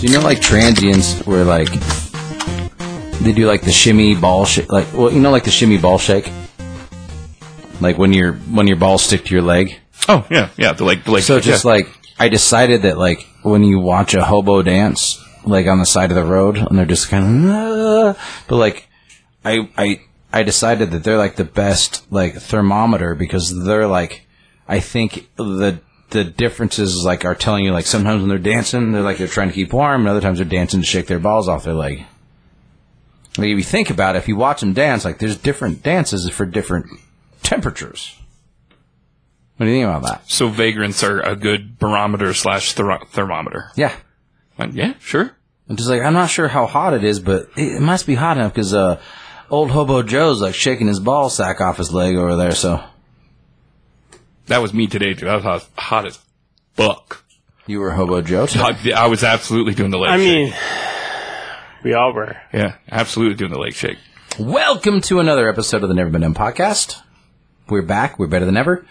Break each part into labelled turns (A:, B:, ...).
A: You know, like transients where like they do like the shimmy ball shake, like well, you know, like the shimmy ball shake, like when your when your balls stick to your leg.
B: Oh yeah, yeah. The like, the like.
A: So just like I decided that like when you watch a hobo dance like on the side of the road and they're just kind of but like I I I decided that they're like the best like thermometer because they're like I think the the differences like are telling you like sometimes when they're dancing they're like they're trying to keep warm and other times they're dancing to shake their balls off their leg. Like if you think about it, if you watch them dance, like there's different dances for different temperatures. What do you think about that?
B: so vagrants are a good barometer slash thero- thermometer.
A: Yeah.
B: Like, Uh, yeah, sure.
A: I'm just like, I'm not sure how hot it is, but it must be hot enough because uh, old hobo Joe's like shaking his ball sack off his leg over there. So
B: That was me today too. I was hot, hot as fuck.
A: you were hobo Joe. today?
B: I, I was absolutely doing the leg.
C: I
B: shake.
C: mean, we all were.
B: yeah, absolutely doing the leg shake.
A: Welcome to another episode of the Never Been Done podcast. We're back. We're better than ever.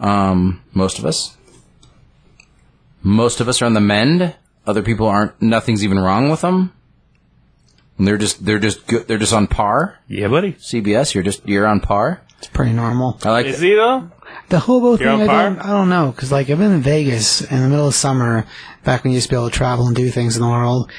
A: Um, most of us. Most of us are on the mend. Other people aren't. Nothing's even wrong with them. And they're just they're just good. They're just on par.
B: Yeah, buddy.
A: CBS, you're just you're on par.
D: It's pretty normal.
A: I like
C: Is he though?
D: The hobo thing,
C: on
D: I
C: par?
D: don't, I don't know, because like I've been in Vegas in the middle of summer, back when you used to be able to travel and do things in the world,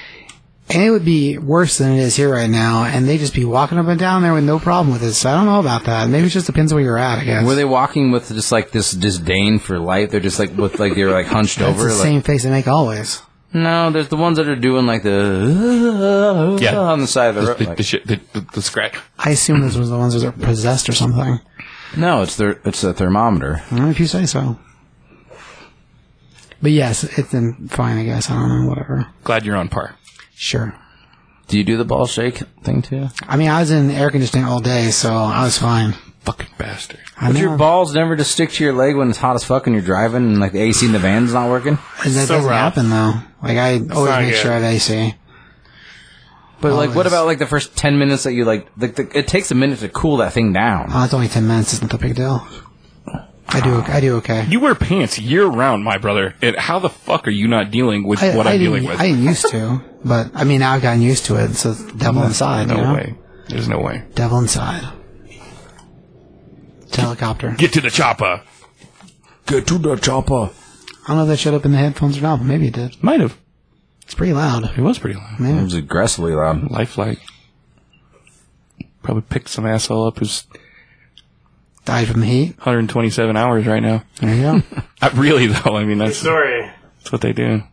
D: and it would be worse than it is here right now, and they'd just be walking up and down there with no problem with it. So I don't know about that. Maybe it just depends where you're at. I guess.
A: Were they walking with just like this disdain for life? They're just like with like they were like hunched
D: That's
A: over.
D: the
A: like,
D: same face they make always.
A: No, there's the ones that are doing like the
B: Yeah.
A: on the side of the
B: The,
A: road.
B: the,
A: Like,
B: the, shit- the, the, the scratch.
D: I assume those were the ones that are possessed or something.
A: no, it's their it's a thermometer.
D: I don't know if you say so. But yes, it's in, fine. I guess I don't know. Whatever.
B: Glad you're on par.
D: Sure.
A: Do you do the ball shake thing too?
D: I mean, I was in air conditioning all day, so I was fine.
B: Fucking bastard.
D: I
A: Would
D: know.
A: your balls never just stick to your leg when it's hot as fuck and you're driving and like the AC in the van's not working?
D: And that
C: So
D: doesn't
C: rough.
D: happen though. Like I always
C: not
D: make
C: good.
D: sure I have AC.
A: But like, what
D: Always.
A: about like the first ten minutes that you like? Like, the, it takes a minute to cool that thing down.
D: Oh, it's only ten minutes. It's not a big deal. I do. I do okay.
B: You wear pants year round, my brother. And how the fuck are you not dealing with
D: I,
B: what
D: I
B: I'm
D: didn't,
B: dealing with?
D: I didn't used to, but I mean now I've gotten used to it. So it's the devil inside.
B: no
D: you know?
B: way. There's no way.
D: Devil inside. Helicopter.
B: Get to the chopper.
A: Get to the chopper.
D: I don't know if that showed up in the headphones or not, but maybe it did.
B: Might have.
D: It's pretty loud.
B: It was pretty loud.
A: It was aggressively loud.
B: Lifelike. Probably picked some asshole up who's
D: Died from the heat.
B: 127 hours right now.
D: There you go.
B: Not Uh, really though. I mean, that's,
C: Sorry.
B: that's what they do.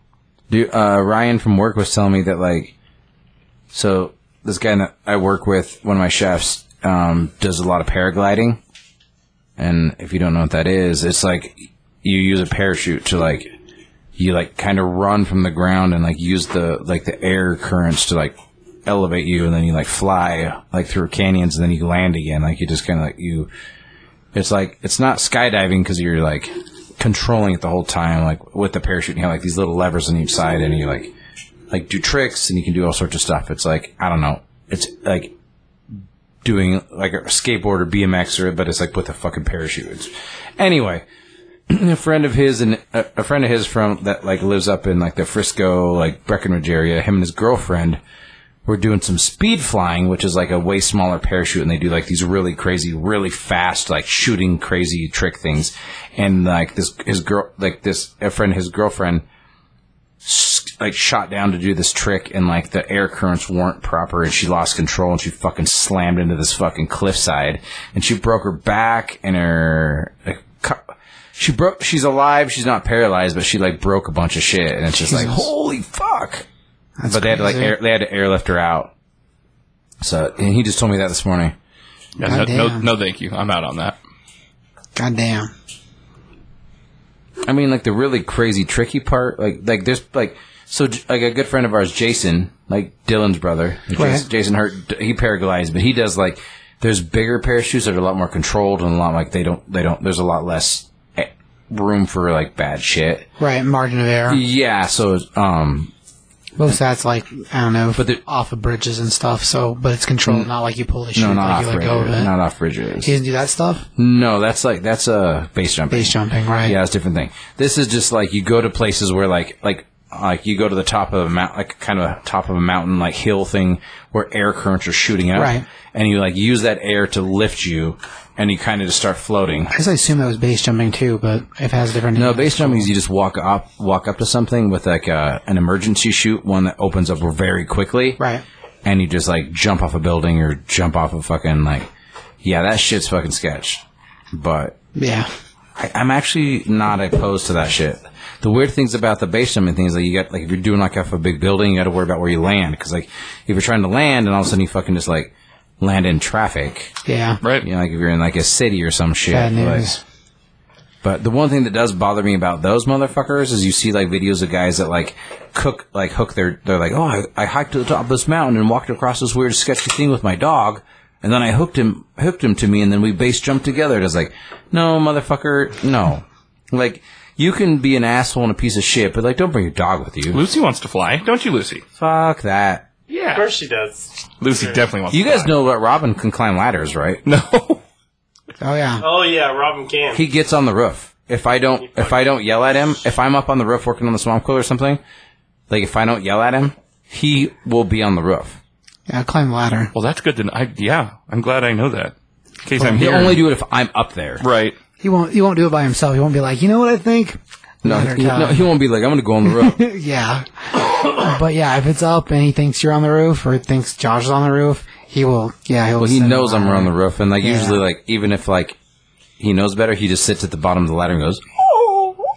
A: Dude, uh, Ryan from work was telling me that like, so this guy that I work with, one of my chefs, um, does a lot of paragliding, and if you don't know what that is, it's like you use a parachute to like, you like kind of run from the ground and like use the like the air currents to like elevate you, and then you like fly like through canyons, and then you land again. Like you just kind of like you, it's like it's not skydiving because you're like controlling it the whole time, like with the parachute. And you have like these little levers on each side, and you like like do tricks, and you can do all sorts of stuff. It's like I don't know. It's like doing like a skateboard or BMX or but it's like with a fucking parachute. It's, anyway, a friend of his and a, a friend of his from that like lives up in like the Frisco like Breckenridge area. Him and his girlfriend were doing some speed flying, which is like a way smaller parachute, and they do like these really crazy, really fast, like shooting crazy trick things. And like this, his girl, like this, a friend, his girlfriend, s- like shot down to do this trick, and like the air currents weren't proper, and she lost control, and she fucking slammed into this fucking cliffside, and she broke her back and her. Like, cu- she broke. She's alive. She's not paralyzed, but she like broke a bunch of shit, and it's just like,
D: Jesus.
A: holy fuck!
D: That's
A: but they had to like
D: crazy.
A: air, they had to airlift her out. So and he just told me that this morning.
B: Yeah, no, no,
D: Goddamn.
B: no, thank you. I'm out on that.
D: Goddamn.
A: I mean, like the really crazy tricky part, like like there's like so j- like a good friend of ours, Jason, like Dylan's brother,
D: Right.
A: Jason, Jason Hurt, d- he paraglides, but he does like there's bigger parachutes that are a lot more controlled and a lot like they don't they don't there's a lot less eh, room for like bad shit.
D: Right. Margin of error.
A: Yeah, so um
D: Most of that's like I don't know,
A: But the- Mm.
D: off of bridges and stuff. So, but it's controlled, not like you pull the
A: no,
D: shoot,
A: not
D: like
A: off
D: you let go of
A: bridges,
D: it.
A: not off bridges.
D: he doesn't do that stuff.
A: No, that's like that's a base jumping.
D: Base jumping, right?
A: Yeah, it's a different thing. This is just like you go to places where like like like you go to the top of a mountain, like kind of top of a mountain, like hill thing where air currents are shooting out,
D: Right.
A: and you like use that air to lift you, and you kind of just start floating.
D: I guess I assume that was base jumping too, but it has a different
A: No, base jumping is you just walk up, walk up to something with like uh an emergency chute, one that opens up very quickly,
D: Right.
A: and you just like jump off a building or jump off a fucking like, yeah, that shit's fucking sketch, but
D: Yeah.
A: I, I'm actually not opposed to that shit. The weird things about the base jumping thing is that you got like if you're doing like off a big building, you got to worry about where you land because like if you're trying to land and all of a sudden you fucking just like land in traffic,
D: Yeah.
B: Right?
A: you know, like if you're in like a city or some shit.
D: Bad
A: like-
D: news.
A: but the one thing that does bother me about those motherfuckers is you see like videos of guys that like cook like hook their they're like oh I, I hiked to the top of this mountain and walked across this weird sketchy thing with my dog and then I hooked him hooked him to me and then we base jumped together. It's like no motherfucker no like you can be an asshole and a piece of shit but like don't bring your dog with you.
B: Lucy wants to fly, don't you, Lucy?
A: Fuck that.
C: Of
B: Yeah.
C: course she does.
B: Lucy definitely wants
A: You
B: to
A: guys
B: fly.
A: know that Robin can climb ladders, right?
B: No.
D: Oh yeah.
C: Oh yeah, Robin can.
A: he gets on the roof. If I don't, if I don't yell at him, if I'm up on the roof working on the swamp cooler or something, like if I don't yell at him, he will be on the roof.
D: Yeah. Climb the ladder.
B: well, that's good to know. I, yeah, I'm glad I know that. In case I'm
A: He'll
B: here.
A: only do it if I'm up there.
B: right.
D: He won't. He won't do it by himself. He won't be like, you know what I think.
A: No,
D: Ladder
A: he,
D: time.
A: no, he won't be like I'm going to go on the roof.
D: Yeah. but yeah, if it's up and he thinks you're on the roof or thinks Josh is on the roof, he will. Yeah. He'll.
A: well, he
D: send
A: knows
D: him
A: I'm on the roof, and like usually, like even if like he knows better, he just sits at the bottom of the ladder and goes.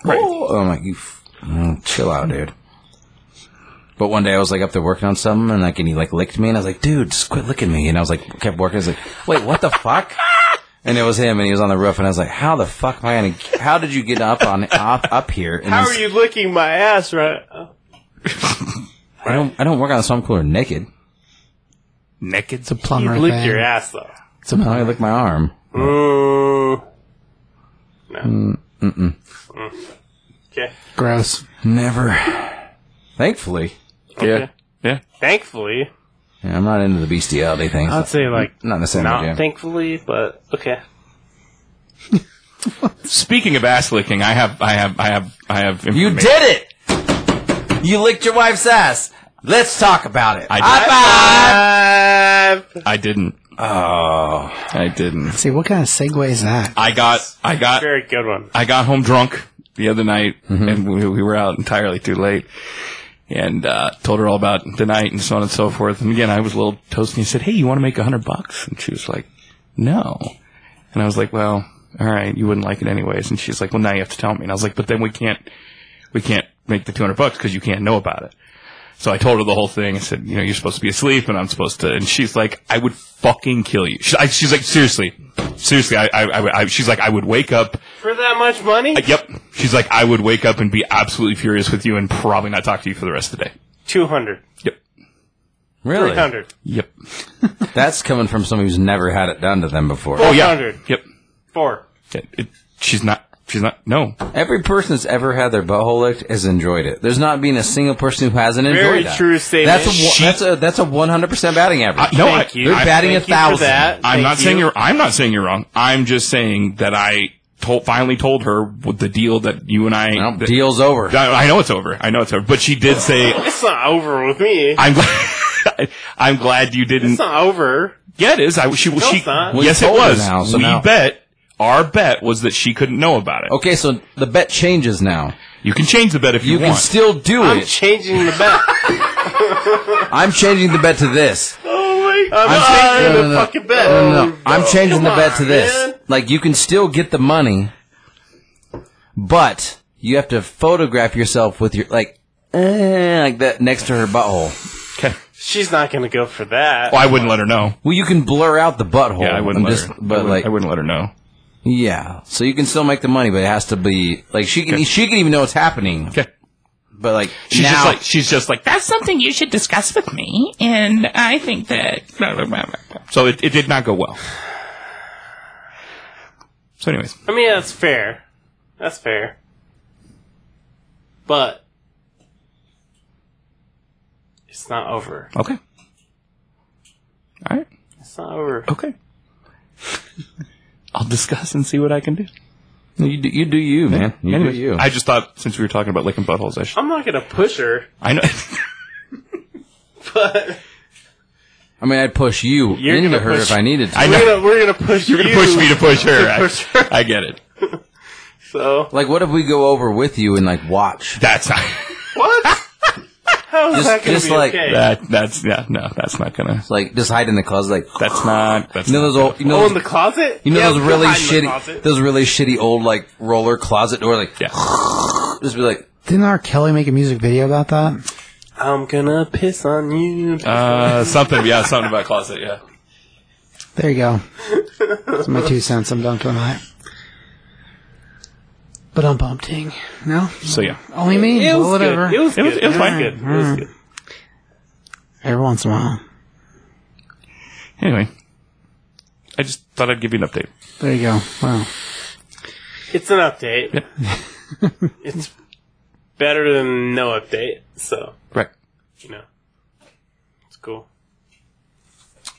B: Right.
A: Oh, I'm like, you f- mm, chill out, dude. But one day I was like up there working on something, and like, and he like licked me, and I was like, dude, just quit licking me. And I was like, kept working. I was like, wait, what the fuck? And it was him, and he was on the roof, and I was like, how the fuck am I gonna? g- How did you get up on up, up here? And
C: How
A: he's-
C: are you licking my ass right?
A: I don't, I don't work on the swamp cooler naked.
B: Naked.
D: It's a plumber.
C: You lick
D: thing.
C: your ass though.
A: So no, I lick my arm.
C: Ooh. No.
B: Mm,
C: Mm-mm. Okay.
D: Gross.
A: Never. Thankfully,
B: Yeah. Yeah.
C: Thankfully,
A: yeah, I'm not into the bestiality thing.
C: I'd say like
B: Mm,
A: not in the same
C: not
A: way, yeah.
C: thankfully, but okay.
B: Speaking of ass licking, I have, I have, I have, I have.
A: You
B: information.
A: did it! You licked your wife's ass. Let's talk about it.
B: I did. I didn't.
A: Oh,
B: I didn't.
D: See what kind of segue is that?
B: I got. I got.
C: Very good one.
B: I got home drunk the other night, and we, we were out entirely too late. And uh, told her all about the night and so on and so forth. And again, I was a little toasty. I said, "Hey, you want to make a hundred bucks?" And she was like, "No." And I was like, "Well, all right, you wouldn't like it anyways." And she's like, "Well, now you have to tell me." And I was like, "But then we can't, we can't make the two hundred bucks because you can't know about it." So I told her the whole thing. I said, "You know, you're supposed to be asleep, and I'm supposed to." And she's like, "I would fucking kill you." She, I, she's like, "Seriously, seriously." I, I, I, I, she's like, "I would wake up."
C: For that much money,
B: Yep. She's like, I would wake up and be absolutely furious with you and probably not talk to you for the rest of the day.
C: two hundred.
B: Yep.
A: really?
C: Three hundred.
B: Yep.
A: That's coming from someone who's never had it done to them before.
B: Oh yeah.
C: 400.
B: Yep.
C: Four.
B: It, it, she's not. She's not. No.
A: Every person that's ever had their butthole licked has enjoyed it. There's not been a single person who hasn't enjoyed
C: Very
A: that.
C: true statement.
A: That's a one-
B: She-
A: that's a that's a 100 percent batting average.
B: I- no.
C: Thank
B: I,
C: you.
A: They're batting a
C: Thank you for
A: thousand.
C: that.
B: I'm
C: Thank
B: not saying
C: you.
B: you're. I'm not saying you're wrong. I'm just saying that I told, finally told her with the deal that you and I.
A: Well,
B: that-
A: deal's over.
B: I, I know it's over. I know it's over. But she did say,
C: It's not over with me.
B: "I'm glad. I'm glad you didn't."
C: It's not over.
B: Yeah, it is. I, she, she,
C: it's not.
A: Well, you
B: yes, it
A: told her
B: was.
A: now, so
B: we
A: now-
B: bet. Our bet was that she couldn't know about it.
A: Okay, so the bet changes now.
B: You can change the bet if you,
A: You
B: want.
A: can still do
C: I'm
A: it.
C: changing the bet.
A: I'm changing the bet to this.
C: I'm
A: I'm
C: changing
A: saying- Oh no, no,
C: the
A: no.
C: fucking bet.
A: No, no, no. I'm changing
C: Come
A: the bet to
C: on,
A: this.
C: man.
A: Like you can still get the money, but you have to photograph yourself with your like eh, like that next to her butthole.
B: Okay.
C: She's not gonna go for that.
B: Well, I wouldn't let her know.
A: Well, you can blur out the butthole.
B: Yeah, I wouldn't
A: I'm
B: let
A: just-
B: her. I
A: But
B: wouldn't-
A: like,
B: I wouldn't let her know.
A: yeah, so you can still make the money, but it has to be like she can. She can even know it's happening.
B: Okay.
A: But like
B: She's
A: now,
B: just like she's just like that.
E: that's something you should discuss with me. And I think that.
B: So it, it did not go well. So, anyways,
C: I mean, that's fair. That's fair. But it's not over.
B: okay. All right.
C: It's not over.
B: Okay. I'll discuss and see what I can do. You do you, do you man.
A: You do
B: Anyway,
A: you.
B: I just thought since we were talking about licking buttholes, I should.
C: I'm not gonna push her,
B: I know.
C: but
A: I mean, I'd push you
C: You're
A: into
C: gonna
A: her
C: push-
A: if I needed to.
B: I
C: we're
B: know.
C: gonna, we're gonna push
B: You're gonna push me to push her. I,
C: push her.
B: I get it.
C: So
A: Like, what if we go over with you and like watch?
B: That's not.
C: what? How is
A: Just-
C: that gonna
A: just
C: be
A: like
C: okay?
B: That that's yeah no that's not gonna
A: Like, just hide in the closet. Like,
B: that's not that's
A: you know
B: not,
A: those old, you know,
C: Oh,
A: those,
C: in the closet?
A: you know
C: Yeah,
A: those really
C: behind the
A: shitty,
C: closet.
A: those really shitty old like roller closet door. Like,
B: yeah
A: just be like,
D: Didn't R. Kelly make a music video about that?
C: I'm gonna piss on you.
B: uh, something yeah something about closet yeah
D: There you go. That's my two cents. I'm done for the night. But I'm bumping. No?
B: so yeah
D: Only me?
C: it was
D: well, Oh, whatever. mm.
C: good. It was
B: It was-
C: good.
B: it was fine.
C: good. It was good.
D: Every once in a while.
B: anyway I just thought I'd give you an update
D: There you go. Wow.
C: It's an update. it's better than no update, so
B: right
C: you know, it's cool.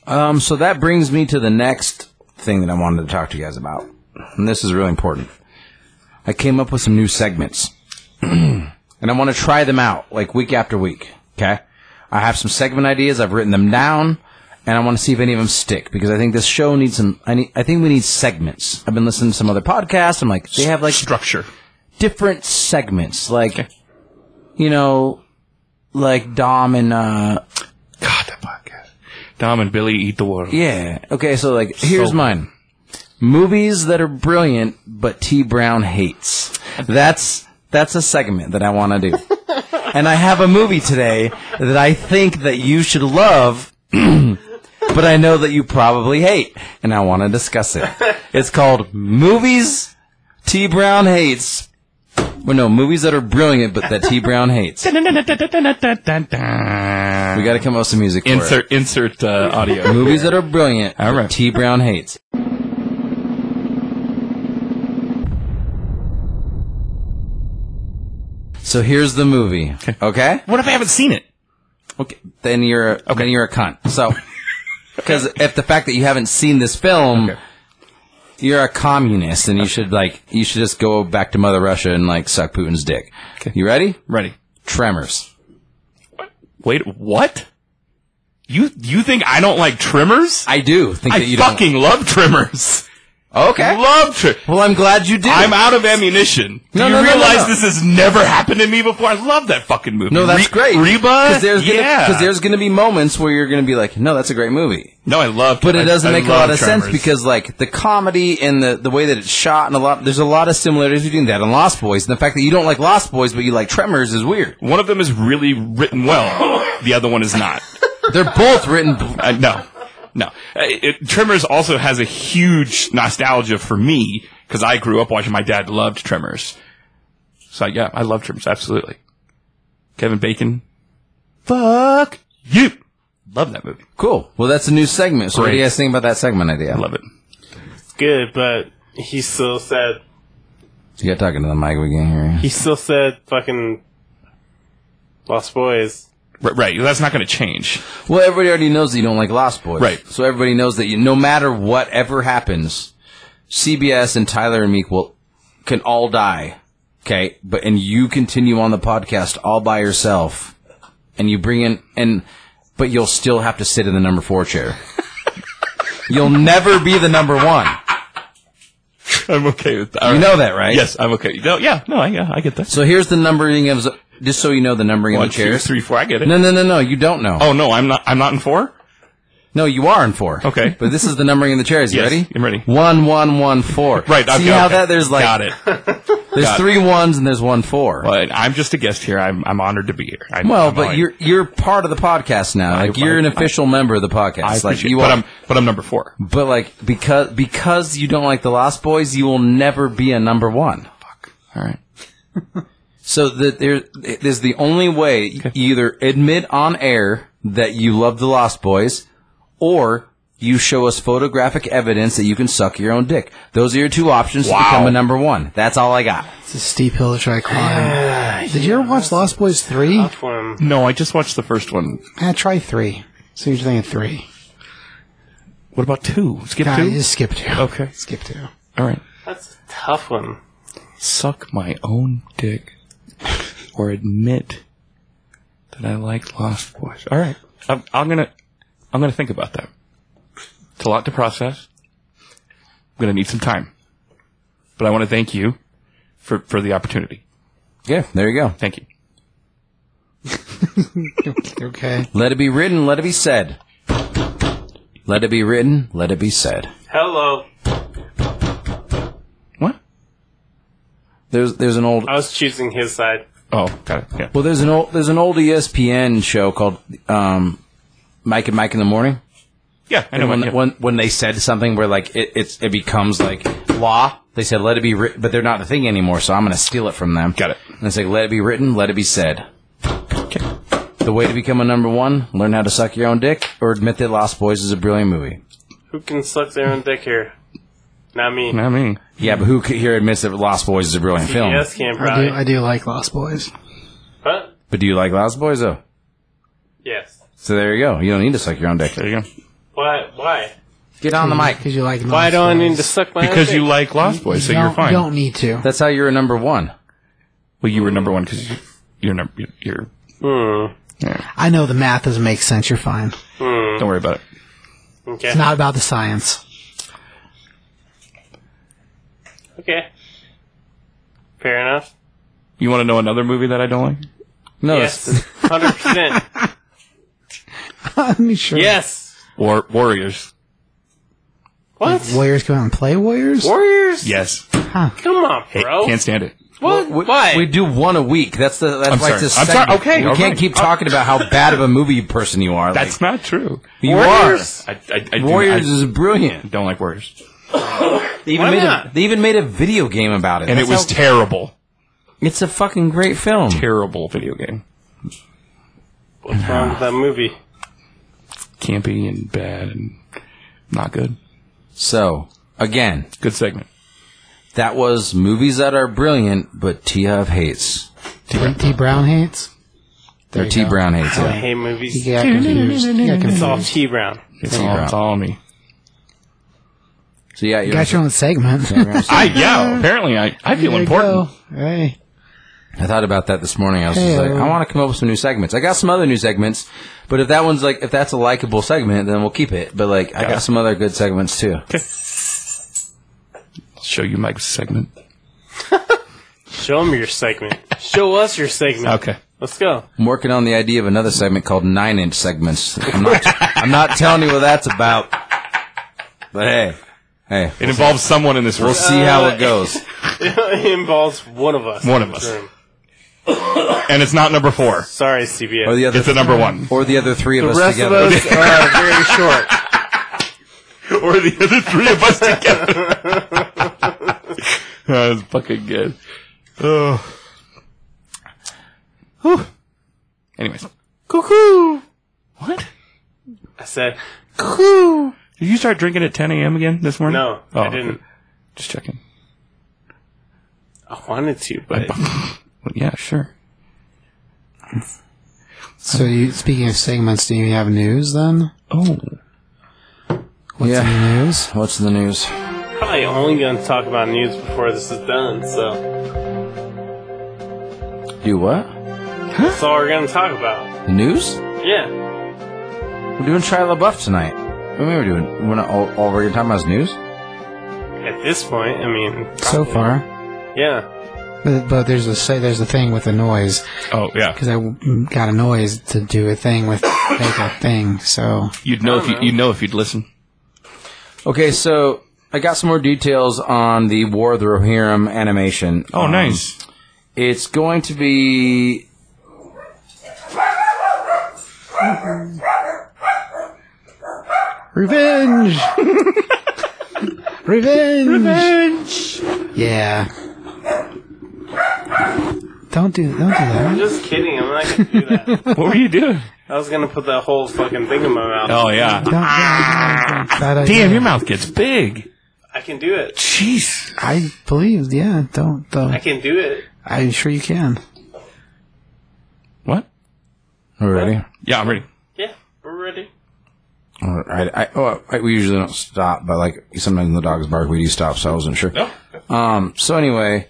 A: um, so that brings me to the next thing that I wanted to talk to you guys about, and this is really important. I came up with some new segments, and I want to try them out like week after week. Okay, I have some segment ideas. I've written them down, and I want to see if any of them stick because I think this show needs some. I need. I think we need segments. I've been listening to some other podcasts. I'm like, they have like
B: structure
A: different segments, like
B: Okay.
A: you know, like Dom and uh
B: God that podcast Dom and Billy eat the world
A: yeah. Okay, so like here's
B: So-
A: mine. Movies that are brilliant but T Brown hates. That's that's a segment that I want to do. and I have a movie today that I think that you should love but I know that you probably hate and I want to discuss it. It's called Movies T Brown Hates. Well, no, movies that are brilliant but that T Brown hates. We got to come up with some music. For it.
B: insert insert uh, audio
A: movies that are brilliant.
B: All
A: that
B: right.
A: T Brown hates. So here's the movie. Okay. Okay.
B: what if I haven't seen it
A: Then you're a, then you're a cunt. So because if the fact that you haven't seen this film.
B: Okay.
A: You're a communist, and you should like you should just go back to Mother Russia and like suck Putin's dick.
B: Okay.
A: You ready?
B: ready
A: Tremors.
B: wait what you you think I don't like trimmers
A: I do think that
B: I
A: you
B: fucking love trimmers
A: don't. Okay.
B: love trimmers.
A: Well, I'm glad you did.
B: I'm out of ammunition. Do
A: No,
B: you
A: no, no, no,
B: realize
A: no.
B: this has never happened to me before? I love that fucking movie.
A: No, that's
B: Re-
A: great.
B: Reba?
A: Because there's gonna,
B: yeah.
A: 'cause there's going to be moments where you're going to be like, no, that's a great movie,
B: no, I love.
A: but it doesn't
B: I,
A: make
B: I
A: a lot
B: love
A: of sense
B: Tremors.
A: because like the comedy and the the way that it's shot and a lot there's a lot of similarities between that and Lost Boys, and the fact that you don't like Lost Boys but you like Tremors is weird.
B: one of them is really written well, the other one is not.
A: They're both written.
B: Uh, no, no. Uh, it, Tremors also has a huge nostalgia for me because I grew up watching. My dad loved Tremors, so yeah, I love Tremors absolutely. Kevin Bacon, fuck you, love that movie.
A: Cool. Well, that's a new segment. So what do you
B: Great.
A: guys think about that segment idea?
B: I love it.
C: It's good, but he still said
A: You got talking to the mic. We can hear you.
C: he still said fucking Lost Boys.
B: R- right, that's not going to change.
A: Well, everybody already knows that you don't like Lost Boys,
B: Right.
A: So everybody knows that you, no matter whatever happens, CBS and Tyler and Meek will can all die. Okay, but and you continue on the podcast all by yourself, and you bring in and but you'll still have to sit in the number four chair. you'll never be the number one.
B: I'm okay with that.
A: You know that, right?
B: Yes, I'm okay. No, yeah, no, I, yeah, I get that.
A: So here's the numbering of just so you know the numbering
B: One,
A: of the
B: two,
A: chairs.
B: three, four. I get it.
A: No, no, no, no. You don't know.
B: Oh no, I'm not. I'm not in four.
A: No, you are in four.
B: Okay.
A: But this is the numbering in the chairs. You
B: Yes,
A: ready?
B: I'm ready.
A: One, one, one, four.
B: Right. I've
A: See
B: got,
A: how
B: okay.
A: that there's like
B: got it.
A: there's
B: got it.
A: three ones and there's one four.
B: But I'm just a guest here. I'm I'm honored to be here. I,
A: well,
B: I'm
A: but
B: honored.
A: you're you're part of the podcast now. Like you're an
B: I-
A: official member of the podcast.
B: I
A: like
B: appreciate.
A: you
B: it. But
A: are.
B: I'm but I'm number four.
A: but like because because you don't like the Lost Boys, you will never be a number one.
B: All right.
A: So that there there's the only way you either admit on air that you love the Lost Boys, or you show us photographic evidence that you can suck your own dick. Those are your two options to
B: Wow.
A: become a number one. That's all I got.
D: It's a steep hill to try to climb. Did you ever watch Lost Boys 3?
C: Tough one.
B: No, I just watched the first one.
D: Ah, try 3. See what you think of 3.
B: What about two? Skip
D: God,
B: two.
D: you just skip 2.
B: Okay.
D: Skip 2.
B: All right.
C: That's a tough one.
B: suck my own dick or admit that I like Lost Boys. All right, I'm, I'm gonna I'm gonna think about that. It's a lot to process. I'm gonna need some time, but I want to thank you for for the opportunity.
A: Yeah, there you go.
B: Thank you.
D: Okay.
A: Let it be written, let it be said. Let it be written, let it be said.
C: Hello.
B: What?
A: There's there's an old
C: I was choosing his side.
B: Oh, got it. Yeah.
A: well there's an old there's an old E ESPN show called um, Mike and Mike in the Morning.
B: Yeah, I know.
A: And when,
B: yeah.
A: when when they said something where like it it's, it becomes like law, they said let it be written, but they're not a thing anymore. So I'm going to steal it from them.
B: Got it.
A: And it's like let it be written, let it be said. The way to become a number one: learn how to suck your own dick, or admit that Lost Boys is a brilliant movie.
C: Who can suck their own dick here? Not me.
B: Not me.
A: Yeah, but who c- here admits that Lost Boys is a brilliant film?
C: Yes, can
D: I
C: probably.
D: do, I do like Lost Boys.
C: Huh?
A: But do you like Lost Boys though?
C: Yes.
A: So there you go. You don't need to suck your own dick.
B: There you go.
C: Why? Why?
A: Get on the mic.
D: Because you like Lost
C: Why do I
D: Boys.
C: need to suck my own
B: Because you
C: dick?
B: like Lost Boys, so
D: You
B: you're
D: don't-
B: fine.
D: You don't need to.
A: That's how you're a number one.
B: Well, you were number one because you're number you're. you're
C: Hmm.
D: I know the math doesn't make sense. You're fine.
B: don't worry about it.
C: Okay.
D: It's not about the science.
C: okay. Fair enough.
B: You want to know another movie that I don't like? Oh,
A: No,
C: Yes. Hundred percent.
D: I mean, sure.
C: Yes.
B: War Warriors.
C: What?
D: Warriors come out and play Warriors?
C: Warriors?
B: Yes.
C: Come on,
B: Hey,
C: bro.
B: Can't stand it.
C: what?
A: We,
C: Why?
A: we do one a week. That's the. That's
B: I'm
A: like
B: sorry.
A: this.
B: I'm sorry.
A: segment.
B: Okay,
A: we
B: all
A: can't
B: right.
A: keep talking about how bad of a movie person you are.
B: That's
A: like,
B: not true.
A: you
C: Warriors.
B: I, I, I
A: are.
B: do-
A: Warriors
B: I
A: is brilliant.
B: don't like Warriors,
A: They even
C: Why
A: made a,
C: not?
A: they even made a video game about it.
B: and
A: That's
B: it was
A: how-
B: terrible,
A: it's a fucking great film.
B: terrible video game.
C: What's wrong with that movie?
B: Campy and bad and not good.
A: So again,
B: Good segment.
A: that was movies that are brilliant, but T Huff hates.
D: T. Brown hates?
A: Or T Brown hates.
C: I
A: Yeah.
C: hate movies.
D: You got confused. You got
C: It's
D: confused.
C: all T Brown.
B: It's all, it's all me.
A: So yeah, you're
D: Got your own segment.
B: I yeah. Apparently, I, I feel
D: There you
B: important.
D: go. Hey.
A: I thought about that this morning. I was just
D: Hey,
A: like,
D: um,
A: I want to come up with some new segments. I got some other new segments, but if that one's like, if that's a likable segment, then we'll keep it. But like, I got some other good segments too.
B: I'll show you Mike's segment.
C: Show them your segment. Show us your segment.
B: Okay.
C: Let's go.
A: I'm working on the idea of another segment called Nine Inch Segments. I'm not, I'm not telling you what that's about, but hey, hey,
B: It involves someone in this
A: we'll
B: world.
A: see how it goes.
C: it involves one of us.
B: One
C: in
B: of
C: this
B: us.
C: room.
B: and it's not number four.
C: Sorry,
A: Or
C: CBS.
A: the other,
B: It's Oh, the number one.
A: or the other three of
C: The
A: us
C: rest
A: together.
C: of us are very short.
B: or the other three of us together. that was fucking good. Oh. Whew. Anyways. Cuckoo! What?
C: I said,
B: Cuckoo! Did you start drinking at 10 a.m. again this morning?
C: no,
B: Oh,
C: I didn't.
B: Just checking.
C: I wanted to, but
B: Well, yeah, sure.
D: So, you, speaking of segments, do you have news then?
B: Oh.
D: What's
A: Yeah.
D: in the news?
A: What's in the news?
C: probably only going to talk about news before this is done, so
A: Do what?
C: that's all we're going to talk about.
A: The news?
C: Yeah.
A: We're doing Shia LaBeouf tonight. I mean, we're doing. We're not, all, all we're talking about is news.
C: At this point, I mean,
D: So far.
C: yeah.
D: But, but there's a say there's a thing with the noise
B: Oh, yeah.
D: because I w- got a noise to do a thing with make a thing. So
B: You'd know if you, you'd know if you'd listen.
A: Okay, so I got some more details on the War of the Rohirrim animation.
B: Oh,
A: Um,
B: nice.
A: It's going to be.
D: revenge, revenge, revenge. Yeah. Don't do don't do
C: I'm
D: that.
C: just kidding. I'm not going to do that.
B: What were you doing?
C: I was going to put that whole fucking thing in my mouth.
B: Oh, yeah.
D: Don't, yeah, don't- bad idea.
B: Damn, your mouth gets big.
C: I can do it.
B: Jeez.
D: I believe, yeah. Don't
C: I
D: don't.
C: can do it.
D: I'm sure you can.
B: What?
A: We're ready.
B: Yeah, I'm ready.
C: Yeah, we're ready.
A: All right, I, oh, I, we usually don't stop, but like sometimes when the dogs bark, we do stop. So I wasn't sure. Um. So anyway,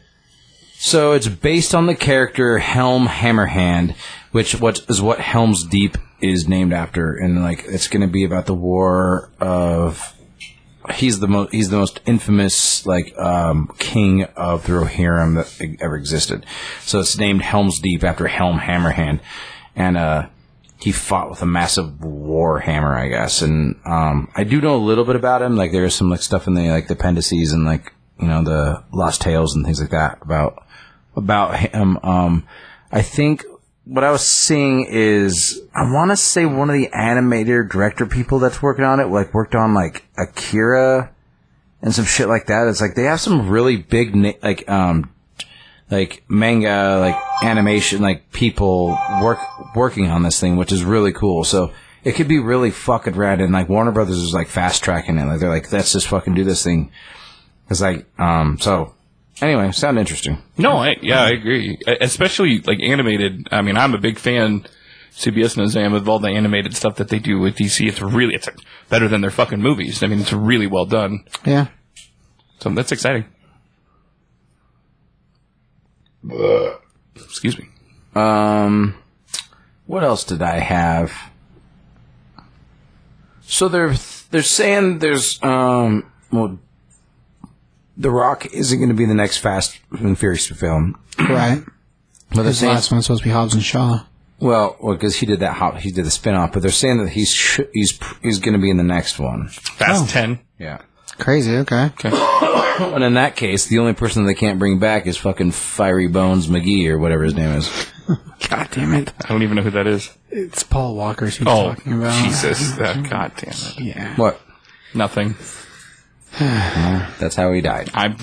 A: So it's based on the character Helm Hammerhand, which what is what Helm's Deep is named after, and like it's going to be about the war of. He's the most he's the most infamous like um, king of the Rohirrim that ever existed. So it's named Helm's Deep after Helm Hammerhand, and uh, he fought with a massive war hammer, I guess. And um, I do know a little bit about him. Like there is some like stuff in the like the appendices and like you know the lost tales and things like that about about him. Um, I think what I was seeing is I want to say one of the animator director people that's working on it like worked on like Akira and some shit like that. It's like they have some really big na- like um like manga, like animation, like people work working on this thing, which is really cool. So it could be really fucking rad. And like Warner Brothers is like fast tracking it. Like they're like, let's just fucking do this thing. It's like, um, so anyway, sound interesting.
B: No, I, yeah, I agree. E- Especially like animated. I mean, I'm a big fan. CBS knows I am of all the animated stuff that they do with DC. It's really, it's better than their fucking movies. I mean, it's really well done.
D: Yeah.
B: So that's exciting. Excuse me.
A: Um, what else did I have? So they're they're saying there's um well, The Rock isn't going to be the next Fast and Furious film,
D: Right.
A: but they're
D: This
A: saying
D: last one's supposed to be Hobbs and Shaw.
A: Well, well, because he did that, hop, he did the spin off, but they're saying that he's sh- he's pr- he's going to be in the next one.
D: Oh.
B: Fast 10.
A: Yeah.
D: Crazy. Okay.
A: And in that case, the only person they can't bring back is fucking Fiery Bones McGee or whatever his name is.
D: God damn it.
B: I don't even know who that is.
D: It's Paul Walker's who's
B: Oh,
D: talking about.
B: Jesus. Uh, God damn it.
D: Yeah.
A: What?
B: Nothing.
A: That's how he died.
B: I'm,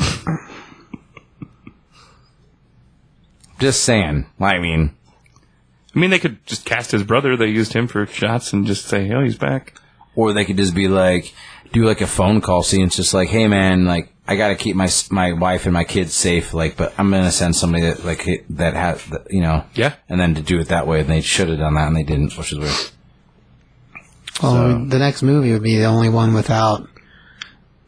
A: Just saying. I mean,
B: I mean, they could just cast his brother. They used him for shots and just say, oh, he's back.
A: or they could just be like, do like a phone call scene. It's just like, hey man, like I got to keep my s- my wife and my kids safe. Like, but I'm going to send somebody that like hit- that has that, you know.
B: Yeah.
A: And then to do it that way, and they should have done that, and they didn't, which is weird.
D: Well, the next movie would be the only one without.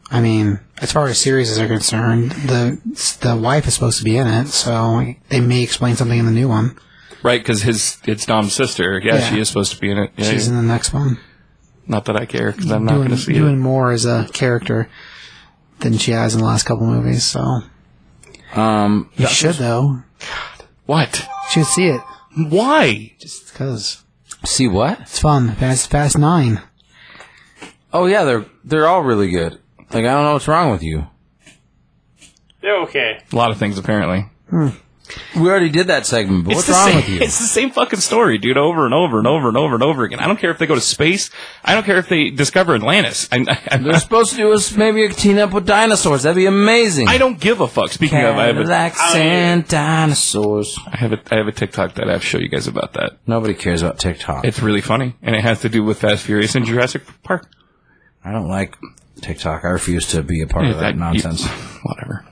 D: I mean, as far as series are concerned, the the wife is supposed to be in it, so they may explain something in the new one.
B: Right, because his it's Dom's sister. Yeah,
D: Yeah.
B: she is supposed to be in it. Yeah,
D: She's in the next one,
B: not that I care, because I'm not going
D: doing,
B: to see
D: doing
B: it.
D: more as a character than she has in the last couple movies. So
A: Um,
D: you should though.
B: What?
D: You should see it
B: Why?
D: just because
A: see what?
D: it's fun. Fast Fast Nine.
A: Oh yeah, they're they're all really good. Like I don't know what's wrong with you.
C: They're okay.
B: A lot of things, apparently.
A: We already did that segment, but what's
B: the
A: wrong
B: same,
A: with you?
B: It's the same fucking story, dude, over and over and over and over and over again. I don't care if they go to space. I don't care if they discover Atlantis. I, I,
A: They're
B: I,
A: supposed to do is maybe team up with dinosaurs. That'd be amazing.
B: I don't give a fuck. Speaking of, I have, a,
A: Cadillacs and dinosaurs.
B: I have a I have a TikTok that I have to show you guys about that.
A: Nobody cares about TikTok.
B: It's really funny, and it has to do with Fast Furious and Jurassic Park.
A: I don't like TikTok. I refuse to be a part of that
B: you-
A: nonsense.
B: whatever.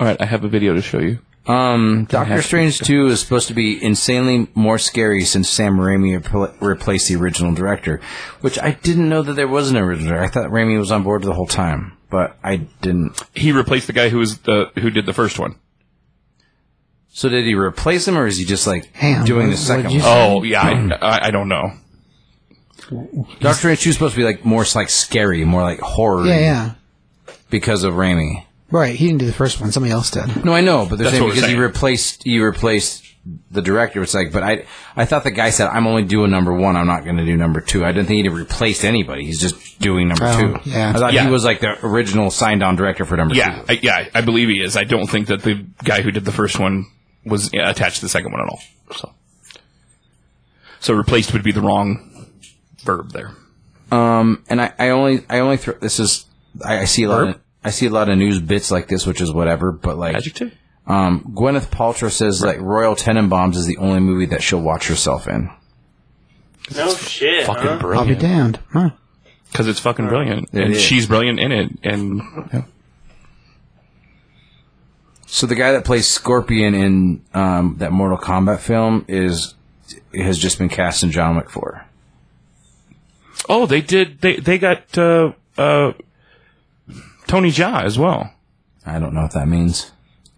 B: All right, I have a video to show you.
A: Um, Doctor
B: have to
A: Strange 2 is supposed to be insanely more scary since Sam Raimi repl- replaced the original director, which I didn't know that there was an original director. I thought Raimi was on board the whole time, but I didn't.
B: He replaced the guy who was the who did the first one.
A: So did he replace him, or is he just like
D: Hang on,
A: doing
D: what-
A: the second
D: what'd you
A: one?
B: Oh yeah, I, I, I don't know.
A: Oh, Doctor Strange Two is supposed to be like more s- like scary, more like horror.
D: Yeah, yeah.
A: Because of Raimi.
D: Right, he didn't do the first one. Somebody else did.
A: No, I know, but they're
B: That's
A: saying
B: what we're
A: because
B: saying.
A: he replaced he replaced the director. It's like, but I I thought the guy said I'm only doing number one. I'm not going to do number two. I didn't think he replaced anybody. He's just doing number
D: Oh,
A: two.
D: yeah.
A: I thought
B: Yeah.
A: he was like the original signed on director for number
B: Yeah,
A: two.
B: I, yeah, I believe he is. I don't think that the guy who did the first one was uh, attached to the second one at all. So, so replaced would be the wrong verb there.
A: Um, and I, I only I only throw this is I, I see a lot
B: Verb?
A: of, I see a lot of news bits like this, which is whatever. But like
B: Adjective.
A: Um, Gwyneth Paltrow says like Royal Tenenbaums is the only movie that she'll watch herself in.
C: No shit.
B: Fucking
C: Huh?
D: I'll be
B: brilliant.
D: Oh, damned. Huh.
B: Because it's fucking brilliant,
A: It
B: and
A: is.
B: she's brilliant in it. And yeah.
A: So the guy that plays Scorpion in um, that Mortal Kombat film is has just been cast in John Wick Four.
B: oh, they did. They they got uh, uh, Tony Jaa as well.
A: I don't know what that means.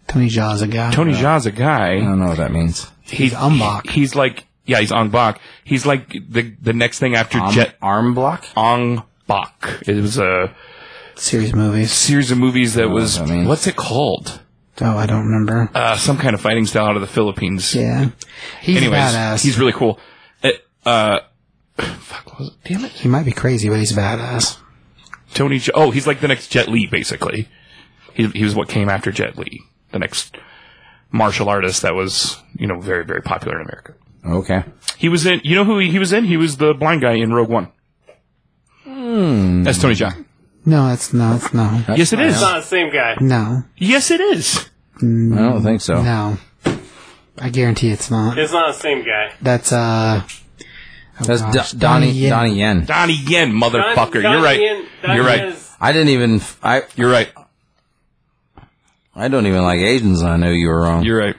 D: Tony Jaa's a guy.
B: Tony Jaa's a guy.
A: I don't know what that means.
B: he's
D: on Bach.
B: He's like yeah, he's on Bach. He's like the the next thing after
A: Arm,
B: Jet
A: arm block?
B: Ong Bach. It was uh, a
D: Series movies.
B: series of movies that was
A: what that means.
B: what's it called?
D: Oh, I don't remember.
B: Uh, some kind of fighting style out of the Philippines.
D: yeah. He's a
B: Anyways,
D: badass.
B: he's really cool. Uh, uh, fuck, what was it? damn it,
D: he might be crazy, but he's a badass.
B: Tony. J- oh, he's like the next Jet Li, basically. He he was what came after Jet Li, the next martial artist that was you know very very popular in America.
A: Okay.
B: He was in. You know who he, he was in? He was the blind guy in Rogue One.
D: Hmm.
B: That's Tony John.
D: No, that's no, that's no,
B: yes, it is.
C: It's not the same guy.
D: no,
B: Yes, it is.
A: I don't think so.
D: no. I guarantee it's not.
C: It's not the same guy.
D: That's uh. oh
A: That's
D: gosh,
A: Do- Donnie, Donnie Yen.
B: Donnie Yen,
C: Don-
B: motherfucker.
C: Don
B: You're right.
C: Ian- Don
B: You're right.
C: Ian is-
A: I didn't even. f- I
B: You're right.
A: I don't even like Asians. and I know you were wrong.
B: You're right.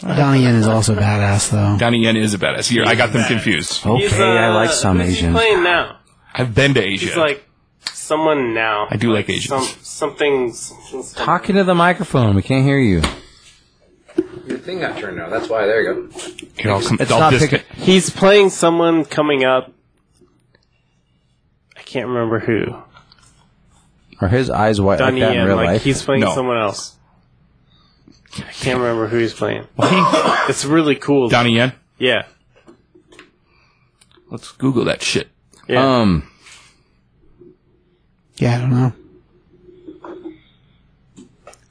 D: Donnie Yen is also badass though.
B: Donnie Yen is a badass. You're, I got them confused.
A: okay,
C: he's,
A: I
C: uh,
A: like some
C: who's he
A: Asians.
C: playing now?
B: I've been to Asia.
C: He's like someone now.
B: I do like Asians.
C: Some something. some- some-
A: Talking to the microphone, we can't hear you. Your thing got turned out. That's why. There you go.
B: Here, I'll come-
A: It's
B: I'll
A: not
B: just-
A: picking-
C: He's playing someone coming up. I can't remember who.
A: Are his eyes white
C: Donnie
A: like that in
C: Yen.
A: real
C: Like
A: life?
C: he's playing
B: No.
C: someone else. I can't remember who he's playing. it's really cool.
B: Donnie Yen.
C: yeah.
B: Let's Google that shit.
C: Yeah.
A: um.
D: Yeah, I don't know.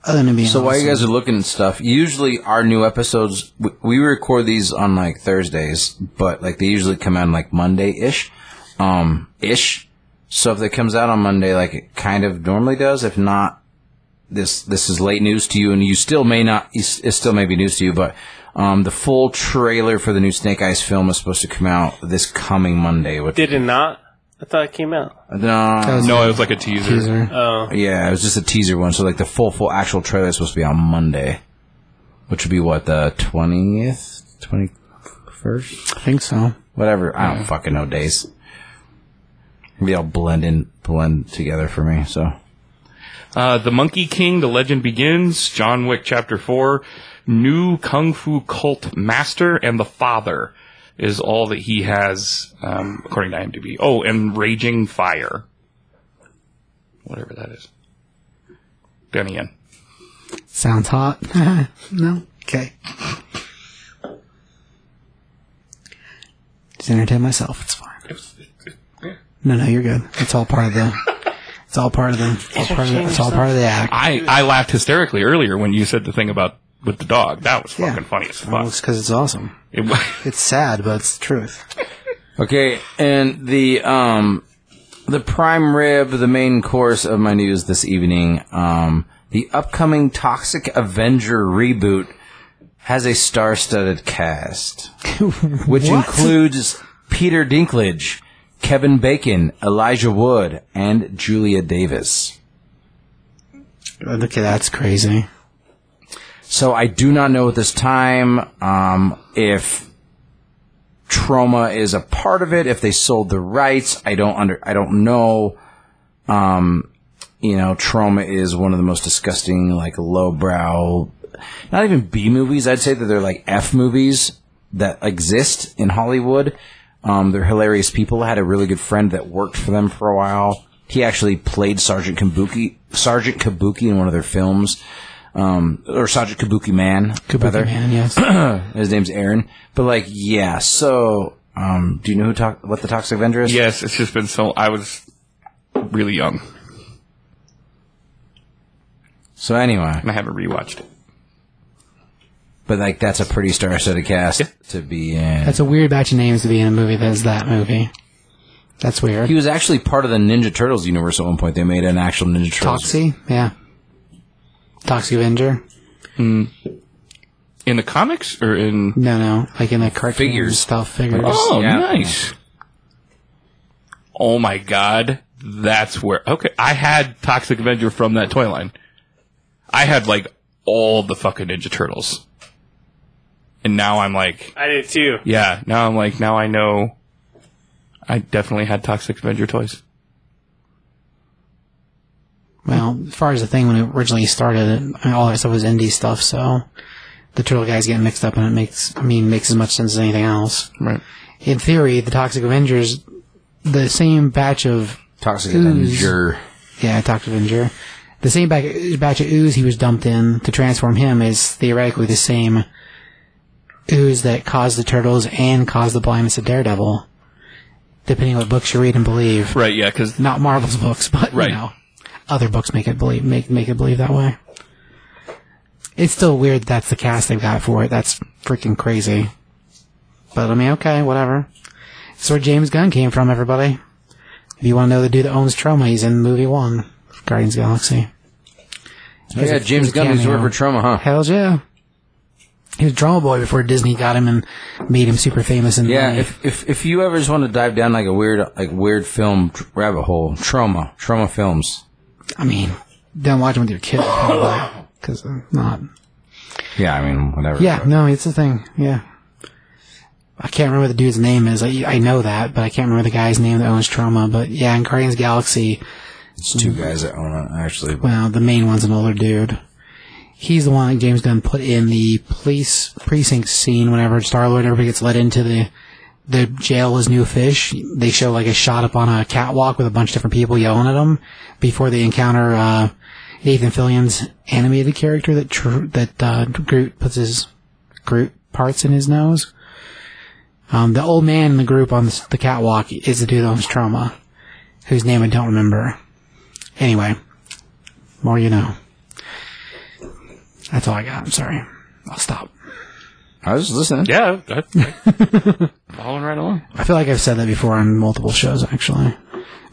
D: Other than being
A: So while you
D: awesome.
A: guys are looking at stuff, usually our new episodes we, we record these on like Thursdays, but like they usually come out on like Monday ish, um ish. So if it comes out on Monday, like it kind of normally does, if not, this this is late news to you, and you still may not. It still may be news to you, but um the full trailer for the new Snake Eyes film is supposed to come out this coming Monday. uh, With
C: Did it not? I thought it came out.
A: no,
D: was
B: No, it was like a teaser.
D: teaser.
A: uh,
C: Oh,
A: yeah, it was just a teaser one. So like the full full actual trailer is supposed to be on Monday, which would be what the twentieth, twenty first,
D: I think so.
A: whatever. I don't fucking know days. Maybe I'll blend in blend together for me. So
B: Uh, the Monkey King, The Legend Begins, John Wick Chapter 4, New Kung Fu Cult Master, and The Father is all that he has, um, according to IMDb. Oh, and Raging Fire. Whatever that is. Donnie Yen.
D: Sounds hot. no. Okay. Just entertain myself. It's fine. No, no, you're good. It's all part of the. It's all part of the. It's all part of the, it's all part of the act.
B: I, I laughed hysterically earlier when you said the thing about with the dog. That was fucking funny as
D: Well,
B: fuck.
D: it's because it's awesome.
B: It wa-
D: It's sad, but it's the truth.
A: okay, and the um the prime rib, the main course of my news this evening, um the upcoming Toxic Avenger reboot has a star-studded cast. which includes Peter Dinklage, Kevin Bacon, Elijah Wood, and Julia Davis.
D: Okay, that's crazy.
A: So I do not know at this time um, if trauma is a part of it. If they sold the rights, I don't under I don't know. Um, you know, trauma is one of the most disgusting, like lowbrow, not even B movies. I'd say that they're like F movies that exist in Hollywood. Um, they're hilarious people. I had a really good friend that worked for them for a while. He actually played Sergeant Kabuki, Sergeant Kabuki in one of their films, um, or Sergeant Kabuki Man. rather.
D: Kabuki man, yes.
A: His name's Aaron. But like, yeah. So, um, do you know who talk what the Toxic Avenger is?
B: yes, it's just been so, I was really young
A: So anyway,
B: and I haven't rewatched it.
A: but like that's a pretty star-studded cast to be in.
D: That's a weird batch of names to be in a movie that is that movie. That's weird.
A: he was actually part of the Ninja Turtles universe at one point. They made an actual Ninja Turtles.
D: Toxie? Yeah. Toxie Avenger?
B: In the comics or in.
D: No, no. Like in the cartoon
A: Figures.
D: stuff figures.
B: Oh,
A: Yeah.
B: nice. Oh my god, that's where. Okay, I had Toxic Avenger from that toy line. I had like all the fucking Ninja Turtles, and now I'm like,
C: I did too.
B: yeah, now I'm like, now I know. I definitely had Toxic Avenger toys.
D: Well, as far as the thing when it originally started, it, I mean, all that stuff was indie stuff, so the turtle guys get mixed up, and it makes I mean makes as much sense as anything else.
B: Right.
D: In theory, the Toxic Avengers, the same batch of
A: Toxic
D: Ooze.
A: Avenger.
D: yeah, Toxic Avenger, the same ba- batch of ooze he was dumped in to transform him is theoretically the same ooze that caused the turtles and caused the blindness of Daredevil, depending on what books you read and believe.
B: Right. Yeah. Because
D: not Marvel's books, but
B: Right.
D: you know, other books make it believe make make it believe that way. It's still weird that's the cast they've got for it. That's freaking crazy. But I mean, okay, whatever. It's where James Gunn came from, everybody. If you want to know the dude that owns Troma, he's in movie one, Guardians of the Galaxy. He's
A: Oh, Yeah,
D: a-
A: James
D: he's a
A: Gunn used to
D: cameo.
A: work for Trauma, huh?
D: Hell yeah. He was Drama Boy before Disney got him and made him super famous. And
A: Yeah,
D: money.
A: if, if if you ever just want to dive down like a weird like weird film tr- rabbit hole, Trauma, Trauma Films.
D: I mean, don't watch them with your kids because uh, not
A: Yeah, I mean whatever.
D: Yeah, no, it's a thing. Yeah. I can't remember the dude's name is. I, I know that, but I can't remember the guy's name that owns Trauma. But yeah, in Guardians of the Galaxy,
A: it's two guys that own it actually. But
D: well, the main one's an older dude. He's the one that James Gunn put in the police precinct scene whenever Star Lord everybody gets let into the the jail is new fish. They show like a shot up on a catwalk with a bunch of different people yelling at them before they encounter uh, Nathan Fillion's animated character that tr- that uh, Groot puts his Groot parts in his nose. Um, the old man in the group on the, the catwalk is the dude that owns Trauma, whose name I don't remember. Anyway, more you know. That's all I got. I'm sorry. I'll stop.
A: I was just listening.
B: yeah, that, following right along.
D: I feel like I've said that before on multiple shows, actually.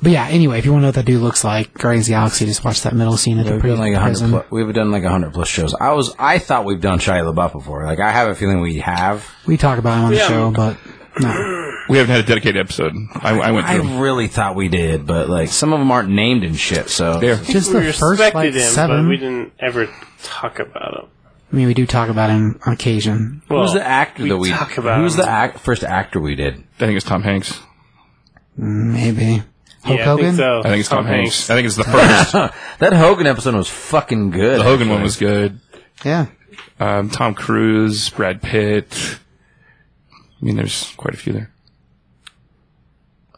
D: But yeah, anyway, if you want to know what that dude looks like, Guardians of the Galaxy, just watch that middle scene at the
A: We've
D: pri-
A: done like a hundred.
D: prison.
A: Plus, we've done like a hundred plus shows. I was. I thought we've done Shia LaBeouf before. Like I have a feeling we have.
D: we talk about him on the
C: Yeah.
D: show, but no.
B: We haven't had a dedicated episode. I, I went
A: I
B: through. them.
A: really thought we did, but like some of them aren't named and shit. So
B: There.
D: Just
C: we
D: the first
C: respected
D: like
C: him,
D: seven.
C: but we didn't ever talk about him.
D: I mean, we do talk about him on occasion.
C: Well,
A: who's the actor
C: we
A: that we?
C: talk about?
A: who's
C: him.
A: the act, first actor we did?
B: I think it's Tom Hanks.
D: Maybe. Hulk
C: Yeah, I
D: Hogan?
C: think so.
B: I think it's Tom, Hanks. I think it's the first.
A: That Hogan episode was fucking good.
B: the Hogan one was good.
D: Yeah.
B: Um, Tom Cruise, Brad Pitt. I mean, there's quite a few there.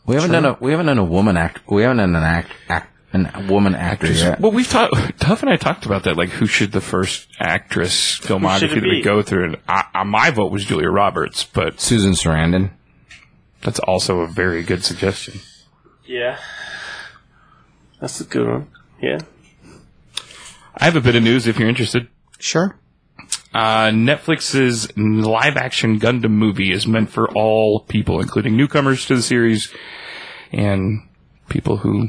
A: We haven't done a. We haven't done a woman act. We haven't done an act. act an woman actor yet.
B: Well, we've talked. Duff and I talked about that. Like, who should the first actress
C: should
B: filmography
C: it
B: that we
C: be?
B: go through? And I, I, my vote was Julia Roberts, but
A: Susan Sarandon.
B: that's also a very good suggestion.
C: Yeah, that's a good one. Yeah,
B: I have a bit of news if you're interested.
D: Sure.
B: Uh, Netflix's live action Gundam movie is meant for all people, including newcomers to the series and people who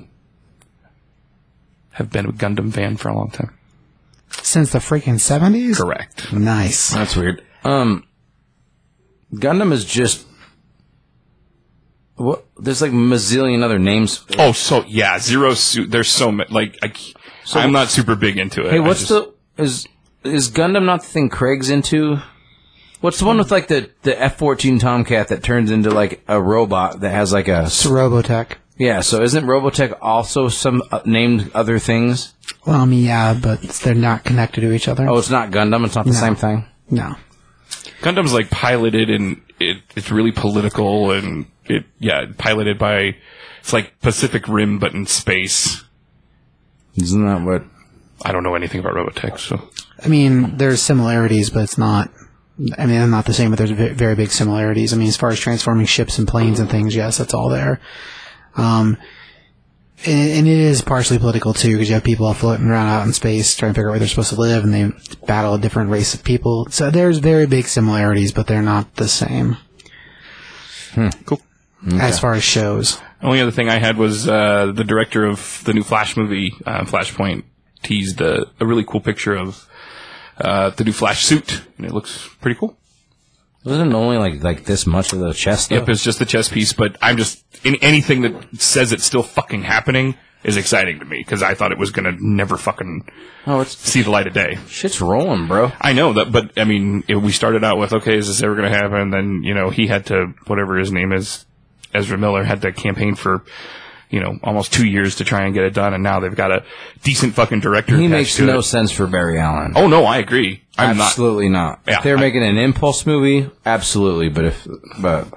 B: have been a Gundam fan for a long time.
D: Since the freaking 70s?
B: Correct.
D: Nice.
A: That's weird. Um, Gundam is just. What? There's like a mazillion other names.
B: Oh, so yeah, zero suit. There's so many. Like, I, c- I'm not super big into it.
A: Hey,
B: I
A: what's
B: just-
A: the is is Gundam not the thing Craig's into? What's the one with like the the F fourteen Tomcat that turns into like a robot that has like a
D: It's Robotech.
A: yeah? So isn't Robotech also some uh, named other things?
D: Well, I mean, yeah, but they're not connected to each other.
A: Oh, it's not Gundam. It's not the same thing.
D: No.
B: Gundam's like piloted and it, it's really political and it yeah piloted by it's like Pacific Rim but in space.
A: Isn't that what?
B: I don't know anything about Robotech, so
D: I mean, there's similarities, but it's not. I mean, they're not the same, but there's ve- very big similarities. I mean, as far as transforming ships and planes and things, yes, that's all there. Um, and, and it is partially political too, because you have people floating around out in space trying to figure out where they're supposed to live, and they battle a different race of people. So there's very big similarities, but they're not the same.
B: Cool.
D: As far as shows,
B: Only other thing I had was uh, the director of the new Flash movie, uh, Flashpoint, teased a, a really cool picture of uh, the new Flash suit, and it looks pretty cool.
A: Wasn't it only like like this much of the chest?
B: Yep, it's just the chess piece, but I'm just in, anything that says it's still fucking happening is exciting to me because I thought it was gonna never fucking
A: Oh, it's
B: see the light of day.
A: shit's rolling, bro.
B: I know that, but I mean, it, we started out with, okay, is this ever going to happen? Then, you know, he had to, whatever his name is, Ezra Miller had to campaign for, you know almost two years to try and get it done, and now they've got a decent fucking director.
F: He
B: attached
F: makes
B: to
F: no
B: It.
F: sense for Barry Allen.
B: Oh no, I agree. I'm not.
F: absolutely not.
B: Yeah,
F: if they're
B: I-
F: making an impulse movie, absolutely. But if but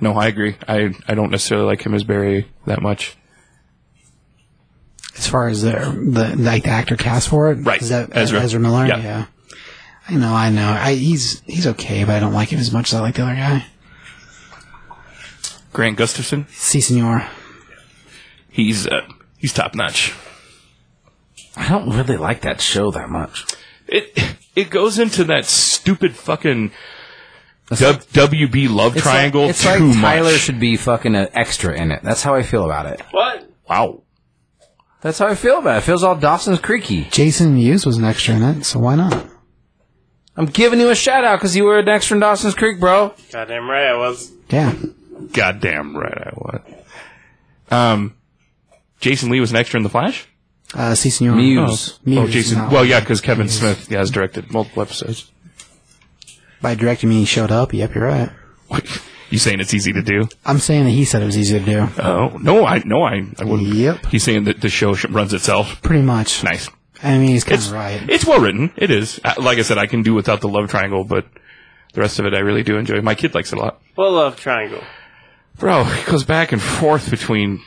B: No, I agree. I I don't necessarily like him as Barry that much.
D: as far as the, the like the actor cast for it.
B: Right.
D: Is that uh,
B: Ezra.
D: Ezra, Miller?
B: Yeah.
D: I know, I know. I, he's he's okay, but I don't like him as much as I like the other guy.
B: Grant Gustafson,
D: Si, senor.
B: he's uh, he's top notch.
F: I don't really like that show that much.
B: It it goes into that stupid fucking w- WB love triangle
F: Like, it's
B: too
F: like
B: much.
F: Tyler should be fucking an extra in it. That's how I feel about it.
C: What?
B: wow.
F: That's how I feel about it. It feels all Dawson's Creaky.
D: Jason Mewes was an extra in it, so why not?
F: I'm giving you a shout out because you were an extra in Dawson's Creek, bro.
C: Goddamn right I was.
D: Yeah.
B: Goddamn right I was. Um, Jason Lee was an extra in The Flash.
D: Uh, si, senor.
F: Muse.
D: Mewes
B: oh, Jason.
D: no.
B: Well, yeah, because Kevin Smith yeah, has directed multiple episodes.
D: By directing me, he showed up. Yep, you're right.
B: you saying it's easy to do?
D: I'm saying that he said it was easy to do.
B: Oh no, I no, I, I wouldn't.
D: Yep.
B: He's saying that the show sh- runs itself.
D: Pretty much.
B: Nice.
D: I mean, he's kind
B: It's
D: of right.
B: It's well written. It is. Uh, Like I said, I can do without the love triangle, but the rest of it I really do enjoy. My kid likes it a lot.
C: What love triangle?
B: Bro, it goes back and forth between.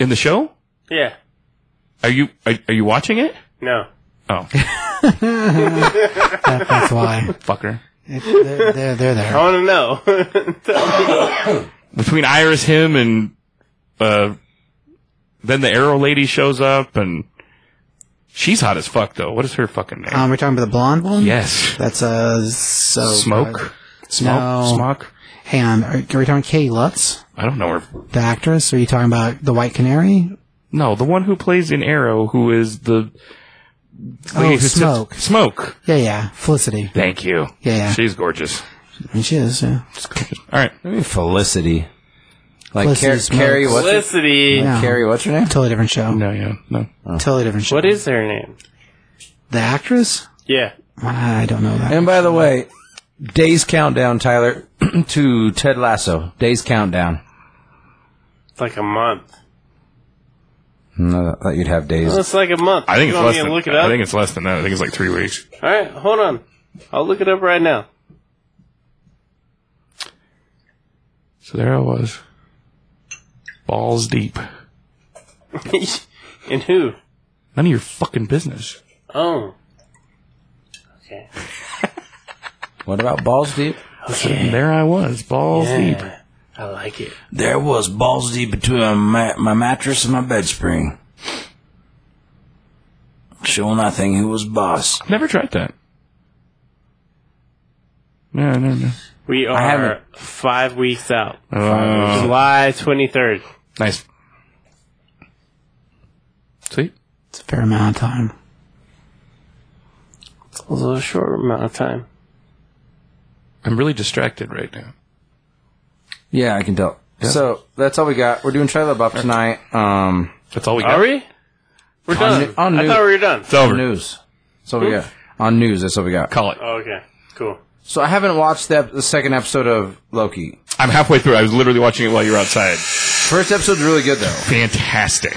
B: In the show,
C: Yeah.
B: are you are, are you watching it?
C: No.
B: Oh,
D: That- that's why.
B: fucker.
D: It, they're, they're, they're
C: I
D: there.
C: want to know.
B: between Iris, him, and uh, then the Arrow lady shows up, and she's hot as fuck though. What is her fucking name?
D: Um, we're talking about the blonde one?
B: yes,
D: That's, uh, so.
B: smoke, smoke,
D: No.
B: smoke.
D: Hang on. Are, are we talking Katie Lutz,
B: I don't know her.
D: the actress? Or are you talking about the White Canary?
B: No, the one who plays in Arrow, who is the lady who sits-
D: Oh, Smoke.
B: smoke.
D: Yeah, yeah. Felicity.
B: Thank you.
D: Yeah, yeah.
B: she's gorgeous.
D: I mean, she is, yeah.
B: All right,
F: I mean, Felicity. Like
D: Felicity
F: Car-
D: smokes.
F: Carrie, what's her,
C: Felicity.
D: Yeah.
F: Carrie, what's her name?
D: Totally different show.
B: no, yeah, no.
D: Totally different show.
C: What is her name?
D: The actress?
C: Yeah.
D: I don't know that.
F: And by the way, Days Countdown, Tyler, to Ted Lasso. Days Countdown.
C: It's like a month.
F: No, Mm, I thought you'd have days.
C: It's like a month.
B: I think it's
C: you want
B: less
C: me to
B: than.
C: look it up?
B: I think it's less than that. I think it's like three weeks.
C: All right, hold on. I'll look it up right now.
B: So there I was, balls deep.
C: and who?
B: None of your fucking business.
C: Oh. Okay.
F: What about Balls Deep?
B: And there I was, balls deep.
C: Yeah. I like it.
F: There was Balls Deep between my, my mattress and my bed spring. Showing that thing who was boss.
B: Never tried that. No, no, no.
C: We are
F: haven't-
C: five weeks out.
B: Uh,
C: July 23rd.
B: nice. Sweet.
D: It's a fair amount of time.
C: It's a little short amount of time.
B: I'm really distracted right now.
F: Yeah, I can tell. So that's all we got. We're doing Trailer Buff tonight. Um,
B: That's all we got.
C: Are we? We're done.
F: on
C: I
F: new-
C: thought we were done.
B: It's over.
F: news. That's all we got. On news, that's all we got.
B: Call it.
C: Oh, okay. Cool.
F: So I haven't watched the, ep- the second episode of Loki.
B: I'm halfway through. I was literally watching it while you were outside.
F: First episode's really good though.
B: Fantastic.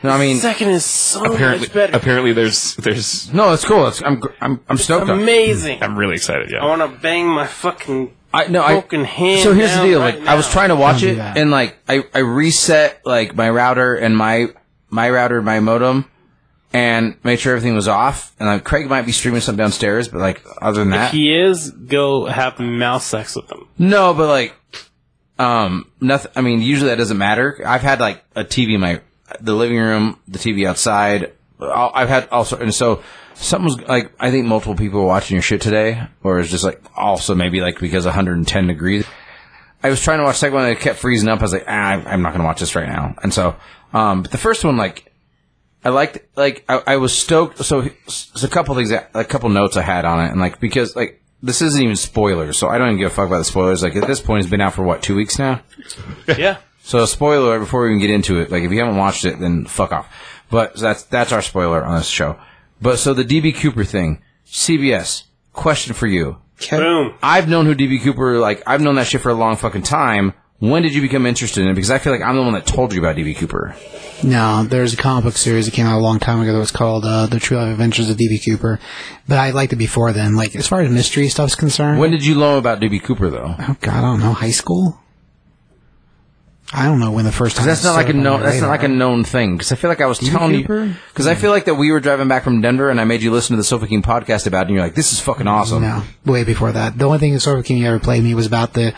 F: No, I mean,
C: Second is so
B: Apparently,
C: much better.
B: apparently, there's, there's.
F: no, it's cool. It's, I'm, gr- I'm, I'm stoked. On. it.
C: Amazing.
B: I'm really excited.
C: I
B: Yeah.
C: want to bang my fucking
F: I no, I
C: broken hand.
F: So here's the
C: down
F: deal.
C: right
F: Like I was
C: now.
F: trying to watch
D: Don't do
F: it,
D: that.
F: and like I, I reset like my router and my my router and my modem, and made sure everything was off. And like Craig might be streaming something downstairs, but like other than that,
C: He is go have mouse sex with them.
F: no. But like, um, nothing. I mean, usually that doesn't matter. I've had like a TV in my the living room, the TV outside. I'll- I've had also, and so something was like I think multiple people were watching your shit today, or it's just like also maybe like because 110 degrees. I was trying to watch the second one and it kept freezing up. I was like, ah, I'm- I'm not going to watch this right now. And so, um, but the first one, like, I liked, like, I, I was stoked. So, there's a couple things, that, a couple notes I had on it. And like, because, like, this isn't even spoilers. So I don't even give a fuck about the spoilers. Like, at this point, it's been out for what, two weeks now?
C: yeah.
F: So, spoiler alert, before we even get into it, like, if you haven't watched it, then fuck off. But that's, that's our spoiler on this show. But so the DB Cooper thing, CBS, question for you.
D: Okay.
C: Boom.
F: I've known who DB Cooper like I've known that shit for a long fucking time. When did you become interested in it? Because I feel like I'm the one that told you about DB Cooper.
D: No, there's a comic book series that came out a long time ago that was called uh, The True Life Adventures of D.B. Cooper, but I liked it before then. Like, as far as mystery stuff's concerned,
F: When did you know about DB Cooper though?
D: oh god, I don't know, high school. I don't know when the first time.
F: That's
D: it
F: not like a
D: showed up on
F: known.
D: my
F: That's not like a
D: radar.
F: known thing. Because I feel like I was telling you.
D: Cooper?
F: Because I feel like that we were driving back from Denver, and I made you listen to the Sofa King podcast about, it, and you're like, "This is fucking awesome."
D: No, way before that. The only thing that Sober King ever played me was about the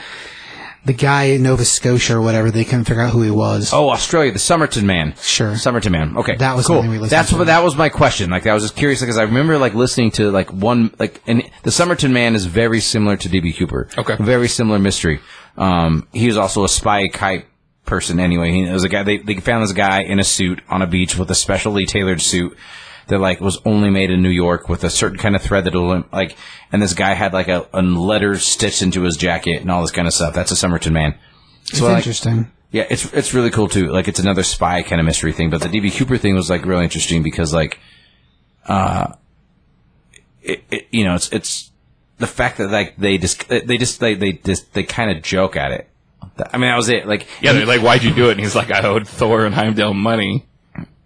D: the guy in Nova Scotia or whatever. They couldn't figure out who he was.
F: Oh, Australia, the Somerton Man.
D: Sure.
F: Somerton Man. Okay,
D: That was
F: cool.
D: something we listened
F: That's
D: to.
F: what that was my question. Like, I was just curious because I remember like listening to like one like and the Somerton Man is very similar to DB Cooper.
B: Okay.
F: very similar mystery. Um, he was also a spy type person anyway. He was a guy. They they found this guy in a suit on a beach with a specially tailored suit. That like was only made in New York with a certain kind of thread that will like, and this guy had like a, a letter stitched into his jacket and all this kind of stuff. That's a Somerton man.
D: it's
F: like-
D: interesting.
F: Yeah, it's it's really cool too. Like it's another spy kind of mystery thing, but the DB Cooper thing was like really interesting because like, uh, it, it you know it's it's the fact that like they just they just they they just they kind of joke at it. I mean that was it. Like
B: Yeah, they're like, why'd you do it? And he's like, I owed Thor and Heimdall money.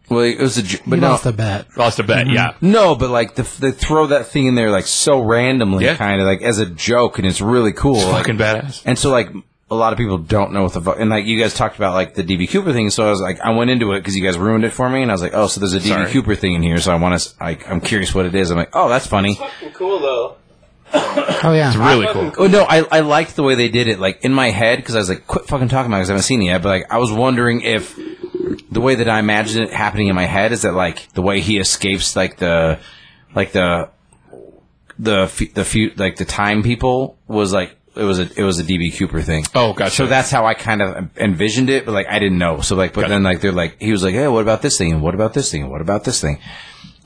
F: well it was a j- but
D: You
F: no
D: lost the bet.
B: Lost a bet, yeah.
F: no but like the, they throw that thing in there like so randomly
B: Yeah.
F: kind of like as a joke and it's really cool. like,
B: Fucking badass.
F: And so like a lot of people don't know what the fuck. And like you guys talked about like the DB Cooper thing, so I was like, I went into it because you guys ruined it for me, and I was like, oh, so there's a DB
B: Sorry.
F: Cooper thing in here, so I want to. Like, I'm curious what it is. I'm like, oh, that's funny.
C: Fucking cool though.
D: Oh yeah,
B: Really cool.
F: Oh no, I I liked the way they did it. Like in my head, because I was like, quit fucking talking about it because I haven't seen it yet. But like, I was wondering if the way that I imagined it happening in my head is that like the way he escapes like the like the the fe- the few like the time people was like it was a it was a DB Cooper thing.
B: Oh, gotcha.
F: So that's how I kind of envisioned it, but like I didn't know. So like, but then like they're like he was like, hey, what about this thing? And what about this thing? And what about this thing?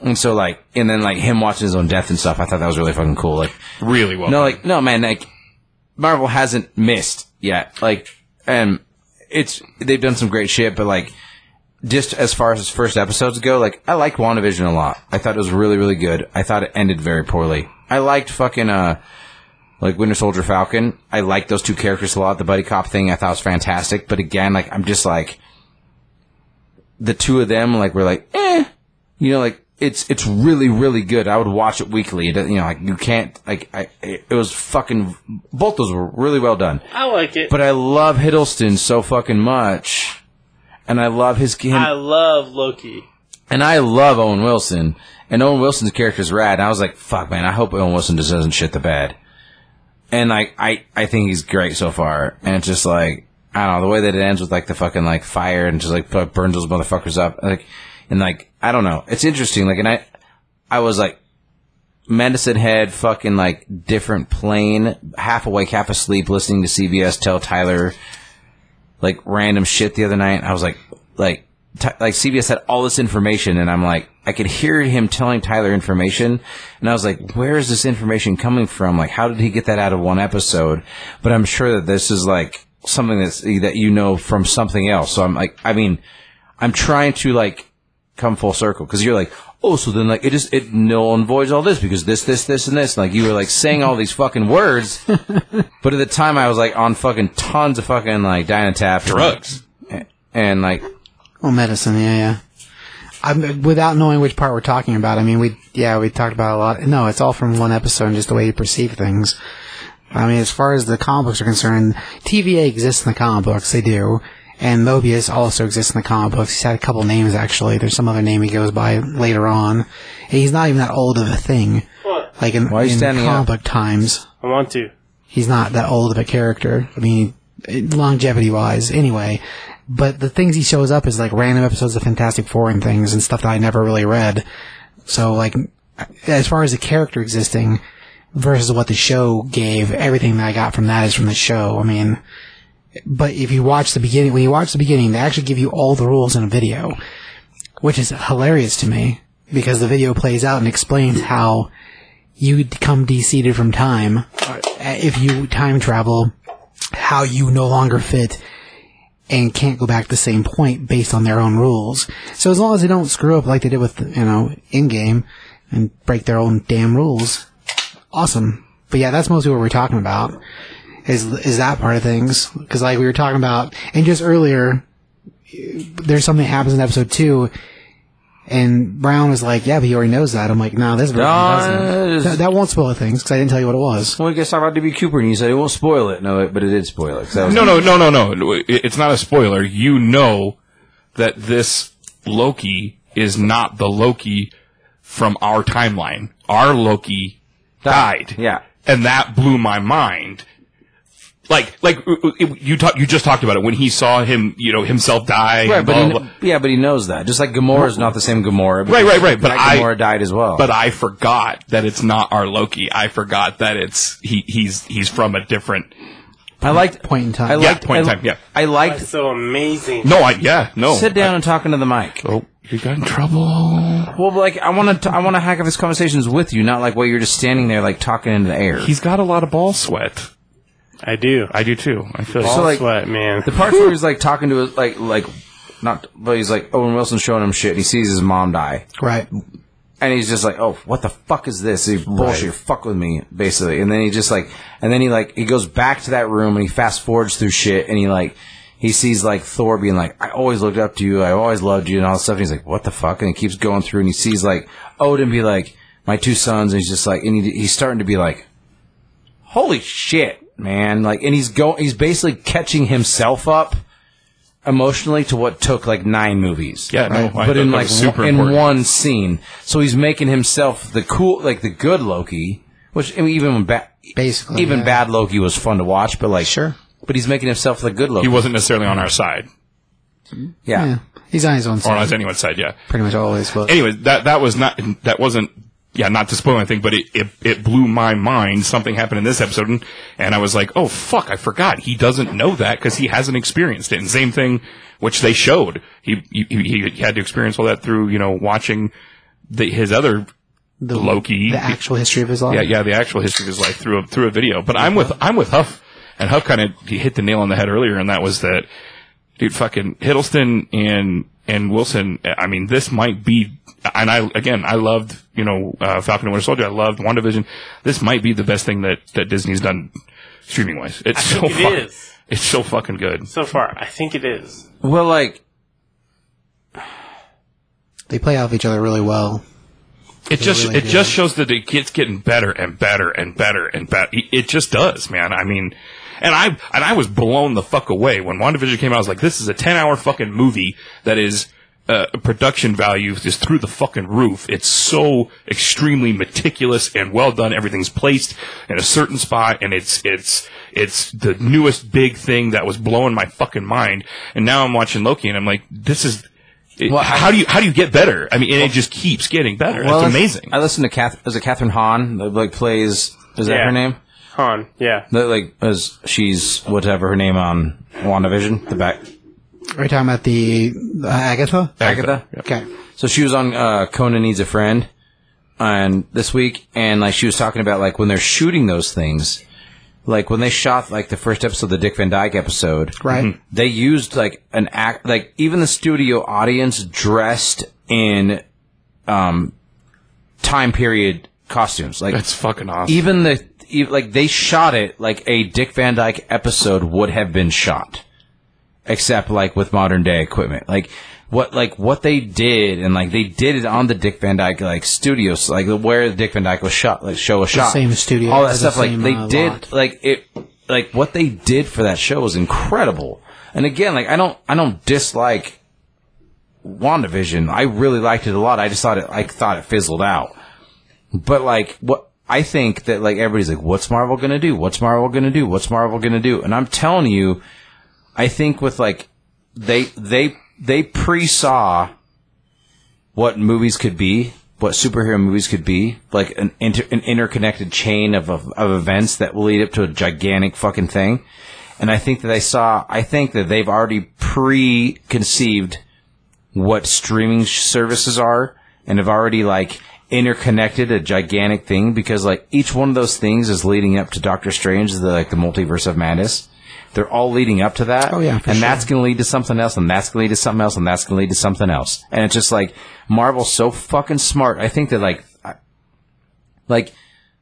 F: And so like, and then like him watching his own death and stuff. I thought that was really fucking cool. Like
B: Really well.
F: no, like no, man. Like Marvel hasn't missed yet. Like, and it's they've done some great shit, but like just as far as first episodes go, like I liked WandaVision a lot. I thought it was really, really good. I thought it ended very poorly. I liked fucking uh. Like Winter Soldier Falcon, I liked those two characters a lot. The buddy cop thing I thought was fantastic, but again, like I'm just like the two of them, like we're like, eh, you know, like it's it's really really good. I would watch it weekly. It, doesn't- you know, like you can't like I it, it was fucking both those were really well done.
C: I like it.
F: But I love Hiddleston so fucking much, and I love his him,
C: I love Loki.
F: and I love Owen Wilson. And Owen Wilson's character is rad. And I was like, fuck, man, I hope Owen Wilson just doesn't shit the bed. And like, I, I think he's great so far. And it's just like, I don't know, the way that it ends with like the fucking like fire and just like fuck, burns those motherfuckers up. Like, and like, I don't know. It's interesting. Like, and I, I was like, Medicine Head, fucking like different plane, half awake, half asleep, listening to CBS tell Tyler like random shit the other night. I was like, like, t- like CBS had all this information, and I'm like, I could hear him telling Tyler information, and I was like, where is this information coming from? Like, how did he get that out of one episode? But I'm sure that this is like something that's that you know from something else. So I'm like, I mean, I'm trying to like come full circle because you're like, oh, so then like it just it null and voids all this because this, this, this, and this. Like you were like saying all these fucking words, but at the time I was like on fucking tons of fucking like Dynatap
B: Drugs.
F: and, and like
D: well, Oh, medicine. Yeah, yeah. I'm, without knowing which part we're talking about, I mean, we yeah, we talked about a lot. No, it's all from one episode and just the way you perceive things. I mean, as far as the comic books are concerned, TVA exists in the comic books. They do. And Mobius also exists in the comic books. He's had a couple names, actually. There's some other name he goes by later on. And he's not even that old of a thing.
C: What?
D: Like in,
F: Why are you
D: in
F: standing
D: comic
F: up?
D: book times,
C: I want to.
D: he's not that old of a character. I mean, longevity wise, anyway. But the things he shows up is like random episodes of Fantastic Four and things and stuff that I never really read. So like, as far as the character existing versus what the show gave, everything that I got from that is from the show. I mean, but if you watch the beginning, when you watch the beginning, they actually give you all the rules in a video, which is hilarious to me because the video plays out and explains how you become de-seated from time uh, if you time travel, how you no longer fit and can't go back to the same point based on their own rules. So as long as they don't screw up like they did with you know in game and break their own damn rules, awesome. But yeah, that's mostly what we're talking about. is is that part of things because like we were talking about and just earlier there's something that happens in episode two and Brown was like yeah but he already knows that I'm like no this version doesn't
F: Uh,
D: that, that won't spoil things because I didn't tell you what it was
F: Well, I guess I about DB Cooper, and you said it won't spoil it. No, it, but it did spoil it. 'cause that was-
B: No, no, no, no, no. It- It's not a spoiler. You know that this Loki is not the Loki from our timeline. Our Loki died.
F: Yeah.
B: And that blew my mind. Like, like uh, uh, you talk, you just talked about it when he saw him, you know, himself die. and
F: Right, but
B: blah,
F: he,
B: blah,
F: kn- yeah, but he knows that. Just like Gamora's not the same Gamora.
B: Right, right, right, but
F: that
B: I-
F: Gamora died as well.
B: but I forgot that it's not our Loki. I forgot that it's he, he's he's from a different.
F: I liked
D: point in time
F: I
B: Yeah,
F: liked
B: point in
F: I,
B: time, yeah.
F: I liked.
C: That's so amazing.
B: No, I yeah no.
F: Sit down and talk into the mic.
B: I- oh, you got in trouble.
F: Well, like I want to, I want to hack up his conversations with you, not like while you're just standing there like talking into the air.
B: He's got a lot of ball sweat.
C: I do.
B: I do too. I feel
C: Ball
F: So, like-
C: sweat, man.
F: The parts where he's like talking to his like like not, but he's like Owen Wilson showing him shit. and He sees his mom die,
D: right
F: and he's just like, "Oh, what the fuck is this? He bullshit, fuck with me, basically." And then he just like, and then he like, he goes back to that room and he fast forwards through shit, and he like, he sees like Thor being like, "I always looked up to you, I always loved you," and all this stuff. And he's like, "What the fuck?" And he keeps going through, and he sees like Odin be like, "My two sons," and he's just like, and he, he's starting to be like, "Holy shit, man!" Like, and he's going, he's basically catching himself up emotionally to what took like nine movies
B: Yeah, no, I
F: but
B: thought
F: in
B: that
F: like
B: was super
F: one- in
B: important.
F: one scene. So he's making himself the cool, like the good Loki, which I mean, even when ba-
D: Basically, Oh,
F: even
D: yeah.
F: bad Loki was fun to watch, but like
D: Sure.
F: but he's making himself the good
B: he
F: Loki.
B: wasn't necessarily on our side
F: yeah.
D: yeah he's on his own
B: or
D: side
B: on anyone's side. Yeah.
D: pretty much always but
B: Anyway, that that was not that wasn't. Yeah, not to spoil anything, but it, it, it blew my mind. Something happened in this episode, and, and I was like, oh, fuck, I forgot. He doesn't know that because he hasn't experienced it. And same thing, which they showed. He, he, he had to experience all that through, you know, watching the, his other
D: the
B: Loki.
D: the actual history of his life
B: yeah, yeah, the actual history of his life through a, through a video. But I'm with I'm with Huff, and Huff kind of hit the nail on the head earlier, and that was that, dude, fucking Hiddleston and and Wilson. I mean, this might be, and I again, I loved you know uh, Falcon and Winter Soldier. I loved WandaVision. This might be the best thing that that Disney's done streaming wise. It's so
C: think it
B: fuck-
C: is.
B: It's so fucking good.
C: So far, I think it is.
F: Well, like
D: they play off each other really well
B: It just
D: really
B: it
D: do.
B: just shows that it gets getting better and better and better and better. It- It just does, man. I mean, and I and I was blown the fuck away when WandaVision came out. I was like, this is a ten hour fucking movie that is uh, production value is through the fucking roof. It's so extremely meticulous and well done. Everything's placed in a certain spot, and it's it's it's the newest big thing that was blowing my fucking mind. And now I'm watching Loki, and I'm like, this is. it- how do you how do you get better? I mean, and it just keeps getting better.
F: well,
B: That's amazing.
F: I listened to Kath. Is it Catherine Hahn that like plays? Is that
C: Yeah.
F: her name?
C: Han, yeah.
F: That like is she's whatever her name on WandaVision the back
D: are you talking about the uh, Agatha
F: Agatha.
D: okay
F: So she was on uh, Conan Needs a Friend, and this week, and like she was talking about like when they're shooting those things, like when they shot like the first episode, of the Dick Van Dyke episode,
D: right
B: Mm-hmm.
F: they used like an act, like even the studio audience dressed in, um, time period costumes, like
B: That's fucking awesome.
F: even the even, like they shot it like a Dick Van Dyke episode would have been shot, except like with modern day equipment. Like what like what they did and like they did it on the Dick Van Dyke like studios, like where the Dick Van Dyke was shot, like show was shot,
D: same studio,
F: all that
D: the
F: stuff.
D: same,
F: like they
D: uh,
F: did
D: lot.
F: like it like what they did for that show was incredible. And again, like I don't I don't dislike WandaVision. I really liked it a lot. I just thought it I thought it fizzled out. But like what I think that like everybody's like, what's Marvel gonna do? What's Marvel gonna do? What's Marvel gonna do? And I'm telling you, I think with like they they they pre saw what movies could be, what superhero movies could be, like an inter- an interconnected chain of, of of events that will lead up to a gigantic fucking thing. And I think that they saw. I think that they've already preconceived what streaming sh- services are and have already like interconnected a gigantic thing because like each one of those things is leading up to Doctor Strange, the like the multiverse of madness. They're all leading up to that.
D: Oh, yeah, for
F: and
D: sure.
F: that's going to lead to something else, and that's going to lead to something else, and that's going to lead to something else. And it's just like Marvel's so fucking smart. I think that like, I- like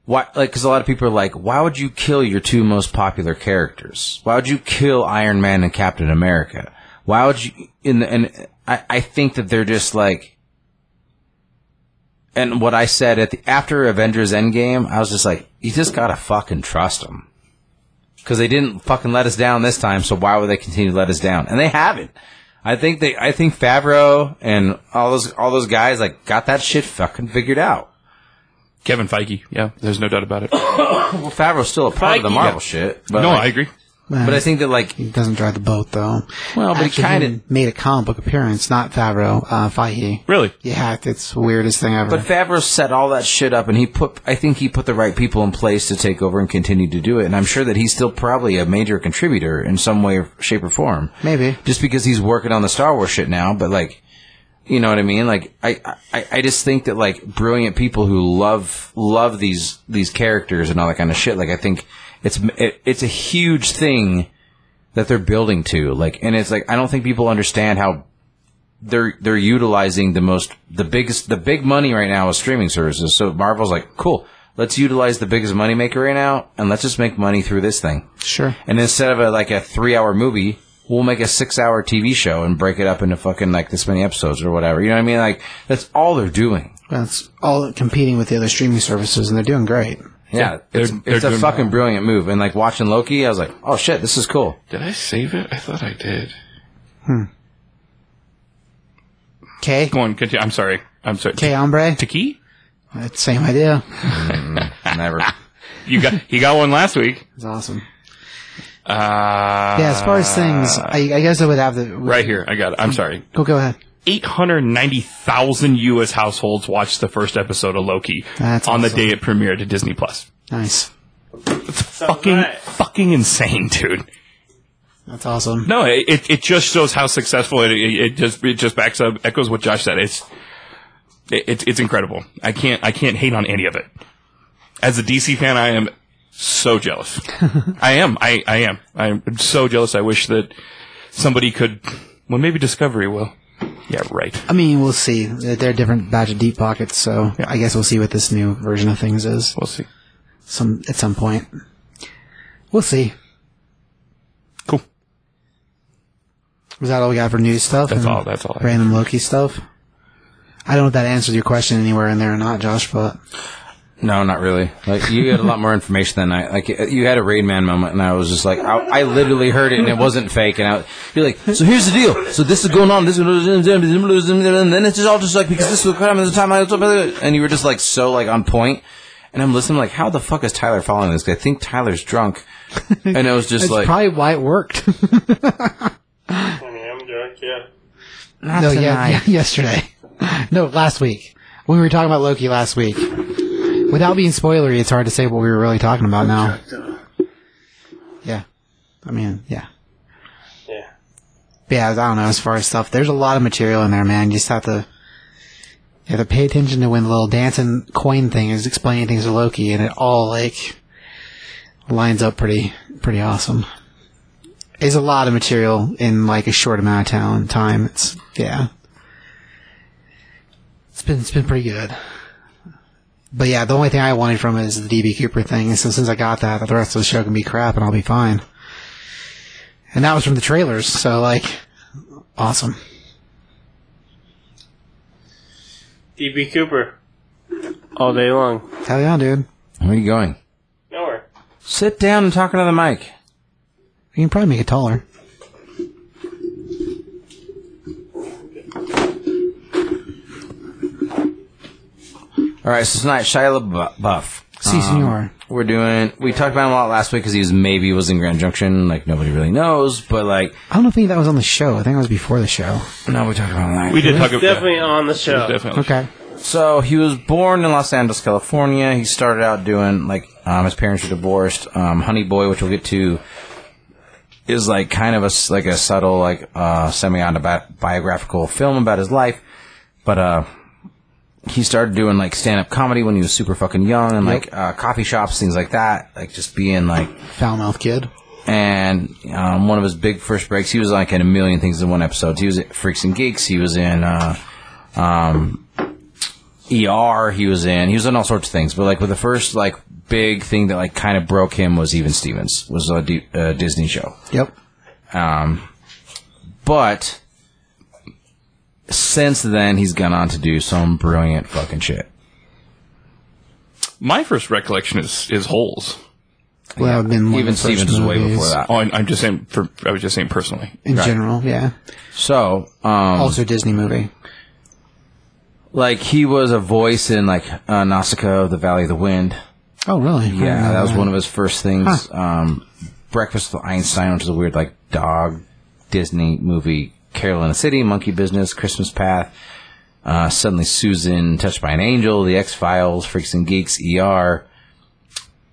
F: why like because a lot of people are like why would you kill your two most popular characters why would you kill iron man and captain america why would you in the, and I, I think that they're just like and what i said at the after avengers endgame i was just like you just gotta fucking trust them because they didn't fucking let us down this time so why would they continue to let us down and they haven't i think they i think favreau and all those all those guys like got that shit fucking figured out
B: Kevin Feige. Yeah, there's no doubt about it.
F: Well, Favreau's still a part of the
C: Feige.
F: Marvel shit. But
B: no,
F: like-
B: I agree.
F: But I think that like,
D: He doesn't drive the boat though.
F: Well, but
D: Actually,
F: he kinda-
D: made a comic book appearance, not Favreau, uh, Feige.
B: Really?
D: Yeah, it's the weirdest thing ever.
F: but Favreau set all that shit up, and he put. I think he put the right people in place to take over and continue to do it. And I'm sure that he's still probably a major contributor in some way, shape, or form.
D: Maybe.
F: just because he's working on the Star Wars shit now. But like, you know what I mean? Like, I, I, I just think that like brilliant people who love love these these characters and all that kind of shit. Like, I think it's it, it's a huge thing that they're building to. Like, and it's like I don't think people understand how they're they're utilizing the most the biggest the big money right now is streaming services. So Marvel's like, cool. Let's utilize the biggest moneymaker right now, and let's just make money through this thing.
D: Sure.
F: And instead of a, like a three hour movie, we'll make a six hour TV show and break it up into fucking like this many episodes or whatever. You know what I mean? Like that's all they're doing.
D: That's all competing with the other streaming services, and they're doing great.
F: Yeah,
B: they're-
F: it's,
B: they're
F: it's a
B: doing-
F: fucking brilliant move. And like watching Loki, I was like, oh shit, this is cool.
B: Did I save it? I thought I did.
D: Okay.
B: Go on, continue. I'm sorry. I'm sorry.
D: Okay, hombre.
B: Taki?
D: That's the Same idea.
F: Never.
B: You got he got one last week.
D: It's awesome.
B: Uh,
D: Yeah, as far as things, I, I guess I would have the.
B: right here. I got it. I'm sorry.
D: Go, go ahead.
B: 890,000 US households watched the first episode of Loki
D: That's
B: on the
D: awesome.
B: day it premiered to Disney Plus.
D: Nice.
B: Fucking
C: right.
B: fucking insane, dude.
D: That's awesome.
B: No, it it- it just shows how successful it it, it just it just backs up echoes what Josh said. It's it, it's it's incredible. I can't I can't hate on any of it. As a DC fan, I am so jealous. I am. I I am. I'm so jealous. I wish that somebody could. Well, maybe Discovery will. Yeah, right.
D: I mean, we'll see. They're a different batch of deep pockets, so I guess we'll see what this new version of things is
B: We'll see.
D: some at some point. We'll see.
B: Cool.
D: Was that all we got for news stuff?
B: That's
D: and
B: all. That's all. I-
D: Random Loki stuff. I don't know if that answers your question anywhere in there or not, Josh, but
F: No, not really. Like you had a lot more information than I. Like you had a Raid Man moment, and I was just like, I, I literally heard it, and it wasn't fake. And I, you're like, so here's the deal. So this is going on. This is and then it's just all just like because this was kind of the time I was and you were just like so like on point. And I'm listening like, how the fuck is Tyler following this? 'Cause I think Tyler's drunk, and I was just
D: it's
F: like,
D: probably why it worked.
C: I mean, I'm drunk, yeah.
F: not
D: no, yeah,
F: tonight.
D: yeah, yesterday. No, last week. When we were talking about Loki last week. Without being spoilery, it's hard to say what we were really talking about now. Yeah. I mean, yeah.
C: Yeah.
D: But yeah, I don't know, as far as stuff, there's a lot of material in there, man. You just have to, you have to pay attention to when the little dancing coin thing is explaining things to Loki, and it all, like, lines up pretty, pretty awesome. There's a lot of material in, like, a short amount of town, time. It's, yeah. It's been, it's been pretty good. But yeah, the only thing I wanted from it is the DB Cooper thing, and so since I got that, the rest of the show can be crap and I'll be fine. And that was from the trailers, so like, awesome.
C: DB Cooper. All day long.
D: Hell yeah, dude.
F: Where are you going?
C: Nowhere.
F: Sit down and talk into the mic.
D: You can probably make it taller.
F: All right, so tonight Shia LaBeouf.
D: Si, senor.
F: We're doing. We talked about him a lot last week because he was maybe was in Grand Junction. Like nobody really knows, but like
D: I don't know if any of that was on the show. I think it was before the show.
F: no, we talked about him.
B: We did talk about
C: Definitely on the
B: yeah,
C: show.
B: definitely.
D: Okay.
F: So he was born in Los Angeles, California. He started out doing like um, his parents were divorced. Um, Honey Boy, which we'll get to, is like kind of a s- like a subtle like uh, semi biographical film about his life, but uh, he started doing like stand up comedy when he was super fucking young and like uh, coffee shops, things like that. Like just being like
D: Foul mouth kid.
F: and um, one of his big first breaks, he was like in a million things in one episode. He was at Freaks and Geeks. He was in uh, E um, ER. He was in. He was in all sorts of things. But like with the first like big thing that like kind of broke him was Even Stevens was a D- uh, Disney show.
D: Yep.
F: But since then, he's gone on to do some brilliant fucking shit.
B: My first recollection is is holes.
D: Well, I've been one of
F: Even
D: the first
F: Stevens was way
D: movies
F: before that.
B: Oh, I'm, I'm just saying. For, I was just saying personally.
D: In general, yeah.
F: So, um,
D: Also a Disney movie.
F: like he was a voice in like uh, Nausicaa of the Valley of the Wind.
D: Oh, really?
F: Yeah, that was one of his first things. Um, Breakfast with Einstein, which is a weird like dog Disney movie. Carol in the City, Monkey Business, Christmas Path, uh, Suddenly Susan, Touched by an Angel, The X Files, Freaks and Geeks, ER.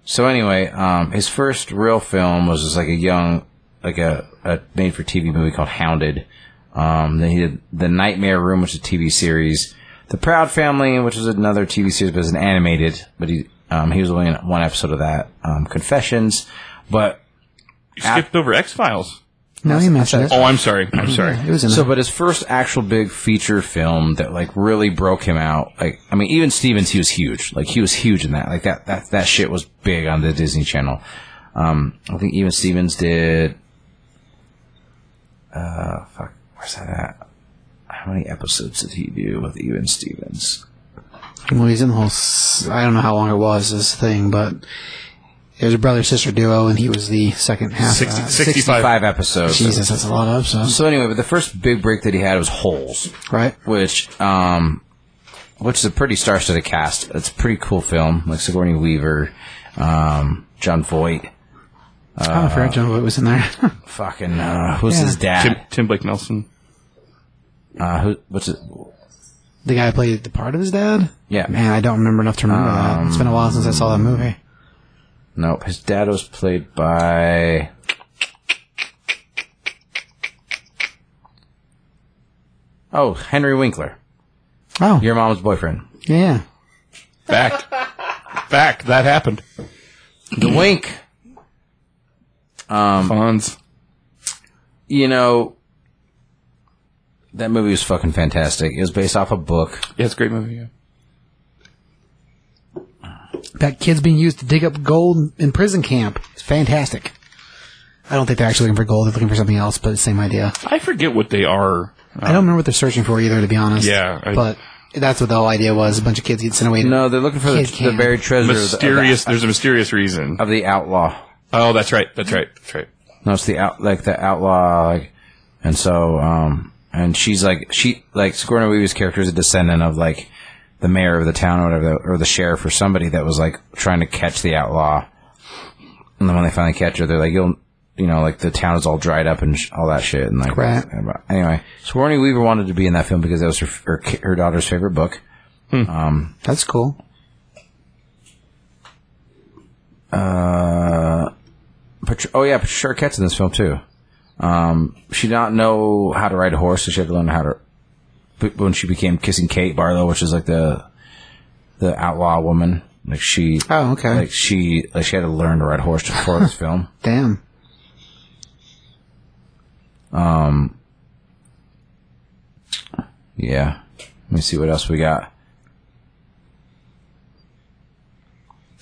F: So anyway, um, his first real film was just like a young, like a, a made for TV movie called Hounded. Um, then he did The Nightmare Room, which is a TV series. The Proud Family, which was another TV series, but it was an animated. But he um, he was only in one episode of that. Um, Confessions, but
B: You skipped over X Files.
D: No, you mentioned it.
B: Oh, I'm sorry. I'm sorry.
D: It was in
F: so but his first actual big feature film that like really broke him out. Like I mean, even Stevens, he was huge. Like he was huge in that. Like that that that shit was big on the Disney Channel. Um, I think even Stevens did. Uh, fuck, where's that at? How many episodes did he do with even Stevens?
D: the movies in the whole. S- I don't know how long it was this thing, but it was a brother sister duo, and he was the second half. of
B: 60,
F: Uh,
D: that.
B: 65.
F: five episodes.
D: Jesus, that's a lot of episodes,
F: So anyway, but the first big break that he had was Holes,
D: right?
F: which um, which is a pretty star-studded cast. It's a pretty cool film, like Sigourney Weaver, um, John Voight,
D: oh, I
F: Uh,
D: forgot John Voight was in there.
F: fucking uh, who's
D: Yeah.
F: his
B: Tim,
F: dad?
B: Tim Blake Nelson.
F: Uh, who, what's it?
D: the guy who played the part of his dad.
F: Yeah,
D: Man, I don't remember enough to remember that. It's been a while since I saw that movie.
F: Nope, his dad was played by. Oh, Henry Winkler,
D: Oh,
F: your mom's boyfriend.
D: yeah.
B: Fact. Fact. That happened.
F: The Wink. Um,
B: Fonz.
F: you know, that movie was fucking fantastic. It was based off a book.
B: Yeah, it's a great movie. Yeah.
D: That kid's being used to dig up gold in prison camp. It's fantastic. I don't think they're actually looking for gold. They're looking for something else, but same idea.
B: I forget what they are.
D: I don't remember what they're searching for either, to be honest.
B: Yeah, I-
D: but that's what the whole idea was. A bunch of kids get sent away. to-
F: No, they're looking for the,
D: Kid Camp.
F: the buried treasure of the- oh,
B: Mysterious.
F: of, the,
B: There's a mysterious reason.
F: of the outlaw.
B: Oh, that's right. That's right. That's right.
F: No, it's the out like the outlaw, like, and so um, and she's like she like Sigourney Weaver's character is a descendant of like the mayor of the town or whatever, or the sheriff or somebody that was like trying to catch the outlaw. And then when they finally catch her, they're like, "You'll." You know, like the town is all dried up and sh- all that shit, and like
D: Right.
F: anyway, Sigourney Weaver wanted to be in that film because that was her her, ki- her daughter's favorite book.
D: That's cool.
F: Patr- oh yeah, Patricia Arquette's in this film too. Um, she did not know how to ride a horse, so she had to learn how to. But when she became kissing Kate Barlow, which is like the the outlaw woman, like she,
D: Oh, okay.
F: like she, like she had to learn to ride a horse before this film.
D: Damn.
F: Yeah, let me see what else we got.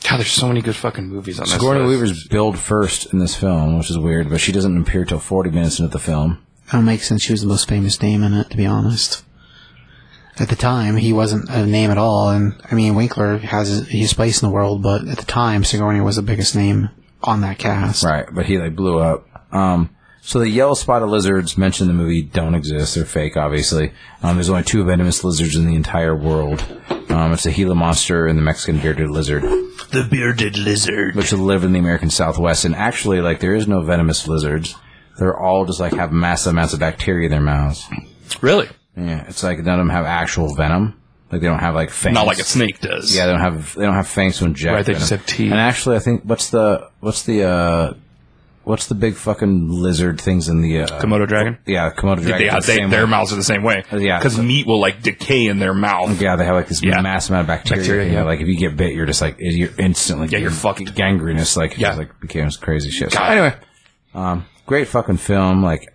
B: God, there's so many good fucking movies on this
F: Sigourney
B: list.
F: Weaver's billed first in this film, which is weird, but she doesn't appear till forty minutes into the film.
D: That makes sense. She was the most famous name in it, to be honest. At the time, he wasn't a name at all, and I mean Winkler has his, his place in the world, but at the time, Sigourney was the biggest name on that cast.
F: Right, but he like blew up. Um, so the yellow spotted lizards mentioned in the movie don't exist. They're fake, obviously. Um, there's only two venomous lizards in the entire world. Um, it's the Gila monster and the Mexican bearded lizard,
G: The bearded lizard.
F: which live in the American Southwest. And actually, like, there is no venomous lizards. They're all just like have massive amounts of bacteria in their mouths.
B: Really?
F: Yeah, it's like none of them have actual venom. Like they don't have like fangs.
B: Not like a snake does.
F: Yeah, they don't have they don't have fangs to inject.
B: Right, they
F: venom.
B: just have teeth.
F: And actually, I think what's the what's the uh, what's the big fucking lizard things in the uh,
B: Komodo dragon.
F: Yeah, Komodo dragon.
B: They,
F: the
B: they,
F: same
B: their
F: way.
B: mouths are the same way.
F: Yeah.
B: Because meat will like decay in their mouth.
F: Yeah, they have like this
B: Yeah.
F: mass amount of bacteria.
B: Bacteria,
F: you know,
B: yeah.
F: Like if you get bit, you're just like you're instantly
B: Yeah, you're
F: getting
B: fucked.
F: gangrenous. Like
B: Yeah.
F: yeah, like becomes crazy shit. So
B: God.
F: anyway, um, great fucking film. Like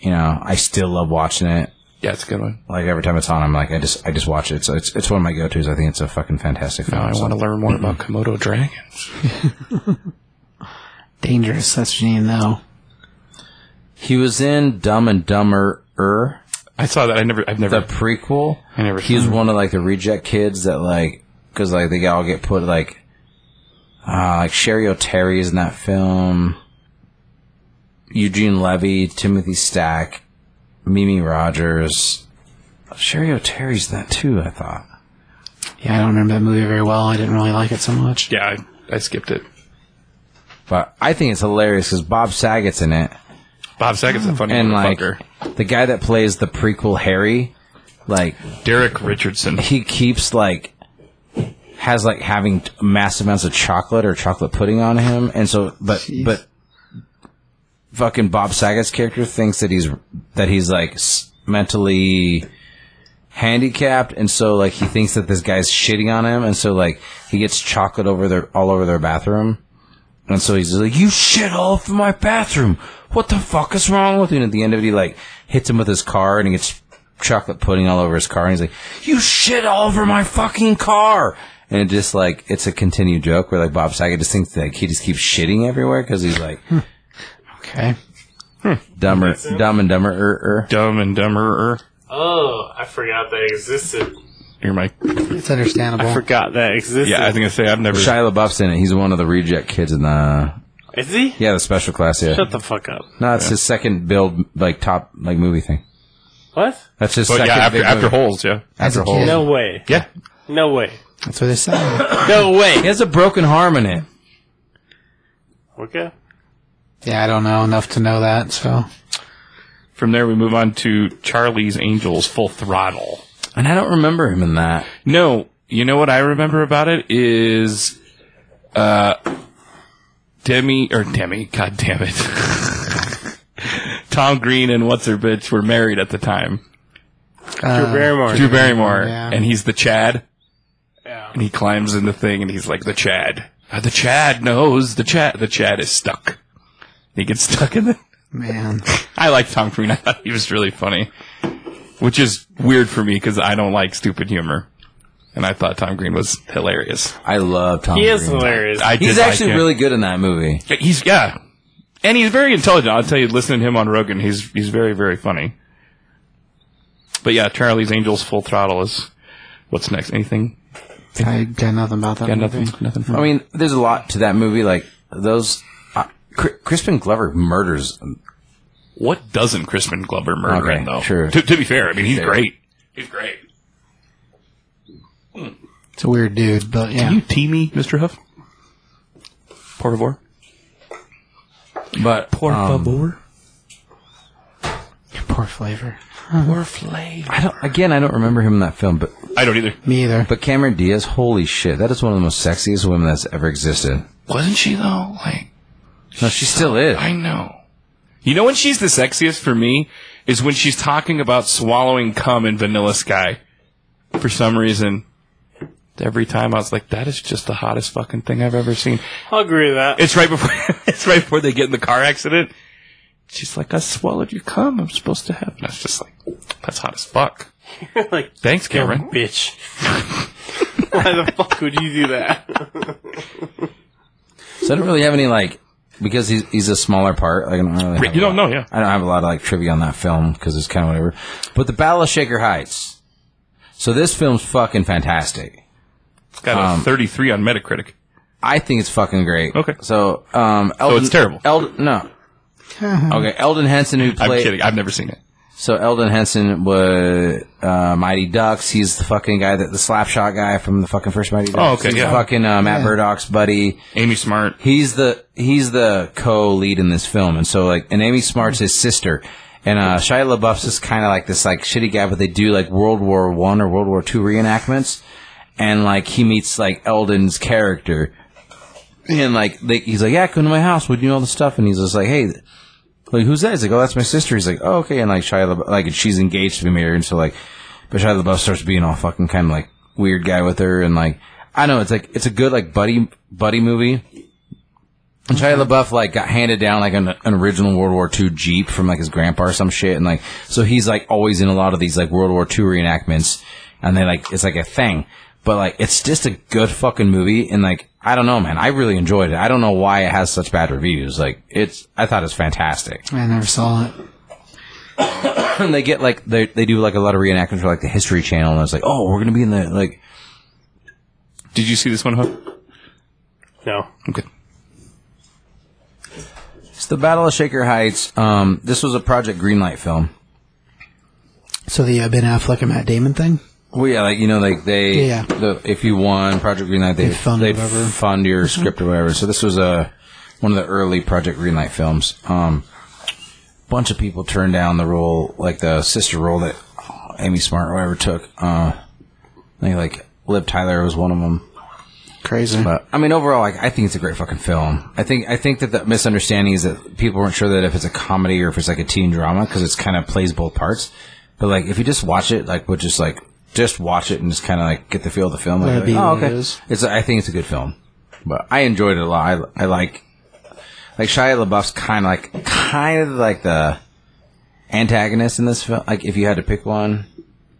F: you know, I still love watching it.
B: Yeah, it's a good one.
F: Like every time it's on, I'm like, I just I just watch it. So it's it's one of my go tos. I think it's a fucking fantastic film.
B: Now I
F: So-
B: want to learn more about Komodo dragons.
D: Dangerous. That's what you need to know.
F: He was in Dumb and Dumber. Er,
B: I saw that. I never. I've
F: the
B: never.
F: prequel.
B: I never
F: He was
B: saw it.
F: one of like the reject kids that like because like they all get put like uh like Sherry O'Terry is in that film. Eugene Levy, Timothy Stack, Mimi Rogers. Sherry O'Terry's in that too. I thought.
D: Yeah, I don't remember that movie very well. I didn't really like it so much.
B: yeah, I, I skipped it.
F: But I think it's hilarious because Bob Saget's in it,
B: Bob Saget's a funny
F: and like
B: motherfucker.
F: the guy that plays the prequel Harry, like
B: Derek Richardson.
F: he keeps like has like having massive amounts of chocolate or chocolate pudding on him, and so but but fucking Bob Saget's character thinks that he's that he's like s- mentally handicapped, and so like he thinks that this guy's shitting on him, and so like he gets chocolate over their all over their bathroom. And so he's like, "You shit all over my bathroom. What the fuck is wrong with you?" And at the end of it, he like hits him with his car, and he gets chocolate pudding all over his car. And he's like, "You shit all over my fucking car." And it just like it's a continued joke where like Bob Saget just thinks like he just keeps shitting everywhere because he's like
D: Okay.
F: dumber, dumb and dumber. Er, er.
B: Dumb and dumber.
C: Oh, I forgot that existed.
B: You're my.
D: It's understandable.
C: I forgot that existed.
B: Yeah, I was gonna say I've never.
F: Shia LaBeouf's in it. He's one of the reject kids in the
C: Is he?
F: yeah the special class. Yeah,
C: Shut the fuck up.
F: no, it's his second build like top like movie thing.
C: What?
F: That's his
B: But
F: second
B: yeah, after
F: big
B: after
F: movie.
B: holes. Yeah.
D: As a kid,
C: No way.
B: Yeah.
C: No way.
D: that's what they said.
C: No way.
F: He has a broken harm in it.
C: Okay.
D: Yeah, I don't know enough to know that. So
B: From there, we move on to Charlie's Angels Full Throttle.
F: And I don't remember him in that.
B: No, you know what I remember about it is, uh, Demi or Demi. God damn it. Tom Green and what's her bitch were married at the time.
D: uh,
C: Drew Barrymore.
B: Drew Barrymore,
D: Yeah.
B: and he's the Chad,
C: Yeah.
B: and he climbs in the thing, and he's like the Chad. Uh, the Chad knows the Chad. The Chad is stuck. He gets stuck in the.
D: man,
B: I like Tom Green. I thought he was really funny, which is weird for me because I don't like stupid humor, and I thought Tom Green was hilarious.
F: I love Tom.
C: He is
F: Green.
C: hilarious.
B: I
F: He's
B: did like
F: actually
B: him.
F: really good in that movie.
B: Yeah, He's yeah, and he's very intelligent. I'll tell you, listening to him on Rogan, he's he's very very funny. But yeah, Charlie's Angels Full Throttle is what's next. Anything?
D: I got nothing about that.
B: Yeah,
D: movie.
B: nothing. Nothing.
F: I mean, there's a lot to that movie. Like those, uh, Cri- Crispin Glover murders.
B: What doesn't Crispin Glover murder
F: Okay,
B: in though?
F: true.
B: To, to be fair, I mean he's great. He's great.
D: It's a weird dude, but yeah.
B: Can you tea me, Mr. Huff? Por favor.
F: But
B: Por favor.
D: Poor flavor.
B: Por flavor.
F: I don't. Again, I don't remember him in that film. But
B: I don't either.
D: Me either.
F: but Cameron Diaz, holy shit, that is one of the most sexiest women that's ever existed.
B: Wasn't she though? Like
F: No, she still is.
B: I know. You know when she's the sexiest for me is when she's talking about swallowing cum in Vanilla Sky. For some reason, every time I was like, "That is just the hottest fucking thing I've ever seen."
C: I'll agree with that.
B: It's right before it's right before they get in the car accident. She's like, "I swallowed your cum. I'm supposed to have." And I was just like, "That's hot as fuck."
C: like,
B: Thanks, Cameron.
C: bitch. Why the fuck would you do that?
F: So I don't really have any like because he's he's a smaller part. Like I don't really. Have
B: You
F: a
B: don't
F: lot-
B: know, yeah.
F: I don't have a lot of like trivia on that film because it's kind of whatever. But the Battle of Shaker Heights. So this film's fucking fantastic.
B: It's got
F: Um,
B: a 33 on Metacritic.
F: I think it's fucking great.
B: Okay.
F: So, um, Eldon,
B: it's terrible.
F: Eldon, no. okay, Eldon Henson who
B: I'm
F: played.
B: kidding. I've never seen it.
F: So Eldon Henson was uh, Mighty Ducks. He's the fucking guy that the slapshot guy from the fucking first Mighty Ducks.
B: Oh, okay,
F: He's
B: yeah.
F: Fucking uh, Matt Murdock's buddy.
B: Amy Smart.
F: He's the he's the co-lead in this film, and so like, and Amy Smart's his sister, and uh, Shia LaBeouf's is kind of like this like shitty guy, but they do like World War One or World War Two reenactments, and like he meets like Eldon's character, and like they, he's like, yeah, come to my house, we do all the stuff, and he's just like, hey. Like who's that? He's like, oh, that's my sister. He's like, oh, okay, and like Shia, LaBeouf, like she's engaged to be married, and so like, but Shia LaBeouf starts being all fucking kind of like weird guy with her, and like, I don't know, it's like it's a good like buddy buddy movie, And Shia LaBeouf like got handed down like an, an original World War II Jeep from like his grandpa or some shit, and like so he's like always in a lot of these like World War II reenactments, and they like it's like a thing. But like it's just a good fucking movie, and like I don't know, man, I really enjoyed it. I don't know why it has such bad reviews. Like it's, I thought it's fantastic.
D: I never saw it.
F: And they get like they they do like a lot of reenactments for like the History Channel, and I was like, oh, we're gonna be in the like
B: Did you see this one? Hook?
C: No.
B: Okay.
F: it's the Battle of Shaker Heights. Um, this was a Project Greenlight film.
D: So the uh, Ben Affleck and Matt Damon thing.
F: Well, yeah, like you know, like they,
D: Yeah.
F: the, if you won Project Greenlight, they
D: They fund
F: they'd
D: whatever. Mm-hmm.
F: fund your script or whatever. So this was a one of the early Project Greenlight films. Um, bunch of people turned down the role, like the sister role that Amy Smart or whatever took. Uh, I think like Liv Tyler was one of them.
D: Crazy.
F: But I mean, overall, like, I think it's a great fucking film. I think I think that the misunderstanding is that people weren't sure that if it's a comedy or if it's like a teen drama because it's kind of plays both parts. But like, if you just watch it, like, we'll just like just watch it and just kind of like get the feel of the film.
D: Let it
F: Like,
D: be
F: oh,
D: what it
F: okay.
D: is.
F: It's I think it's a good film, but I enjoyed it a lot. I, I like like Shia LaBeouf's kind of like kind of like the antagonist in this film. Like, if you had to pick one,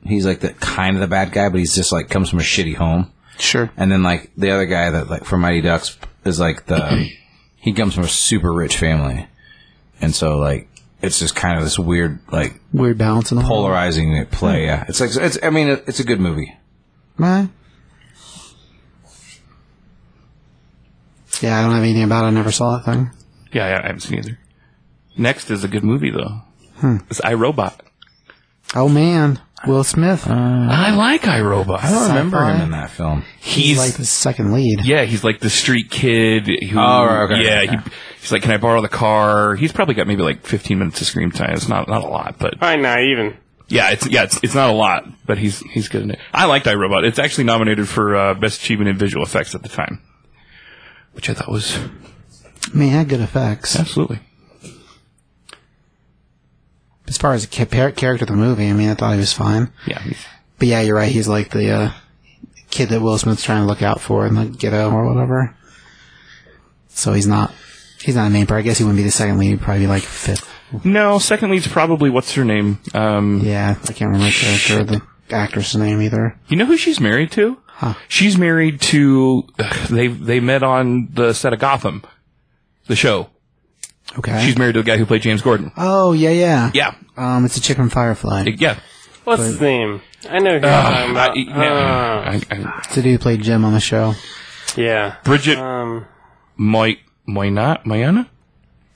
F: he's like the kind of the bad guy, but he's just like comes from a shitty home.
D: Sure.
F: And then like the other guy that like from Mighty Ducks is like the he comes from a super rich family, and so like it's just kind of this weird like
D: Weird balance in the whole.
F: polarizing play. Yeah, it's like it's I mean it's a good movie.
D: Meh. Yeah, I don't have anything about it. I never saw that thing.
B: Yeah, yeah, I haven't seen either. Next is a good movie though.
F: Hmm.
B: It's iRobot.
D: Oh man, Will Smith.
B: I like iRobot.
F: I don't remember
D: Sci-fi?
F: him in that film.
D: he's like the second lead.
B: Yeah, he's like the street kid. Who,
F: Oh, right, okay,
B: yeah,
F: okay.
B: He, he's like, can I borrow the car? He's probably got maybe like 15 minutes of screen time. It's not not a lot, but
C: Probably not even.
B: yeah, it's yeah, it's, it's not a lot, but he's he's good in it. I liked iRobot. It's actually nominated for uh, best achievement in visual effects at the time, which I thought was
D: I mean, he had good effects.
B: absolutely.
D: As far as the ca- par- character of the movie, I mean, I thought he was fine.
B: Yeah, he's-
D: But yeah, you're right. He's like the uh, kid that Will Smith's trying to look out for in the ghetto or whatever. So he's not. He's not a main part. I guess he wouldn't be the second lead. He'd probably be like fifth.
B: no. Second lead's probably what's her name? Um,
D: Yeah, I can't remember the character or the actress' name either.
B: You know who she's married to? She's married to. ugh, They they met on the set of Gotham, the show.
D: Okay.
B: She's married to the guy who played James Gordon.
D: oh yeah, yeah,
B: Yeah,
D: Um, it's a chick from Firefly.
B: yeah.
C: What's his name? I know who you're talking
B: I-
C: about.
B: yeah,
C: Um, Uh,
B: I- I-
D: It's the dude who played Jim on the show.
C: yeah.
B: Bridget
C: Um,
B: Moy Moyna Moyana.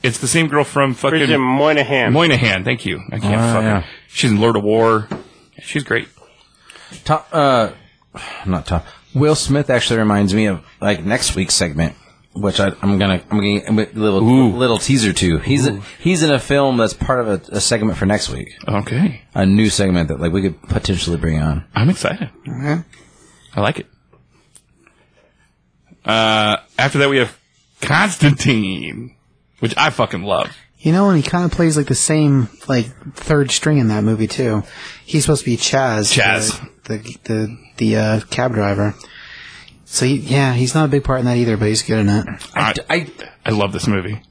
B: It's the same girl from fucking
C: Bridget Moynihan.
B: Moynihan. Thank you. I can't
F: Ah,
B: fucking.
F: yeah.
B: She's in Lord of War. She's great.
F: Tom, uh, not Tom. Will Smith actually reminds me of like next week's segment, which I, I'm gonna I'm gonna a little
B: Ooh.
F: little teaser to. He's he's in a film that's part of a, a segment for next week,
B: Okay,
F: a new segment that like we could potentially bring on.
B: I'm excited.
D: Okay.
B: I like it. Uh, after that we have Constantine, which I fucking love.
D: You know, and he kind of plays like the same like third string in that movie too. He's supposed to be Chaz,
B: Chaz.
D: the the the, the uh, cab driver. So he, yeah, he's not a big part in that either, but he's good in it.
B: I,
F: I-
B: I, love this movie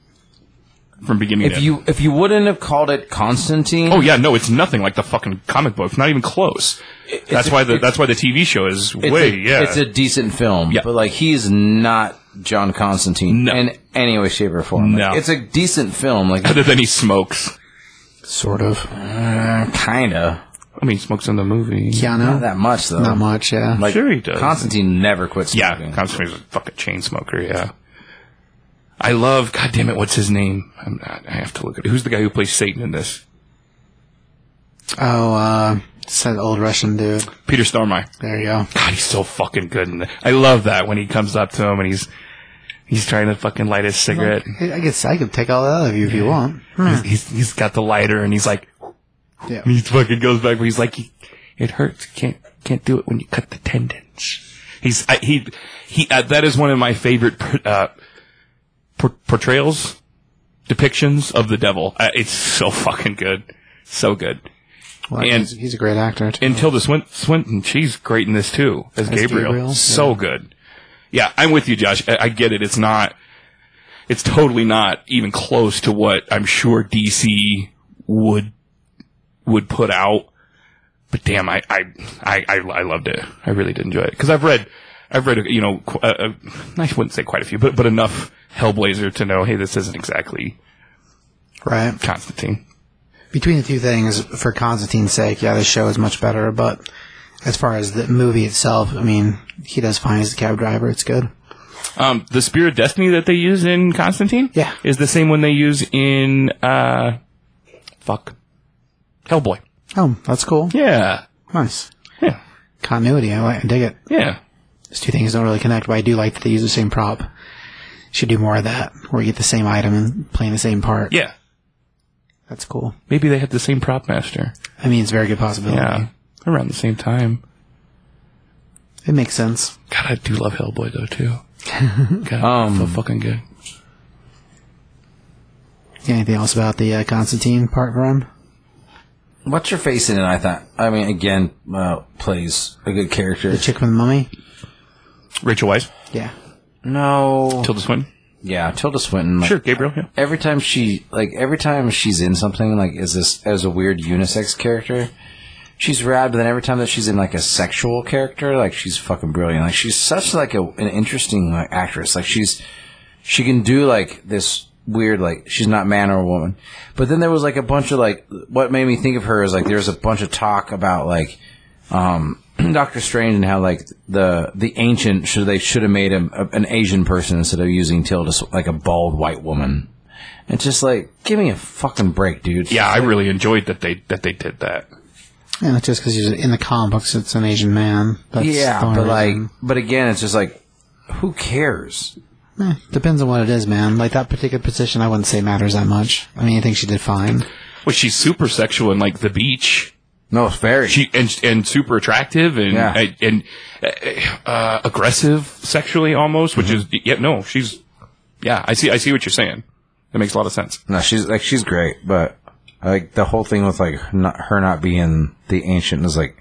B: from beginning to
F: If
B: end.
F: you if you wouldn't have called it Constantine,
B: oh yeah, no, it's nothing like the fucking comic book. It's not even close. that's
F: a-
B: why the that's why the TV show is
F: it's
B: way
F: a,
B: yeah.
F: it's a decent film,
B: Yeah.
F: but like he's not John Constantine
B: No.
F: in any way, shape, or form. Like,
B: No.
F: it's a decent film, like
B: Other than he smokes.
D: Sort of.
F: Uh, kinda
B: I mean, he smokes in the movie.
F: not
D: Keanu,
F: that much though.
D: not much. Yeah,
F: Like,
B: Sure he does.
F: Constantine never quits.
B: Yeah, Constantine's a fucking chain smoker. Yeah. I love. God damn it! What's his name? I'm not, I have to look at. Who's the guy who plays Satan in this?
D: oh, uh, it's that old Russian dude.
B: Peter Stormare.
D: There you go.
B: God, he's so fucking good. In the, I love that when he comes up to him and he's he's trying to fucking light his cigarette.
D: I I guess I could take all that out of you if you want.
B: He's, he's he's got the lighter and he's like,
D: Yeah.
B: and he fucking goes back, but he's like, it hurts. Can't can't do it when you cut the tendons. He's I, he he. Uh, that is one of my favorite uh, por- portrayals, depictions of the devil. Uh, it's so fucking good, so good.
D: Well,
B: And-
D: he's, he's a great actor. too.
B: And Tilda Swin- Swinton, she's great in this too as, Gabriel.
D: Gabriel,
B: So good. Yeah, I'm with you, Josh. I, I get it. It's not. it's totally not even close to what I'm sure DC would would put out. But damn, I I I, I, I loved it. I really did enjoy it because I've read I've read you know qu- uh, uh, I wouldn't say quite a few, but but enough Hellblazer to know hey this isn't exactly
D: Right.
B: Constantine.
D: Between the two things, for Constantine's sake, yeah, the show is much better, but as far as the movie itself, I mean, he does fine as a cab driver. It's good.
B: Um, the Spear of Destiny that they use in Constantine,
D: Yeah.
B: is the same one they use in uh, fuck, Hellboy.
D: Oh, that's cool.
B: Yeah,
D: Nice.
B: yeah,
D: Continuity. I, like, I dig it.
B: yeah.
D: Those two things don't really connect, but I do like that they use the same prop. Should do more of that, where you get the same item and playing the same part.
B: Yeah.
D: That's cool.
B: Maybe they had the same prop master.
D: I mean, it's a very good possibility.
B: Yeah. Around the same time.
D: It makes sense.
B: God, I do love Hellboy though too. God,
F: Um,
B: so fucking good.
D: Anything else about the uh, Constantine part, Vern?
F: What's your face in it? I thought. I mean, again, uh, plays a good character.
D: The chick from the mummy?
B: Rachel Weisz,
D: Yeah.
F: No.
B: Tilda Swinton.
F: yeah, Tilda Swinton. Like,
B: Sure, Gabriel. Yeah.
F: Every time she, like, every time she's in something, like, is this as a weird unisex character? She's rad, but then every time that she's in like a sexual character, like she's fucking brilliant. Like she's such like a, an interesting like, actress. Like she's she can do like this weird like she's not man or woman. But then there was like a bunch of like what made me think of her is like there's a bunch of talk about like um Doctor Strange and how like the the ancient should they should have made him a, an Asian person instead of using Tilda Sw- like a bald white woman. It's just like give me a fucking break, dude.
B: Yeah, I really enjoyed that they that they did that.
D: And it's just because he's in the comic books, it's an Asian man. That's
F: yeah,
D: the only
F: but like,
D: reason.
F: but again, it's just like, who cares?
D: Eh, depends on what it is, man. Like that particular position, I wouldn't say matters that much. I mean, I think she did fine.
B: Well, she's super sexual and like the beach.
F: No, it's very.
B: She and and super attractive and
F: Yeah.
B: and, and uh, uh, aggressive sexually almost, which is yeah. No, she's yeah. I see. I see what you're saying. That makes a lot of sense.
F: no, she's like she's great, but like the whole thing with like not, her not being the ancient is like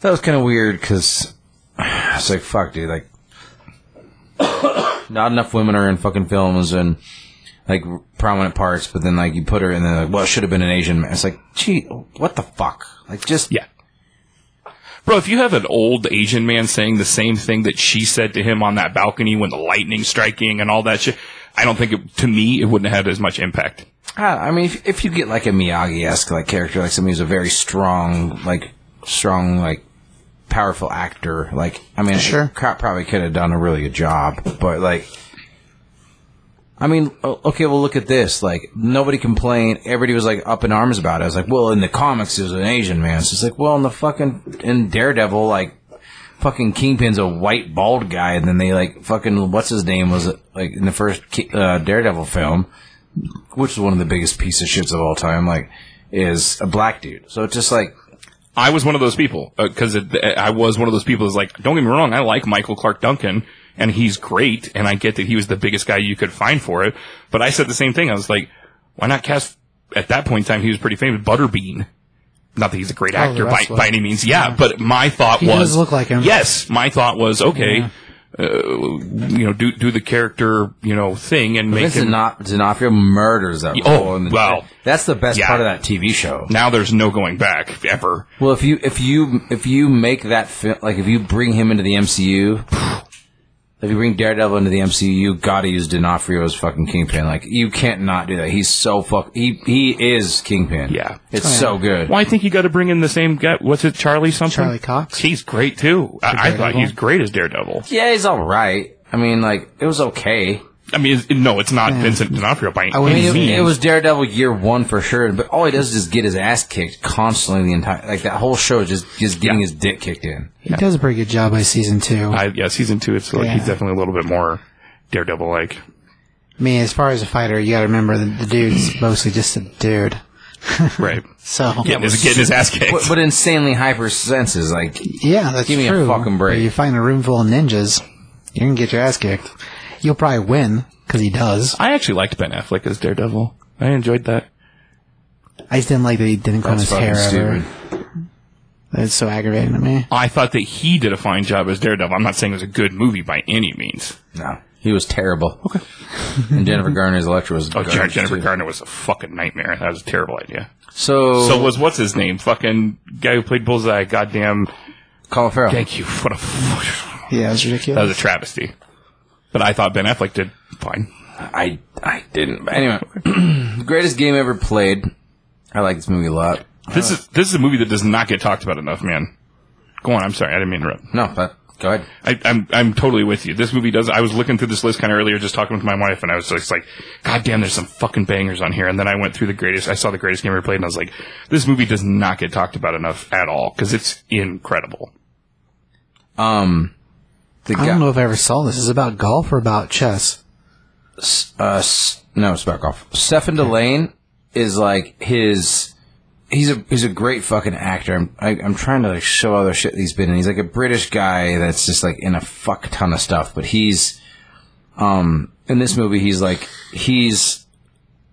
F: that was kind of weird because it's like fuck, dude, like not enough women are in fucking films and like prominent parts, but then like you put her in the well, it should have been an Asian man. It's like, gee, what the fuck? Like just
B: Yeah. Bro, if you have an old Asian man saying the same thing that she said to him on that balcony when the lightning striking and all that shit, I don't think it, to me it wouldn't have had as much impact.
F: I I mean, if, if you get like a Miyagi-esque like character, like somebody who's a very strong, like strong, like powerful actor, like I mean,
D: Sure.
F: Cop probably could have done a really good job, but like, I mean, o- okay, well, look at this. Like nobody complained. Everybody was like up in arms about it. I was like, well, in the comics, it was an Asian man. So it's like, well, in the fucking in Daredevil, like fucking Kingpin's a white bald guy, and then they like fucking what's his name was like in the first Ki- uh, Daredevil film, which is one of the biggest piece of shits of all time. Like, is a black dude. So it's just like,
B: I was one of those people uh, because I was one of those people. Is like, don't get me wrong, I like Michael Clark Duncan and he's great, and I get that he was the biggest guy you could find for it. But I said the same thing. I was like, why not cast? At that point in time, he was pretty famous. Butterbean. Not that he's a great
D: Oh, the
B: actor by,
D: wrestler.
B: by any means, yeah, But my thought
D: He
B: was,
D: does look like him.
B: Yes, my thought was okay. Uh, you know, do do the character you know thing and make
F: this
B: him.
F: is not D'Onofrio murders that.
B: Oh,
F: role in the-
B: wow.
F: that's the best
B: Yeah.
F: part of that TV show.
B: now there's no going back ever.
F: Well, if you if you if you make that fi- like if you bring him into the MCU, if you bring Daredevil into the MCU, you gotta use D'Onofrio as fucking Kingpin. Like you can't not do that. He's so fuck. He he is Kingpin.
B: Yeah.
F: it's so good.
B: Well, I think you got to bring in the same guy. What's it, Charlie something?
D: Charlie Cox?
B: He's great too. I, I thought
D: Daredevil?
B: he's great as Daredevil.
F: Yeah, he's all right. I mean, like it was okay.
B: I mean, it's- no, it's not Vincent D'Onofrio by any
D: I wouldn't
F: I mean,
B: means.
F: it, it was Daredevil year one for sure, but all he does is get his ass kicked constantly the entire like that whole show is just just getting his dick kicked in.
D: He does a pretty good job by season two.
B: I,
D: I,
B: yeah, season two. It's like he's
D: Yeah.
B: definitely a little bit more Daredevil like.
D: mean, as far as a fighter, you got to remember that the dude's mostly just a dude.
B: Right.
D: So yeah,
B: Getting, his, getting his ass kicked.
F: But, but insanely hyper senses like
D: that's
F: Give me a
D: true.
F: fucking break.
D: But you find a room full of ninjas, you're gonna get your ass kicked. You'll probably win because he does.
B: I actually liked Ben Affleck as Daredevil. I enjoyed that.
D: I just didn't like that he didn't comb his
F: that's fucking
D: hair
F: stupid.
D: ever. That's so aggravating to me.
B: I thought that he did a fine job as Daredevil. I'm not saying it was a good movie by any means.
F: No. He was terrible. Okay. and Jennifer Garner's Electra was.
B: Oh, Jen-
F: garbage,
B: Jennifer
F: too.
B: Garner was a fucking nightmare. That was a terrible idea.
D: Oh.
F: So,
B: So was what's his name? Fucking guy who played Bullseye. Goddamn.
F: Colin Farrell.
B: Thank you. What a. F-
D: Yeah, it was
B: that
D: ridiculous.
B: was a travesty. But I thought Ben Affleck did fine.
F: I I didn't. But anyway, greatest game ever played. I like this movie a lot.
B: This is this is a movie that does not get talked about enough, man. Go on. I'm sorry. I didn't mean to interrupt.
F: No, but go ahead.
B: I, I'm I'm totally with you. This movie does. I was looking through this list kind of earlier, just talking with my wife, and I was just like, "God damn, there's some fucking bangers on here." And then I went through the greatest. I saw the greatest game ever played, and I was like, "This movie does not get talked about enough at all because it's incredible."
F: Um, the
D: I
F: guy.
D: don't know if I ever saw this. Is it about golf or about chess?
F: uh, S- no, it's back off. Stephen Delane is like his. He's a he's a great fucking actor. I'm I, I'm trying to like show other shit he's been in. He's like a British guy that's just like in a fuck ton of stuff. But he's, um, in this movie he's like he's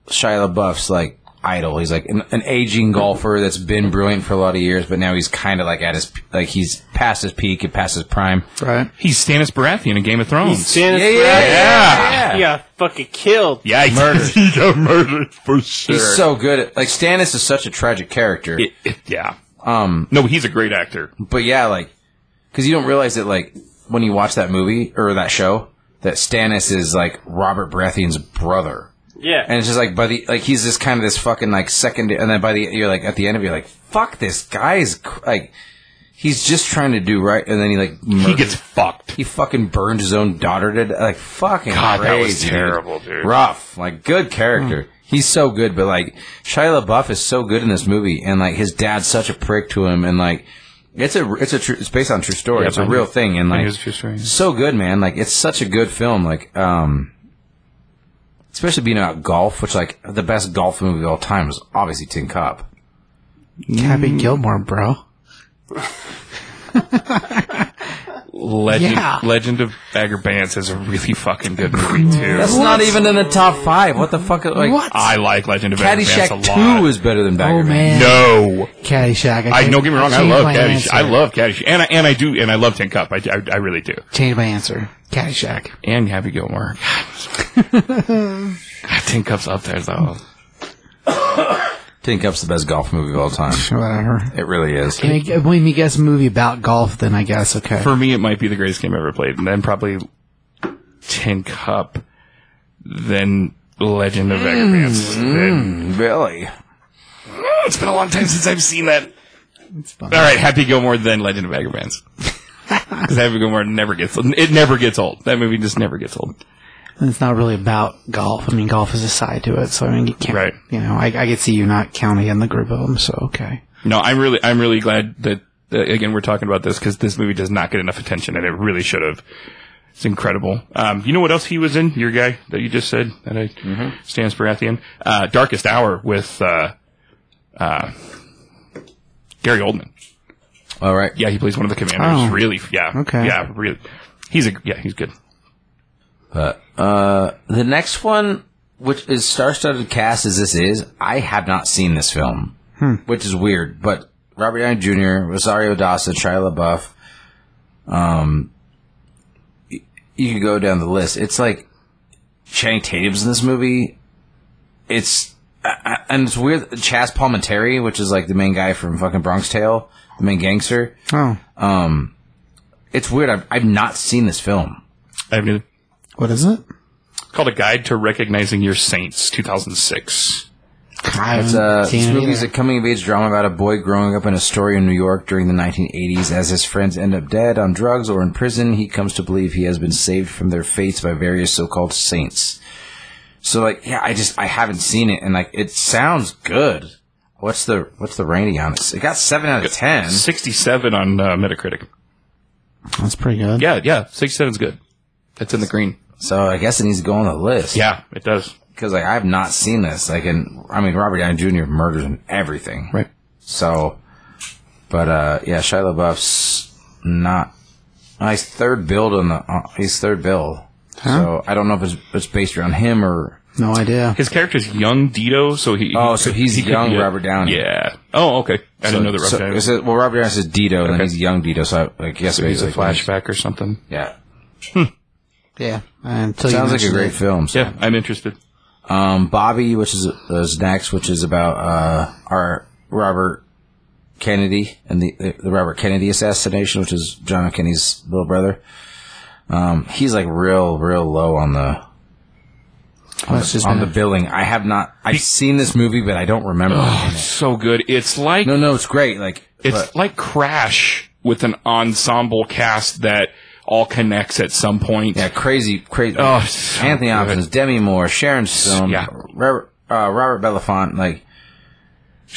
F: Shia LaBeouf's like idol. He's like an, an aging golfer that's been brilliant for a lot of years, but now he's kind of like at his like he's past his peak and past his prime.
D: Right.
B: He's Stannis Baratheon in Game of Thrones.
C: Dennis
F: Yeah, yeah, yeah.
C: Rodman, yeah, fucking killed.
B: yeah, he murdered. he got murdered for sure.
F: He's so good at like Stannis is such a tragic character.
B: It- it- yeah. Um. No, he's a great actor.
F: But yeah, like, because you don't realize that, like, when you watch that movie or that show, that Stannis is like Robert Baratheon's brother,
C: Yeah.
F: and it's just like by the like he's just kind of this fucking like second, and then by the you're like at the end of it, you're like, fuck this guy's cr- like, he's just trying to do right, and then he like
B: He
F: murders-
B: gets fucked.
F: he fucking burned his own daughter to like fucking
B: God, that was
F: crazy, dude.
B: terrible, dude.
F: Rough, like good character.
B: Hmm.
F: He's so good, but like Shia LaBeouf is so good in this movie, and like his dad's such a prick to him, and like it's a it's a true, it's based on a true story. it's a
B: I
F: real
B: knew-
F: thing, and
B: I knew
F: like
B: it was a true story.
F: so good, man. Like it's such a good film. Like um, especially being about golf, which like the best golf movie of all time was obviously Tin Cup.
B: Mm-hmm.
D: Happy Gilmore, bro.
F: Oh,
B: Legend,
D: Yeah.
B: Legend of Bagger Vance is a really fucking good movie too.
F: That's not even in the top five. What the fuck? Like
D: What?
B: I like Legend of Bagger Vance a
F: Caddyshack
B: lot.
F: Two is better than Bagger
D: oh
F: Vance.
D: man,
B: no.
D: Caddyshack.
B: I
D: changed-
B: don't get me wrong. I
D: changed
B: love
D: my
B: Caddyshack.
D: answer.
B: I love Caddyshack, and I, and I do, and I love Tin Cup. I, I, I really do.
D: Change my answer. Caddyshack.
B: And Happy Gilmore. God, Tin Cup's up there though.
F: Tin Cup's the best golf movie of all time.
D: Whatever.
F: It really is.
D: Can I, when you guess a movie about golf, then I guess okay.
B: For me, it might be the greatest game ever played, and then probably Tin Cup, then Legend of Bagger Vance.
F: Mm-hmm.
B: Then-
F: Really?
B: Oh, it's been a long time since I've seen that. All
D: fine.
B: right, Happy Gilmore, then Legend of Bagger Vance. Because Happy Gilmore never gets old. It never gets old. That movie just never gets old.
D: And it's not really about golf. I mean, golf is a side to it, so I mean, you can't.
B: Right.
D: You know, I, I could see you not counting in the group of them. So okay.
B: No, I'm really, I'm really glad that uh, again we're talking about this because this movie does not get enough attention, and it really should have. It's incredible. Um, you know what else he was in? Your guy that you just said that I
D: Mm-hmm.
B: Stan Baratheon, uh, Darkest Hour with uh, uh, Gary Oldman.
F: All right.
B: Yeah, he plays one of the commanders.
D: Oh.
B: Really? Yeah.
D: Okay.
B: Yeah, really. He's a yeah, he's good.
F: But uh, the next one, which is star-studded cast as this is, I have not seen this film, which is weird. But Robert Downey Jr., Rosario Dawson, Shia LaBeouf, um, y- you could go down the list. It's like Channing Tatum's in this movie. It's I, I, and it's weird. Chaz Palminteri, which is like the main guy from fucking Bronx Tale, the main gangster.
D: Oh,
F: It's weird. I've, I've not seen this film.
B: I have neither.
D: what is it?
B: It's called A Guide to Recognizing Your Saints, 2006.
D: I
F: It's
D: haven't
F: uh, this
D: seen it
F: movie is a
D: either.
F: coming of age drama about a boy growing up in Astoria, New York during the 1980s. As his friends end up dead on drugs or in prison, he comes to believe he has been saved from their fates by various so called saints. So, like, yeah, I just, I haven't seen it, and like, it sounds good. What's the, what's the rating on it? It got 7 out of 10.
B: 67 on uh, Metacritic.
D: That's pretty good.
B: Yeah, yeah, 67 is good. That's in the green.
F: So I guess it needs to go on the list.
B: Yeah, it does.
F: Cause like, I've not seen this. Like, and, I mean, Robert Downey Jr. murders and everything.
B: Right.
F: So, but uh, yeah, Shia LaBeauff's not. uh, He's third billed on the. Uh, he's third bill. So I don't know if it's, it's based around him or.
D: No idea.
B: His character's young Dito, so he.
F: Oh,
B: he
F: so
B: could-
F: he's
B: he could
F: young
B: be a-
F: Robert Downey.
B: Yeah. Oh, okay. I didn't know that Robert
F: so,
B: Downey.
F: it says- well, Robert Downey says Dito, and then
B: Okay.
F: he's young Dito. So I, I guess
B: so he's a
F: basically-
B: flashback or something.
F: Yeah.
D: Yeah. Until
F: Sounds
D: you
F: like a
D: mentioned
F: great
D: it.
F: film. so-
B: Yeah, I'm interested.
F: Um, Bobby, which is uh, is next, which is about uh, our Robert Kennedy and the, the the Robert Kennedy assassination, which is John F. Kennedy's little brother. Um, he's like real, real low on the on,
D: That's
F: the,
D: just
F: on the
D: been a-
F: billing. I have not. I've seen this movie, but I don't remember. it.
B: So good. It's like
F: No, no, it's great. Like
B: It's
F: but-
B: like Crash with an ensemble cast that all connects at some point.
F: yeah, crazy, crazy.
B: Oh, so
F: Anthony
B: good.
F: Hopkins, Demi Moore, Sharon Stone,
B: Yeah.
F: Robert, uh, Robert Belafonte, like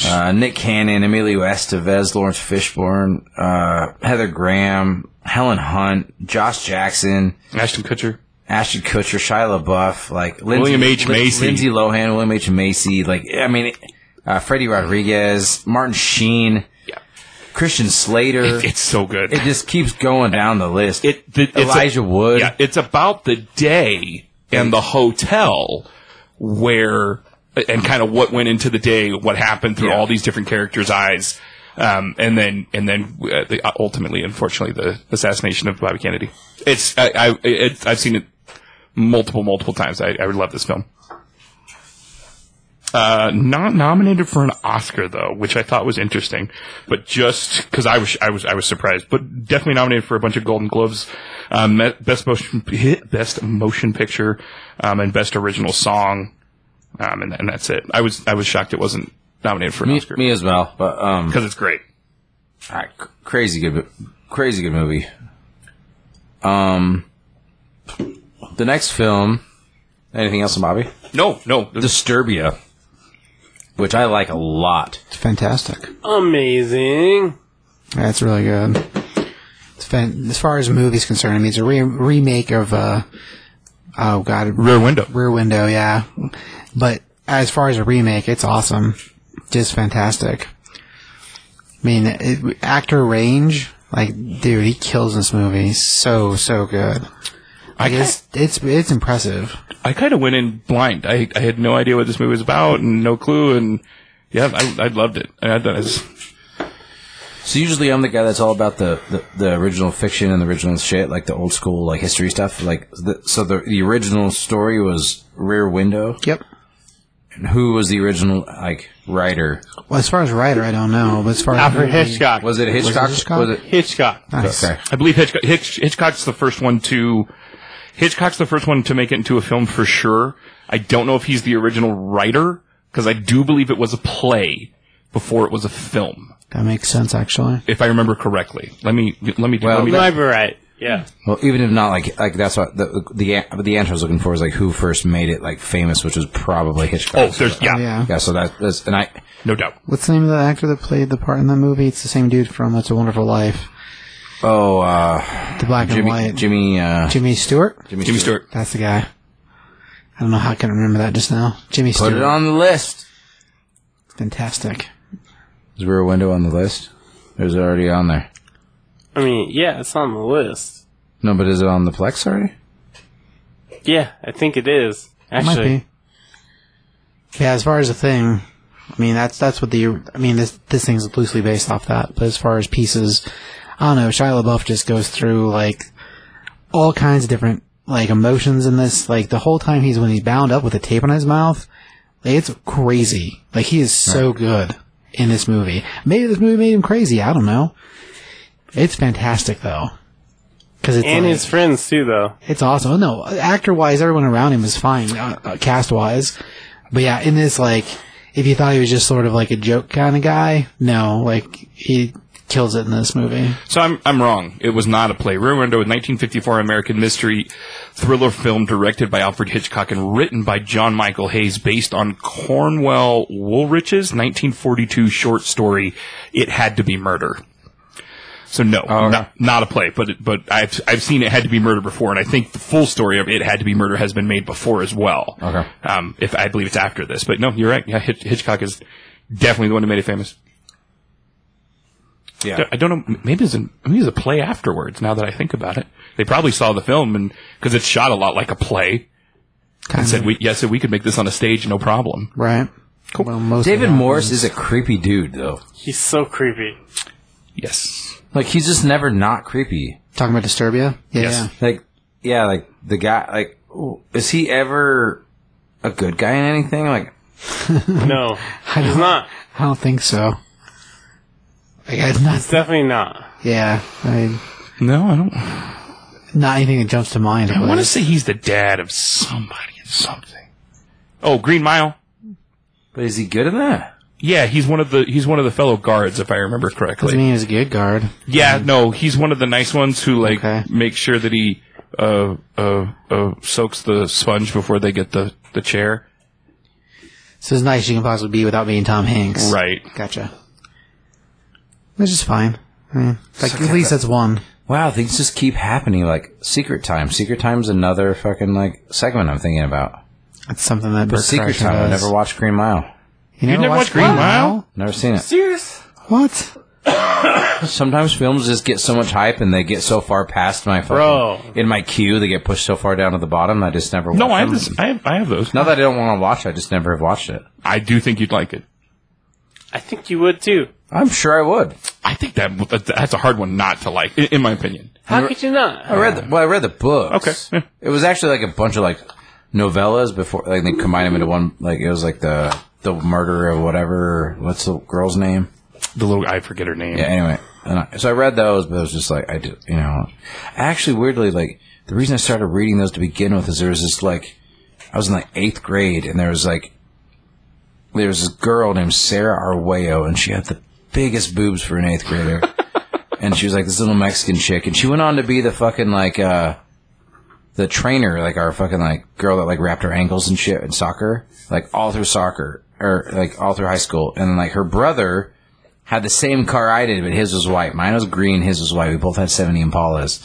F: uh, Nick Cannon, Emilio Estevez, Lawrence Fishburne, uh, Heather Graham, Helen Hunt, Josh Jackson,
B: Ashton Kutcher.
F: Ashton Kutcher, Shia LaBeouf, like Lindsay,
B: William H. Macy.
F: Lindsay Lohan, William H. Macy, like I mean, uh, Freddie Rodriguez, Martin Sheen,
B: Yeah.
F: Christian Slater.
B: It's so good.
F: It just keeps going down the list.
B: It- the- it's a-
F: Elijah Wood.
B: yeah, it's about the day and the hotel where and kind of what went into the day, what happened through all these different characters' eyes. Um, and then, and then, uh, the, ultimately, unfortunately, the assassination of Bobby Kennedy. It's I, I it's, I've seen it multiple, multiple times. I, I would love this film. Uh, not nominated for an Oscar though, which I thought was interesting, but just because I was I was I was surprised, but definitely nominated for a bunch of Golden Gloves, um, me- best motion best motion picture, um, and best original song, um, and, and that's it. I was I was shocked it wasn't nominated for an
F: me,
B: Oscar
F: me as well, but um,
B: because it's great.
F: Ah, c- crazy good, crazy good movie. Um, the next film. Anything else, Bobby?
B: No, no,
F: Disturbia, which I like a lot.
D: It's fantastic.
C: Amazing.
D: That's really good. It's fan- as far as the movie's concerned, I mean, it's a re- remake of, uh, oh god,
B: Rear Window.
D: Rear Window, yeah. But as far as a remake, it's awesome. Just fantastic. I mean, it, actor range, like, dude, he kills this movie. So, so good. I guess it's, it's impressive.
B: I kind of went in blind. I I had no idea what this movie was about and no clue, and yeah, I I loved it. I, I was,
F: So usually I'm the guy that's all about the, the, the original fiction and the original shit, like the old school like history stuff. Like the, so the the original story was Rear Window.
D: Yep.
F: And who was the original like writer?
D: Well, as far as writer, I don't know, but as far as
C: Alfred
D: movie-
C: Hitchcock.
F: Was it Hitchcock?
D: Was it Hitchcock?
C: Hitchcock.
D: Nice.
F: Okay.
B: I believe Hitchcock, Hitch, Hitchcock's the first one to Hitchcock's the first one to make it into a film for sure. I don't know if he's the original writer because I do believe it was a play before it was a film,
D: That makes sense, actually.
B: if I remember correctly. Let me let me
F: Well,
B: let me
C: You might be right. Yeah.
F: Well, even if not, like like that's what the the an- the answer I was looking for is like who first made it like famous, which was probably
B: Oh,
F: Hitchcock.
B: there's yeah,
D: Yeah.
F: yeah. So that, that's and I
B: no doubt.
D: What's the name of the actor that played the part in that movie? It's the same dude from It's a Wonderful Life.
F: oh uh,
D: The black and
F: Jimmy
D: white.
F: Jimmy uh,
D: Jimmy Stewart?
B: Jimmy Stewart.
D: That's the guy. I don't know how I can remember that just now. Jimmy
F: Put
D: Stewart.
F: it on the list.
D: Fantastic.
F: Is there a window on the list? Or is it already on there?
C: I mean, yeah, it's on the list.
F: No, but is it on the Plex already?
C: Yeah, I think it is.
D: Might
C: Actually,
D: be. Yeah, as far as the thing, I mean that's that's what the I mean this this thing's loosely based off that. But as far as pieces, I don't know. Shia LaBeouf just goes through like all kinds of different like emotions in this. Like the whole time he's when he's bound up with a tape on his mouth, like, it's crazy. Like he is so good in this movie. Maybe this movie made him crazy. I don't know. It's fantastic though. Cause it's
C: and
D: like-
C: his friends too, though.
D: it's awesome. Oh, No, actor wise, everyone around him is fine, uh, uh, cast wise. But yeah, in this, like, if you thought he was just sort of like a joke kind of guy, no, like, he kills it in this movie.
B: So I'm I'm wrong. It was not a play. Rear Window, a 1954 American mystery thriller film directed by Alfred Hitchcock and written by John Michael Hayes, based on Cornwell Woolrich's 1942 short story. It had to be murder. So no, not, not a play. But it- but I've I've seen it had to be murder before, and I think the full story of it had to be murder has been made before as well.
F: Okay.
B: Um, if I believe it's after this, but no, you're right. Yeah, Hitch, Hitchcock is definitely the one who made it famous.
F: Yeah.
B: I don't know. Maybe it's a, maybe it's a play afterwards. Now that I think about it, they probably saw the film and because it's shot a lot like a play,
D: Kind
B: and said,
D: of.
B: "We yes, we could make this on a stage, no problem."
D: right. Cool. Well, most
F: David Morris is a creepy dude though.
C: He's so creepy.
B: Yes,
F: Like he's just never not creepy.
D: Talking about Disturbia? Yeah.
B: Yes.
D: yeah.
F: Like yeah, like the guy like is he ever a good guy in anything? Like
C: No, it's not.
D: I don't think so. Like, it's not.
C: It's definitely not.
D: Yeah, I mean,
B: No, I don't.
D: not anything that jumps to mind.
B: I
D: but-
B: want to say he's the dad of somebody in something. Oh, Green Mile.
F: but is he good in that?
B: Yeah, he's one of the he's one of the fellow guards, if I remember correctly.
D: Doesn't mean he's a good guard.
B: Yeah, no, he's one of the nice ones who like
D: Okay.
B: make sure that he uh, uh, uh, soaks the sponge before they get the, the chair.
D: So as nice you can possibly be without being Tom Hanks.
B: Right.
D: Gotcha. Which is fine. I mean, like at least that's one.
F: Wow, things just keep happening. Like Secret Time. Secret Time's another fucking like segment I'm thinking about.
D: That's something that
F: But
D: Bert
F: Secret
D: Kreischer
F: Time. I
D: does.
F: never watched Green Mile.
D: You never,
B: never
D: watched
B: watched Green Mile?
F: Never seen it.
C: Serious?
D: What?
F: Sometimes films just get so much hype and they get so far past my fucking
C: Bro.
F: in my queue. They get pushed so far down to the bottom. I just never.
B: No,
F: watch
B: I have
F: them.
B: this. I have, I have those.
F: Not that I don't want to watch. I just never have watched it.
B: I do think you'd like it.
C: I think you would too.
F: I'm sure I would.
B: I think that that- that's a hard one not to like, in, in my opinion.
C: How could you not?
F: I read the well. I read the books.
B: Okay.
F: It was actually like a bunch of like novellas before. Like they combined them into one. Like it was like the the murder of whatever. What's the girl's name?
B: The little I forget her name.
F: Yeah. Anyway, and I, so I read those, but it was just like I did. You know, actually, weirdly, like the reason I started reading those to begin with is there was this like I was in like eighth grade, and there was like there was this girl named Sarah Arguello, and she had the biggest boobs for an eighth grader. and she was like this little Mexican chick, and she went on to be the fucking like uh the trainer, like our fucking like girl that like wrapped her ankles and shit in soccer, like all through soccer or like all through high school, and like her brother had the same car I did, but his was white, mine was green, his was white. We both had seventy Impalas,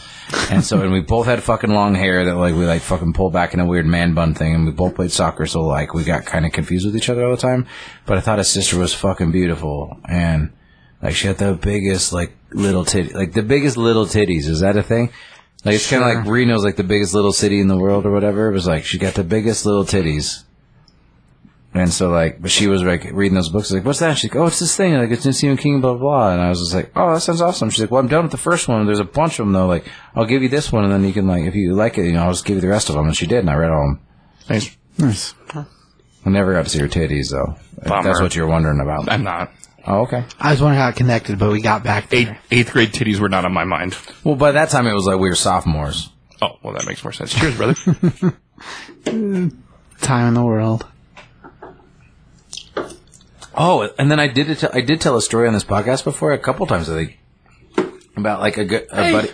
F: and so and we both had fucking long hair that like we like fucking pulled back in a weird man bun thing, and we both played soccer, so like we got kind of confused with each other all the time. But I thought his sister was fucking beautiful, and. Like she had the biggest like little titty, like the biggest little titties. Is that a thing? Like it's kind of like Reno's like the biggest little city in the world or whatever. It was like she got the biggest little titties. And so like, but she was like reading those books. Like, what's that? She's like, oh, it's this thing. Like, it's in Stephen King, blah blah. blah. And I was just like, oh, that sounds awesome. She's like, well, I'm done with the first one. There's a bunch of them though. Like, I'll give you this one, and then you can like, if you like it, you know, I'll just give you the rest of them. And she did, and I read all of them.
B: Nice.
D: Nice.
F: I never got to see her titties though. If
B: Bummer.
F: that's what you're wondering about.
B: I'm not.
F: Oh, okay.
D: I was wondering how it connected, but we got back
B: Eight,
D: there.
B: eighth grade titties were not on my mind.
F: Well, by that time it was like we were sophomores.
B: Oh, well, that makes more sense. Cheers, brother.
D: Time in the world.
F: Oh, and then I did tell, I did tell a story on this podcast before a couple times I think about like a good a buddy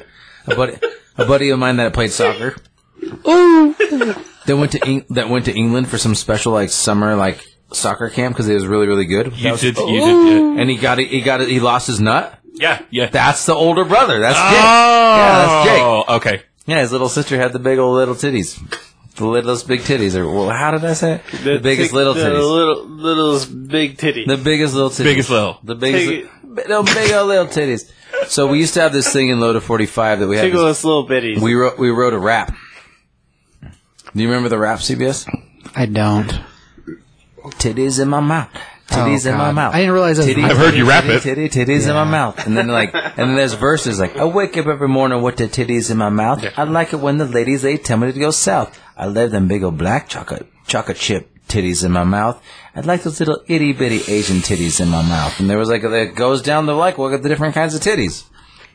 F: a buddy a buddy of mine that played soccer. that went to Eng- that went to England for some special like summer like soccer camp because it was really really good. That
B: you
F: was-
B: did. You did.
F: and he got he got he lost his nut.
B: Yeah. Yeah. yeah.
F: That's the older brother. That's Jake.
B: Oh.
F: Yeah, that's Jake.
B: Okay.
F: Yeah, his little sister had the big old little titties. The littlest big titties, or well, how did I say it? The, biggest
C: tic-
F: little
C: the
F: titties.
C: little littlest big titty.
F: The biggest little titties.
B: Biggest little.
F: The biggest.
C: Take
F: bi- no, big old little titties. So we used to have this thing in Load of 45 that we had. This,
C: Ticklest little bitties.
F: we, wrote, we wrote a rap. Do you remember the rap, CBS?
D: I don't.
F: Titties in my mouth. Titties
D: Oh,
F: in my
D: God.
F: mouth.
D: I didn't realize that was-
F: Titties,
B: I've heard you
F: titties,
B: rap
F: titty,
B: it.
F: Titty, titties in my mouth. And then like, and then there's verses like, I wake up every morning with the titties in my mouth. I like it when the ladies, they tell me to go south. I love them big old black chocolate, chocolate chip titties in my mouth. I like those little itty bitty Asian titties in my mouth. And there was like, a, it goes down the like, look at the different kinds of titties.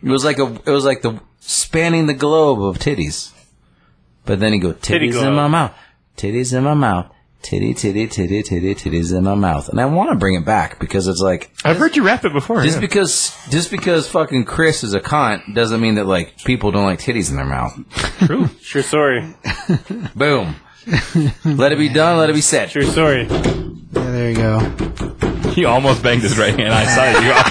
F: It was like a, it was like the spanning the globe of titties. But then he go
C: Titty
F: titties in my
C: globe.
F: mouth, titties in my mouth, titty titty titty titty titties in my mouth. And I want to bring it back because it's like
B: I've heard you rap it before.
F: just
B: yeah.
F: because just because fucking Chris is a cunt doesn't mean that like people don't like titties in their mouth.
C: True story.
F: Boom. let it be done. Let it be said.
C: True story.
D: Yeah, there you go.
B: He almost banged his right hand. I saw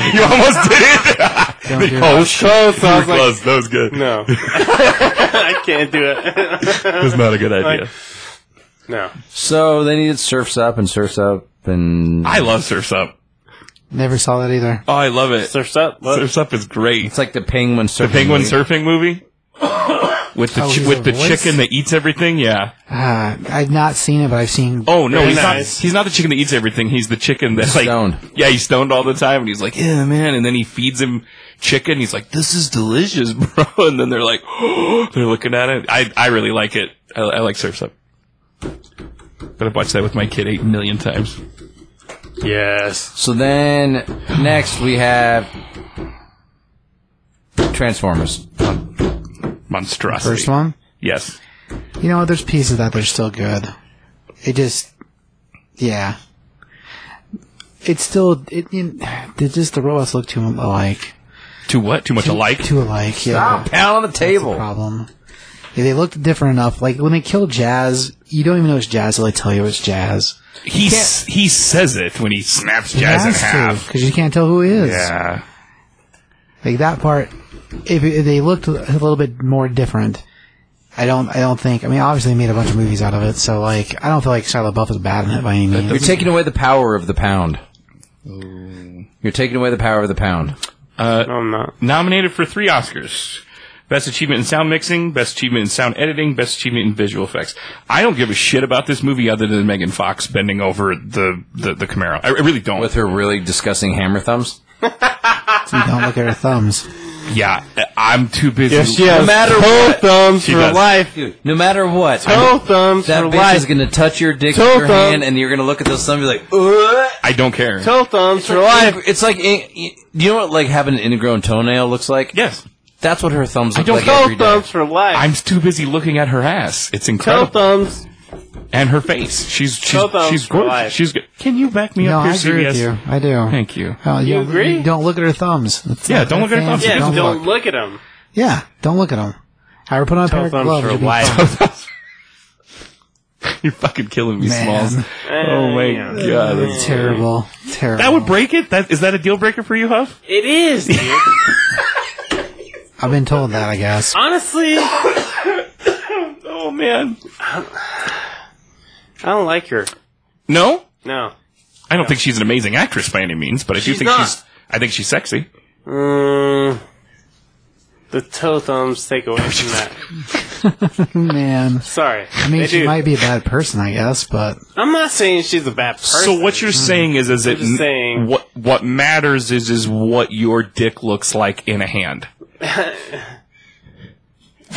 B: it. You, you almost did it.
D: do
B: oh, so
C: I was like-
B: close. that was good.
C: No, I can't do it.
B: That was not a good idea.
C: No,
F: So then he surfs up and surfs up and
B: I love Surf's Up.
D: Never saw that either.
B: Oh, I love it.
C: surfs up. What?
B: Surf's Up is great.
F: it's like the penguin surfing.
B: Penguin
F: movie.
B: surfing movie. with the
D: Oh,
B: chi-
D: he's
B: with
D: a
B: the
D: voice?
B: chicken that eats everything. Yeah.
D: Uh, I've not seen it, but I've seen.
B: Oh no,
C: Very
B: he's
C: nice.
B: not. He's not the chicken that eats everything. He's the chicken that's like
F: stoned.
B: Yeah, he's stoned all the time, and he's like, "Yeah, man." And then he feeds him chicken. He's like, "This is delicious, bro." And then they're like, they're looking at it. I I really like it. I, I like Surf's Up. But I've watched that with my kid eight million times.
C: Yes.
F: So then next we have Transformers.
B: Monstrosity.
D: First one.
B: Yes.
D: You know, what? there's pieces of that that are still good. It just, yeah. It's still it. you- It's just the robots look too alike.
B: Too what? Too much alike.
D: Too alike. Yeah.
F: pound on the table.
D: problem. Yeah, they looked different enough. Like when they kill Jazz, you don't even know it's Jazz till they tell you it's Jazz.
B: He s- he says it when he snaps Jazz in half.
D: because you can't tell who he is.
B: Yeah.
D: Like that part, if, if they looked a little bit more different, I don't. I don't think. I mean, obviously they made a bunch of movies out of it, so like I don't feel like Shia LaBeouf is bad in it by any means.
F: You're taking away the power of the pound. You're taking away the power of the pound.
C: No, I'm not.
B: nominated for three Oscars. Best achievement in sound mixing, best achievement in sound editing, best achievement in visual effects. I don't give a shit about this movie other than Megan Fox bending over the the, the Camaro. I, I really don't.
F: With her really disgusting hammer thumbs.
D: You don't look at her thumbs.
B: yeah, I'm too busy.
C: has
F: matter
C: toe
F: what,
C: thumbs
B: she
C: for
B: does.
C: life.
F: No matter what,
C: Toe thumbs
F: that
C: for
F: bitch
C: life.
F: is gonna touch your dick
C: Toe
F: with your
C: thumb.
F: hand, and you're gonna look at those thumbs and be like, "Ugh."
B: I don't care.
C: toe thumbs for life.
F: It's like, in- you know what, like having an ingrown toenail looks like.
B: yes,
F: That's what her thumbs look
B: don't
F: like
C: Toe
F: every day.
C: thumbs for life.
B: I'm too busy looking at her ass. It's
C: toe
B: incredible,
C: thumbs.
B: and her face. She's she's
C: Toe thumbs
B: she's
C: for life.
B: gorgeous. She's good. Can you back me
D: No,
B: up here,
D: I agree
B: CBS?
D: with you. I do.
B: Thank you.
D: Oh,
C: You
D: don't-
C: agree?
D: Don't look at her thumbs. That's
B: Yeah,
D: not
B: don't look at her
D: fancy.
B: thumbs.
C: Yeah,
B: Don't
C: don't,
D: look.
C: look at them.
D: Yeah, don't look at them. Have her put on a pair
C: Toe
D: of
C: thumbs
D: gloves.
C: for
D: you'll be
C: life.
D: fine.
B: You're fucking killing me,
D: Man.
B: Smalls. Oh my
C: yeah.
B: god, that's-
D: Terrible, Uh, terrible.
B: that would break it. That is that a deal breaker for you, Huff?
C: It is, dude.
D: I've been told that. I guess.
C: Honestly, I
B: Oh man.
C: don't like her.
B: No,
C: No.
B: I don't think she's an amazing actress by any means, but I do
C: She's
B: think
C: not.
B: she's. I think she's sexy.
C: Mm, the toe thumbs take away from that.
D: Man,
C: Sorry.
D: I mean, she might be a bad person, I guess, but
C: I'm not saying she's a bad person.
B: So what you're saying is, is it
C: just saying-
B: what what matters is is what your dick looks like in a hand.
D: I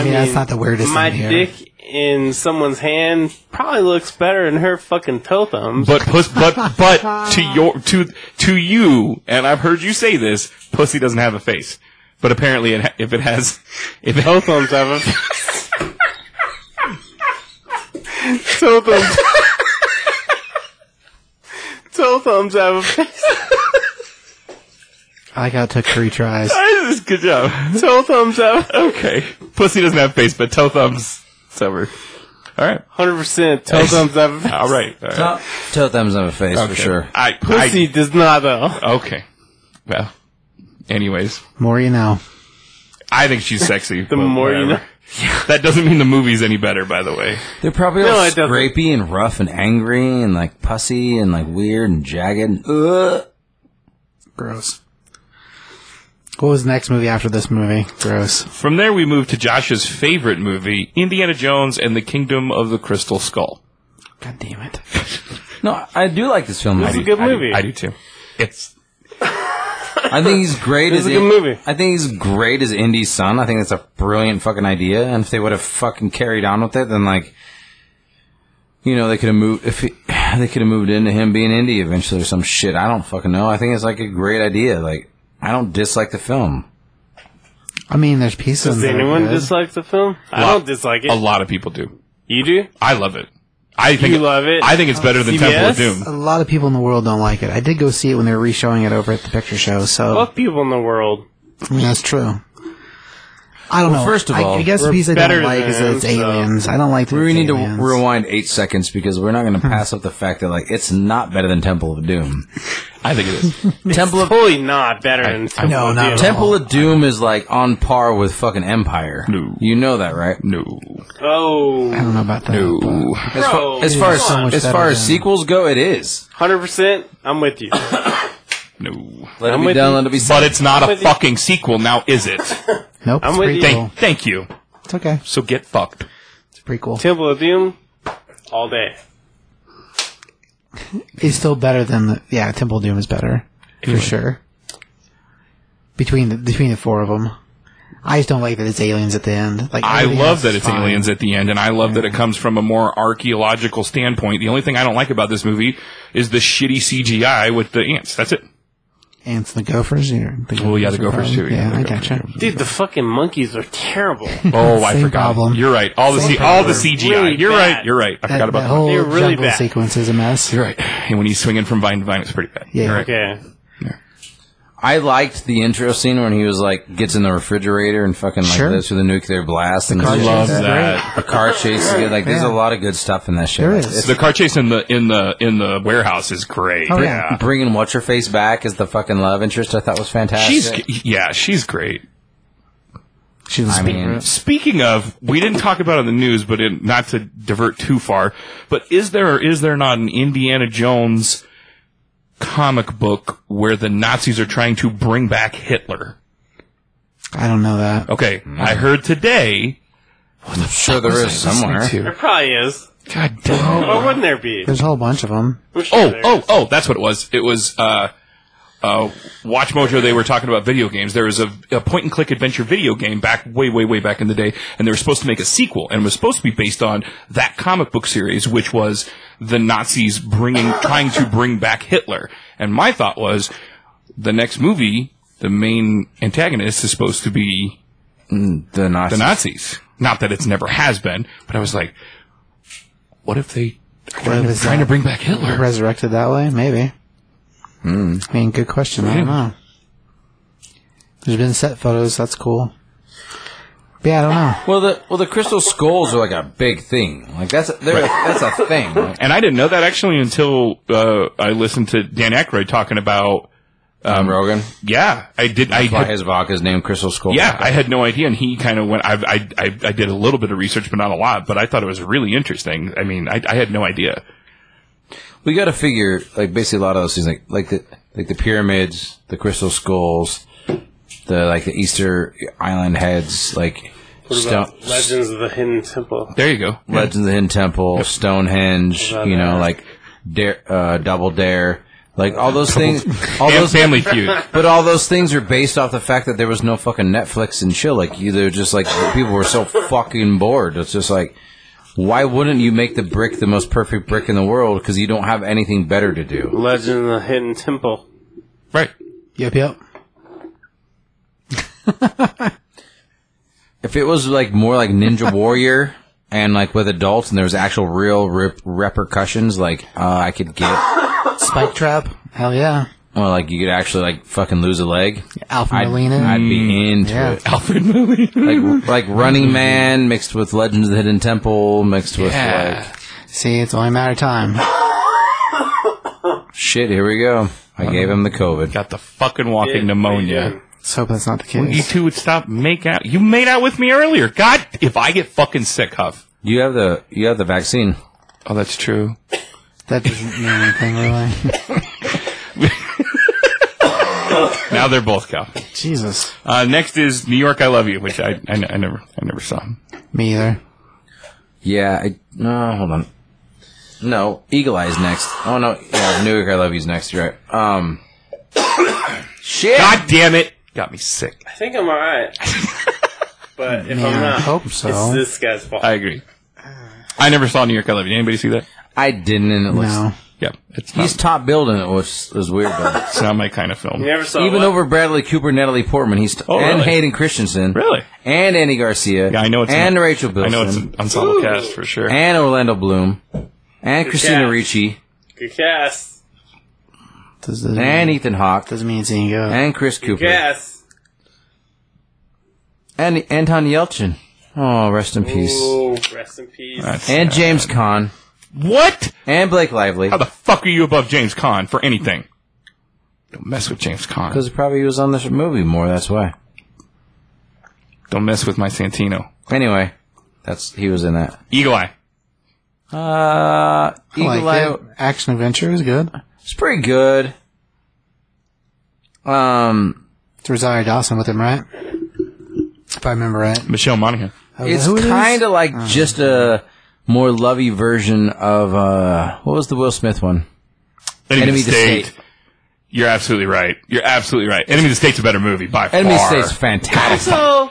D: mean, that's not the weirdest
C: my
D: thing here.
C: dick in someone's hand probably looks better than her fucking toe thumbs.
B: But puss, but but to your to to you, and I've heard you say this. Pussy doesn't have a face, but apparently, it, ha- if it has, if it
C: toe thumbs have a toe thumbs. toe thumbs have a face.
D: I like how it took three tries.
B: good job.
C: Toe thumbs have
B: Okay, pussy doesn't have face, but toe thumbs. It's over. All right.
C: hundred percent. Toe thumbs have a face.
B: All right. All right.
F: Toe- Toe thumbs on a face for
B: Okay.
F: sure.
B: I, Uh,
C: Pussy does not though.
B: I okay. Well, anyways,
D: More you know.
B: I think she's sexy.
C: The more you know.
B: That doesn't mean the movie's any better, by the way.
F: They're probably all
C: No, it doesn't.
F: scrapey and rough and angry and like pussy and like weird and jagged. And, Ugh.
D: Gross. What was the next movie after this movie? Gross.
B: From there, we move to Josh's favorite movie, Indiana Jones and the Kingdom of the Crystal Skull.
D: God damn it.
F: No, I do like this film.
C: It's
F: I,
C: a good
B: I do-
C: movie.
B: I do, too. It's
F: I think he's great
C: This
F: as
C: is a good
F: In-
C: movie.
F: I think he's great as Indy's son. I think that's a brilliant fucking idea. And if they would have fucking carried on with it, then like, you know, they could have moved. If he, they could have moved into him being Indy eventually or some shit. I don't fucking know. I think it's like a great idea. Like, I don't dislike the film.
D: I mean, there's pieces.
C: Does
D: that are
C: anyone
D: good.
C: dislike the film? I
B: Lot-
C: don't dislike
B: a
C: it.
B: lot of people do.
C: You do?
B: I love it. I think
C: love it?
B: I think it's better than Temple of
C: CBS?
D: A
B: Doom.
D: lot of people in the world don't like it. I did go see it when they were reshowing it over at the picture show, so
C: Fuck people in the world.
D: I mean, that's true. I don't know.
F: first of
D: I- I,
F: all,
D: guess the
C: we're
D: piece I
C: better
D: don't like is that
C: than
D: it's
C: them, so-
D: aliens. I don't like that
F: We
D: it's
F: need to
D: aliens.
F: rewind eight seconds because we're not going to pass up the fact that like it's not better than Temple of Doom.
B: I think it is.
F: Temple of
C: Totally not better than Temple
D: no,
C: of
D: not
C: Doom.
D: at
F: Temple of Doom is like on par with fucking Empire.
B: No.
F: You know that, right?
B: No.
D: I
C: Oh,
D: don't know about that. but-
B: No.
C: Bro,
F: As far as,
C: it
F: far
D: is
F: as,
D: so much
F: as,
D: better
F: far as
D: than-
F: sequels go, it is.
C: 100%. I'm with you.
B: No.
F: Let
C: I'm
F: it be
C: with
F: done.
C: you.
F: Let it be said.
B: But it's not a
C: with you. Oh.
B: fucking sequel now, is it?
D: Nope.
C: I'm
D: it's
C: with
D: prequel.
C: you.
B: Thank, thank you.
D: It's okay.
B: So get fucked.
D: It's pretty cool.
C: Temple of Doom, all day.
D: It's still better than the yeah. Temple of Doom is better for sure. Between the between the four of them, I just don't like that it's aliens at the end. Like
B: I
D: everything
B: love
D: else
B: that
D: is
B: it's
D: fine.
B: aliens at the end, and I love that it comes from a more archaeological standpoint. The only thing I don't like about this movie is the shitty CGI with the ants. That's it.
D: Ants and the gophers. Or the
B: Well, Oh, yeah, the
D: are
B: gophers,
D: probably-
B: too. Yeah,
D: Yeah,
B: the
D: I
B: gophers.
D: gotcha.
C: Dude, the fucking monkeys are terrible.
B: Oh, I
D: Same
B: forgot.
D: problem.
B: You're right. All the C- all the CGI.
C: Really
B: You're
C: bad.
B: right. You're right. I forgot
D: That,
B: about
D: that
B: that.
D: whole
C: They're really
D: jungle
C: bad.
D: sequence is a mess.
B: You're right. And when he's swinging from vine to vine, it's pretty bad.
D: Yeah.
B: You're right.
C: Okay.
F: I liked the intro scene when he was like gets in the refrigerator and fucking like
D: Sure.
F: lives through the nuclear blast and
D: car
F: shit
D: chase
F: like
B: Love
D: That's
B: that.
F: The car chase. is good. Like, there's
D: Yeah.
F: a lot of good stuff in that shit.
D: There is.
B: The car chase in the in the in the warehouse is great.
D: Oh, yeah.
B: yeah.
F: Bringing what's her face back as the fucking love interest, I thought was fantastic.
B: She's yeah, she's great.
D: She was
F: I mean,
B: Speaking of, we didn't talk about it on the news, but it, not to divert too far, but is there or is there not an Indiana Jones comic book where the Nazis are trying to bring back Hitler?
D: I don't know that.
B: Okay, I heard today.
F: sure there is somewhere.
C: There probably is.
B: God damn.
C: Why wouldn't there be?
D: There's a whole bunch of them.
C: I'm sure
B: Oh,
C: there
B: oh,
C: is.
B: oh, that's what it was. It was, uh, uh, Watch Mojo, they were talking about video games. There was a, a point and click adventure video game back, way, way, way back in the day, and they were supposed to make a sequel, and it was supposed to be based on that comic book series, which was the Nazis bringing, trying to bring back Hitler. And my thought was, the next movie, the main antagonist is supposed to be
F: the Nazis.
B: the Nazis. Not that it's never has been, but I was like, what if they are trying, to,
D: it's uh,
B: trying
D: not-
B: to bring back Hitler?
D: Resurrected that way, maybe.
F: Hmm.
D: I mean, good question. I don't know. There's been set photos. That's cool. But yeah, I don't know.
F: well, the well, the crystal skulls are like a big thing. Like that's a, they're a, that's a thing. Like,
B: And I didn't know that actually until uh, I listened to Dan Aykroyd talking about.
F: um, Rogan.
B: Yeah, I did. I
F: Why
B: had,
F: his vodka's named Crystal Skull?
B: yeah, I had no idea, and he kind of went. I, I I I did a little bit of research, but not a lot. But I thought it was really interesting. I mean, I, I had no idea.
F: we got to figure like basically a lot of those things, like like the like the pyramids, the crystal skulls, the like the Easter Island heads, like
C: What
F: stone,
C: about Legends of the Hidden Temple.
B: There you go.
F: Legends of the Hidden Temple, Stonehenge,
C: Love
F: you know,
C: that.
F: like dare, uh, Double Dare, like all those things, all
B: And
F: those.
B: Family Feud.
F: But all those things are based off the fact that there was no fucking Netflix and chill. Like you, they're just like people were so fucking bored. It's just like, why wouldn't you make the brick the most perfect brick in the world? Because you don't have anything better to do.
C: Legend of the Hidden Temple.
B: right.
D: Yep, yep.
F: If it was like more like Ninja Warrior and like with adults and there was actual real rep- repercussions, like uh, I could get
D: Spike trap. Hell yeah.
F: well, like you could actually like fucking lose a leg.
D: Alpha
F: I'd,
D: Molina.
F: I'd be into
D: yeah.
F: it. Like like Running Man mixed with Legends of the Hidden Temple mixed with
B: Yeah.
D: See, it's only a matter of time.
F: like shit. Here we go. I gave him the COVID.
B: Got the fucking walking
C: Yeah,
B: pneumonia.
D: Let's hope that's not the
B: You
D: case.
B: two would stop making out. You made out with me earlier. God, if I get fucking sick, Huff.
F: You have the you have the vaccine.
B: Oh, that's true.
D: That doesn't mean anything, really.
B: Now they're both Calvin.
D: Jesus.
B: Uh, next is New York, I Love You, which I, I, I never I never saw.
D: Me either.
F: Yeah. I, no, hold on. No, Eagle Eyes next. Oh no, yeah, New York I Love You's next. You're right. Um, shit.
B: God damn it, got me sick.
C: I think I'm alright. but
F: Oh,
C: if I'm
D: Yeah, I
C: not,
D: hope
C: it's
D: so.
C: this guy's fault.
B: I agree. I never saw New York, I Love You. Did anybody see that?
F: I didn't, and it looks.
D: No.
B: Yeah, it's not,
F: He's top building it, which is weird. Though.
B: it's not my kind of film.
C: You never saw
F: Even
C: what?
F: over Bradley Cooper, Natalie Portman, he's t-
B: Oh,
F: and
B: really?
F: Hayden Christensen,
B: Really?
F: and Andy Garcia,
B: Yeah, I know it's
F: and
B: an-
F: Rachel
B: I
F: Bilson,
B: know it's an ensemble cast for sure.
F: and Orlando Bloom, and Christina
C: cast.
F: Ricci,
C: Good cast.
D: Does- Doesn't,
F: and
D: mean,
F: Ethan Hawke,
D: doesn't mean it's any good.
F: and Chris Cooper,
C: Yes.
F: and Anton Yelchin. Oh, rest in peace.
C: Ooh, rest in peace.
B: That's
F: And
B: sad.
F: James Caan,
B: what?
F: and Blake Lively,
B: How the fuck are you above James Caan for anything? Don't mess with James Caan.
F: because probably he was on this movie more. That's why.
B: Don't mess with my Santino.
F: Anyway, that's he was in that.
B: Eagle Eye.
F: Uh,
D: I
F: Eagle Eye.
D: like it. Action adventure is good.
F: It's pretty good. Um,
D: It's Rosario Dawson with him, right? If I remember right.
B: Michelle Monaghan.
D: Is
F: It's
D: that who it is?
F: kind of like just a more lovey version of uh, what was the Will Smith one?
B: Enemy,
F: Enemy
B: of the
F: to
B: State.
F: State.
B: You're absolutely right. You're absolutely right. Enemy of the State's a better movie by
F: Enemy
B: far.
F: State's fantastic.
B: So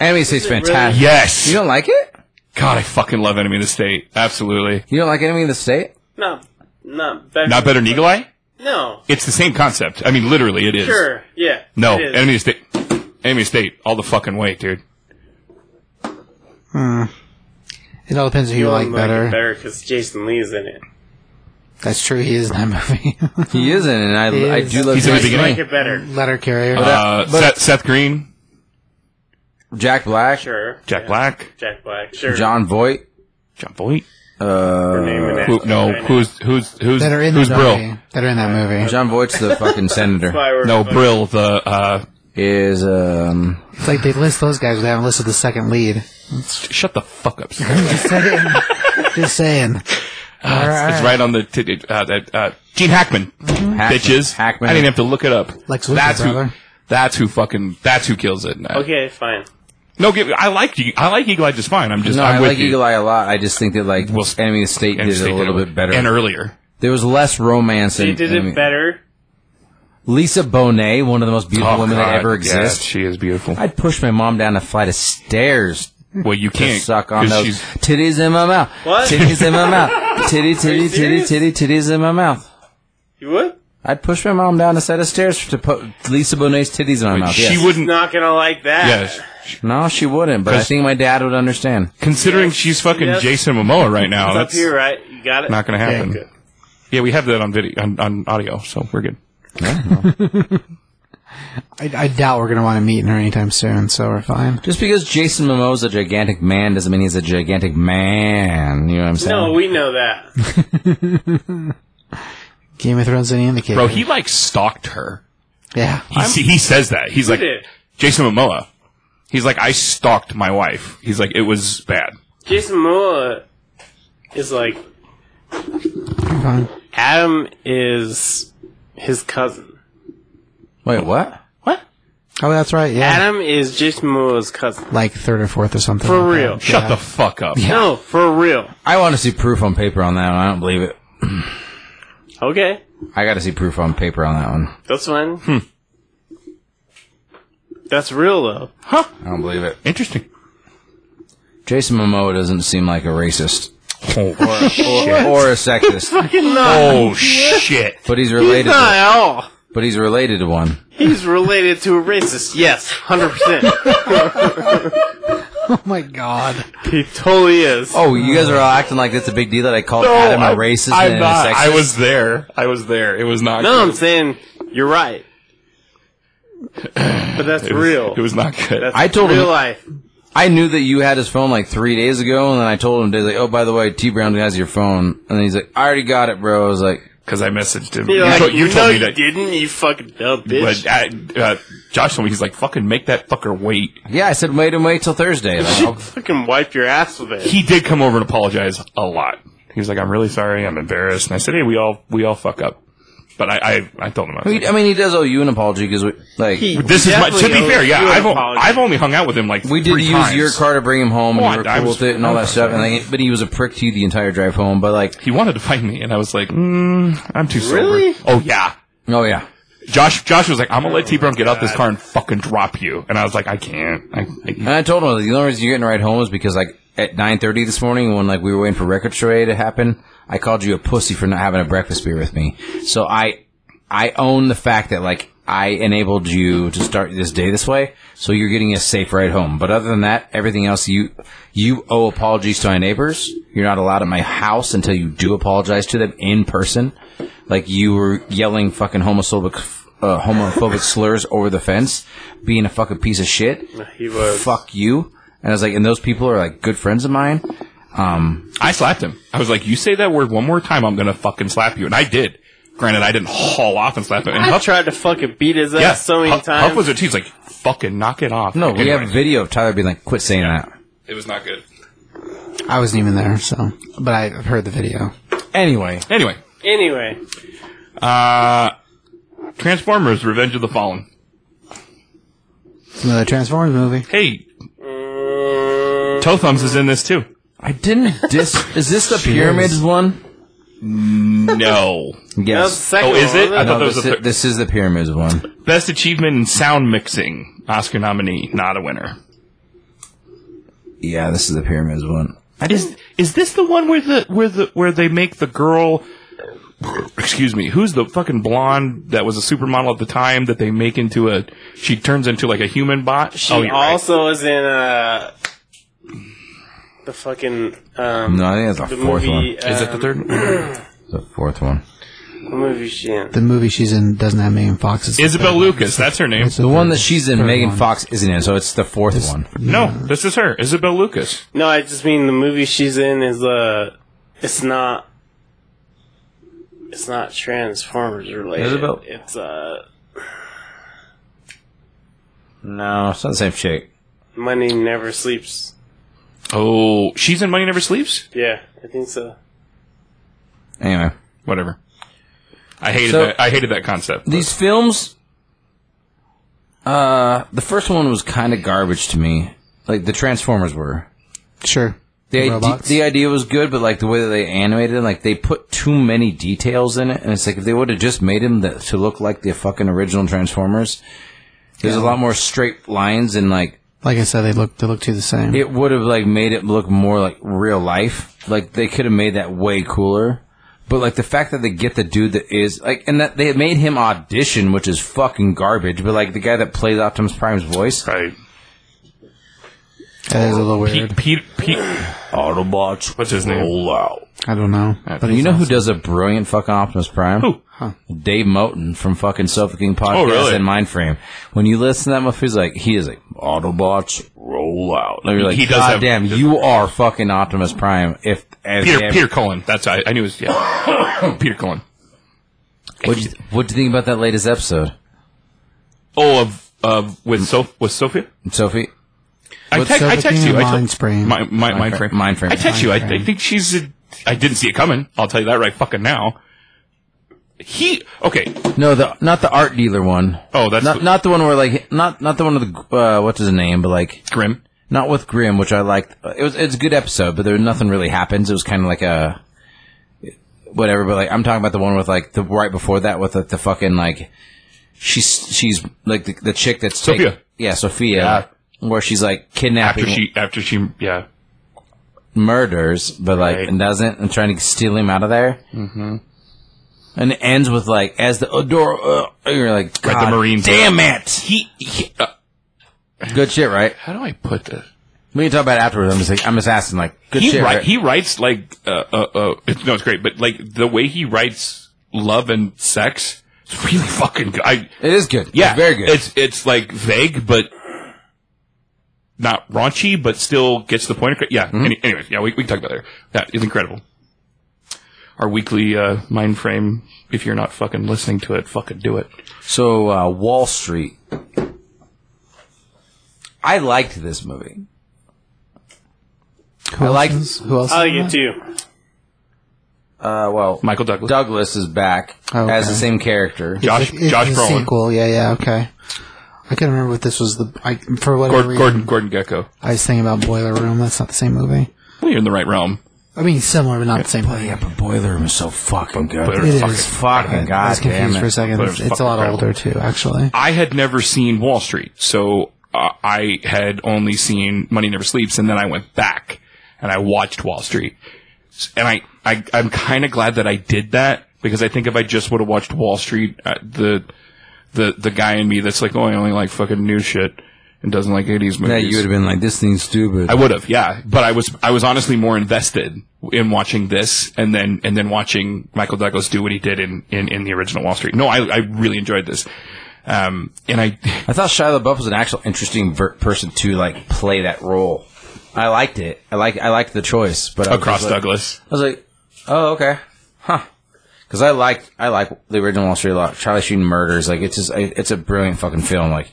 F: Enemy State's fantastic.
B: yes.
F: You don't like it?
B: God, I fucking love Enemy of the State. Absolutely.
F: You don't like Enemy of the State?
C: No, not better.
B: Not better than Eagle Eye?
C: No,
B: It's the same concept. I mean, literally, it is.
C: sure, yeah.
B: No,
C: it is.
B: Enemy of the State. Enemy of the State, all the fucking way, dude.
D: It all depends who you,
C: You'll
D: like better.
C: it better because Jason Lee's in it.
D: That's true. He is in that movie.
F: He isn't, and I,
D: He
F: I
D: is.
F: do love
B: He's in the
F: Jack
B: beginning.
C: Like it better,
D: Letter carrier.
B: Uh, Seth, Seth Green,
F: Black. Jack Black,
C: sure.
B: Jack
C: yeah.
B: Black,
C: Jack Black, sure.
F: John Voight.
B: John Voight.
C: We're naming
F: Uh,
B: Who,
C: actors
B: no,
C: right now.
B: who's who's who's
D: that are in the
B: Oh, who's
D: movie.
B: Brill?
D: That are in that movie.
F: John Voight's the fucking senator.
C: Why we're
B: No,
C: fucking-
B: Brill. The uh,
F: Is um,
D: It's like they list those guys, but they haven't listed the second lead.
B: shut the fuck up. Seth.
D: Just saying. Just saying. All
B: It's- It's right on the t- it- uh, that, uh, Gene Hackman, bitches.
F: Hackman.
B: I didn't have to look it up.
D: Lex Luthor,
B: that's who.
D: brother.
B: That's who fucking. That's who kills it. No,
C: Okay, fine.
B: no give, I like you. I like Eagle Eye just fine. I'm just.
F: No,
B: I'm
F: i
B: with
F: like
B: you.
F: Eagle Eye a lot. I just think that like
B: Well,
F: Enemy of the State
B: And
F: did
B: just
F: it a
B: take
F: little
B: away.
F: bit better.
B: and earlier.
F: there was less romance.
C: She
F: in
C: did
F: Enemy-
C: it better.
F: Lisa Bonet, one of the most beautiful
B: Oh,
F: women that
B: God,
F: ever
B: yes,
F: exist.
B: she is beautiful.
F: I'd push my mom down a flight of stairs
B: well, you
F: to
B: can't
F: suck on
B: 'cause
F: those
B: she's-
F: titties in my mouth.
C: What?
F: Titties in my mouth. Titty, titty, titty,
C: serious?
F: titty, titties in my mouth.
C: You would?
F: I'd push my mom down a set of stairs to put Lisa Bonet's titties in my mouth.
B: she
F: yes.
B: wouldn't.
C: Not gonna like that.
B: Yes.
F: No, she wouldn't. But I
B: 'Cause-
F: think my dad would understand.
B: Considering she's fucking
C: Yes.
B: Jason Momoa right now,
C: It's up
B: that's
C: here, right? You got it.
B: not going to
C: Okay,
B: happen.
C: good.
B: yeah, we have that on video, on, on audio, so we're good.
D: I, I doubt we're going to want to meet her anytime soon, so we're fine.
F: Just because Jason Momoa's a gigantic man doesn't mean he's a gigantic man. You know what I'm saying?
C: No, we know that.
D: Game of Thrones any indicator.
B: Bro, he like stalked her.
D: yeah.
B: He, s- he says that. He's like
C: did?
B: Jason Momoa. He's like I stalked my wife. He's like it was bad.
C: Jason Momoa is like
D: We're fine.
C: Adam is his cousin.
F: Wait, what?
C: What?
D: Oh, that's right. Yeah.
C: Adam is Jason Momoa's cousin.
D: like third or fourth or something.
C: For
D: like that.
C: real.
B: Shut the fuck up.
C: No, for real.
F: I want to see proof on paper on that one. I don't believe it.
C: Okay,
F: I got to see proof on paper on that one.
C: that's fine.
B: Hmm.
C: That's real though.
F: I don't believe it.
B: Interesting.
F: Jason Momoa doesn't seem like a racist
B: Oh,
F: or, or a sexist,
B: oh, shit.
F: but he's
C: He's
F: related.
C: not
F: to,
C: at all.
F: but he's related to one.
C: He's related to a racist. Yes, hundred percent.
D: Oh my god.
C: He totally is.
F: Oh, you guys are all acting like that's a big deal that I called Adam a racist
B: I'm
F: and
B: not.
F: a sexist.
B: I was there. I was there. It was not.
C: no, I'm
B: good.
C: saying you're right, but that's
B: It was-
C: real.
B: It was not good.
C: That's
F: I told
C: real
F: him-
C: life.
F: I knew that you had his phone like three days ago, and then I told him, "Days like, oh, by the way, T Brown has your phone," and then he's like, "I already got it, bro." I was like,
B: because I messaged him.
C: You're
B: you
C: like,
B: told, you
C: no,
B: told me
C: you
B: that.
C: didn't. You fucking dumb bitch.
B: But I, uh, Josh told me he's like, fucking make that fucker wait.
F: "Yeah," I said, "Wait and wait till Thursday." Like,
C: I'll fucking wipe your ass with it.
B: He did come over and apologize a lot. He was like, I'm really sorry. I'm embarrassed. And I said, hey, we all we all fuck up. But I I, I told him. I was
F: I
B: like,
F: mean, he does owe you an apology because, like,
C: He
B: this is my. To
C: definitely
B: be fair,
C: owes
B: yeah,
C: you an
B: I've o-
C: apology.
B: I've only hung out with him like
F: we did
B: three
F: use
B: times.
F: your car to bring him home,
B: Oh,
F: and
B: I-
F: we were
B: I
F: cool
B: was-
F: with it and all
B: I
F: that
B: was
F: stuff. And like, but he was a prick to you the entire drive home. But like,
B: He wanted to fight me, and I was like, mm, I'm too sober.
C: Really?
B: Oh yeah.
F: oh yeah,
B: Josh, Josh was like, "I'm gonna let T Brown get out this car and fucking drop you," and I was like, "I can't." I,
F: And
B: I,
F: I told him the only reason you're getting a ride home is because like at 9:30 this morning, when like we were waiting for record show to happen, I called you a pussy for not having a breakfast beer with me. So I, I own the fact that like I enabled you to start this day this way. So you're getting a safe ride home. But other than that, everything else you you owe apologies to my neighbors. You're not allowed at my house until you do apologize to them in person. Like you were yelling fucking homophobic. Uh, homophobic slurs over the fence, being a fucking piece of shit
C: He was.
F: fuck you. And I was like, and those people are like good friends of mine. Um,
B: I slapped him. I was like, "You say that word one more time, I'm gonna fucking slap you," and I did. Granted, I didn't haul off and slap him. And
C: I've
B: Huff,
C: tried to fucking beat his ass
B: yeah,
C: so many
B: Huff,
C: times.
B: Huff was a He's like, "Fucking knock it off."
F: no, we
B: Anyway,
F: have video of Tyler being like, quit saying that.
B: it was not good.
D: I wasn't even there, so. But I've heard the video.
F: Anyway,
B: Anyway,
C: anyway,
B: uh, Transformers: Revenge of the Fallen.
D: It's another Transformers movie.
B: Hey, Toe Thumbs is in this too.
F: I didn't dis. is this the pyramids one?
B: No.
C: That
F: Yes.
C: was the second
B: Oh, is
C: one,
B: it? I
C: wasn't
B: thought
F: No,
B: that was
F: this,
B: the
F: is,
B: third.
F: this is the pyramids one.
B: Best achievement in sound mixing. Oscar nominee, not a winner.
F: Yeah, this is the pyramids one.
B: Is is this the one where the where the where they make the girl? Excuse me. Who's the fucking blonde that was a supermodel at the time that they make into a? She turns into like a human bot. Oh,
C: She also was in uh, the fucking um,
F: No, I think that's the,
C: the
F: fourth
C: movie.
F: one.
C: Um,
B: Is it the third? one?
F: The fourth one.
C: What movie is she in?
D: The movie she's in doesn't have Megan Fox. It's the
B: Isabel
D: third-
B: Lucas. That's her name.
D: it's
F: The
D: third-
F: one that she's in,
D: third
F: Megan
D: one.
F: Fox isn't in, so it's the fourth one.
B: No, this is her. Isabel Lucas.
C: No, I just mean the movie she's in is uh, it's not. It's not Transformers related.
F: Isabel-
C: It's uh,
F: No, it's not the same chick.
C: Money Never Sleeps.
B: Oh, she's in Money Never Sleeps.
C: Yeah, I think so.
F: Anyway,
B: Whatever. I hated
F: So-
B: that. I hated that concept.
F: these films. Uh, the first one was kind of garbage to me. Like the Transformers were.
D: Sure.
F: The idea,
D: Robots.
F: the idea was good, but like the way that they animated him, like they put too many details in it, and it's like if they would have just made him the, to look like the fucking original Transformers, there's a lot more straight lines, and like
D: like I said, they look they look too the same.
F: it would have like made it look more like real life. Like they could have made that way cooler, but like the fact that they get the dude that is like, and that they made him audition, which is fucking garbage. But like the guy that plays Optimus Prime's voice,
B: Right.
D: that is a little
B: Pete,
D: weird.
B: Pete, Pete.
F: Autobots.
B: What's his name?
D: I don't know. But
F: You know who does a brilliant fucking Optimus Prime?
B: Who?
F: Dave Moten from fucking Suffocating Podcast
B: Oh, really?
F: and Mindframe. When you listen to that muff, he's like, he is like, Autobots, roll out. And you're like,
B: He does
F: God
B: have-
F: damn, you are fucking Optimus Prime. If as
B: Peter
F: damn-
B: Peter Cullen. That's I, I knew his yeah. Peter Cullen.
F: What'd you, what'd you think about that latest episode,
B: Oh, of of with Sof- with Sophia.
F: Sophie?
B: I,
D: With
B: text I
D: Sophia
B: text you. I te-
D: Mind Frame.
B: My, my, mind frame.
F: Mind Frame.
B: I text you. I, I think she's. A, I didn't see it coming. I'll tell you that right fucking now. He okay.
F: No, the not the art dealer one.
B: Oh, that's
F: not
B: the-
F: not the one where like not not the one with the uh, what's his name, but like
B: Grim.
F: not with Grimm, which I liked. Uh, It was it's a good episode, but there nothing really happens. It was kind of like a whatever. But like I'm talking about the one with like the right before that with like, the fucking like she's she's like the, the chick that's take-
B: Sophia.
F: yeah, Sophia, where she's like kidnapping,
B: After she after she yeah.
F: murders, but like
B: Right.
F: and doesn't and trying to steal him out of there. Mm-hmm. And it ends with like as the door, uh, you're like
B: Right, the
F: "God
B: Marines are-
F: Damn it!
B: He. he uh,
F: Good shit, right?
B: how do I put this?
F: We can talk about it afterwards. I'm just like I'm just asking, like good
B: he
F: shit,
B: write,
F: right?
B: he writes like uh, uh uh it's, no it's great but like the way he writes love and sex is really fucking good. I
F: it is good.
B: yeah
F: It's very good.
B: It's it's like vague but not raunchy but still gets the point. across. Yeah.
F: Mm-hmm.
B: Any, anyways, yeah, we, we can talk about it later. That is incredible. Our weekly uh, mind frame. If you're not fucking listening to it, fucking do it.
F: So uh, Wall Street. I liked this movie.
D: who
F: I
D: else
F: like-
D: is- who else?
C: I
D: is in
C: like it
D: that?
C: too.
F: Uh, well,
B: Michael Douglas,
F: Douglas is back
D: Oh, okay.
F: as the same character.
B: Josh
D: It's- it's
B: Josh
D: a
B: Brolin,
D: sequel. Yeah, yeah, okay. I can't remember what this was. The I, for whatever
B: Gordon,
D: reason,
B: Gordon Gordon Gecko.
D: I was thinking about Boiler Room. That's not the same movie.
B: Well, you're in the right realm.
D: I mean, similar, but not the same movie.
F: Yeah, but Boiler Room is so fucking good.
B: Boiler
D: It
B: Room's
D: is.
F: fucking
D: I
F: god
D: was confused for a second.
B: Boiler
D: It's,
B: Room's
D: it's a lot
B: fucking
D: older too, actually.
B: I had never seen Wall Street, so uh, I had only seen Money Never Sleeps, and then I went back and I watched Wall Street, S- and I, I I'm kind of glad that I did that because I think if I just would have watched Wall Street, uh, the the the guy in me that's like, oh, I only like fucking new shit and doesn't like '80s movies.
F: Yeah, you would have been like, this thing's stupid.
B: I would have, yeah. But I was I was honestly more invested in watching this and then and then watching Michael Douglas do what he did in in, in the original Wall Street. No, I I really enjoyed this. Um, and I
F: I thought Shia LaBeouf was an actual interesting ver- person to like play that role. I liked it. I like I liked the choice, but I was
B: across
F: just like,
B: Douglas.
F: I was like, oh okay, huh? Because I liked I like the original Wall Street a lot. Charlie Sheen murders like it's just I- it's a brilliant fucking film. Like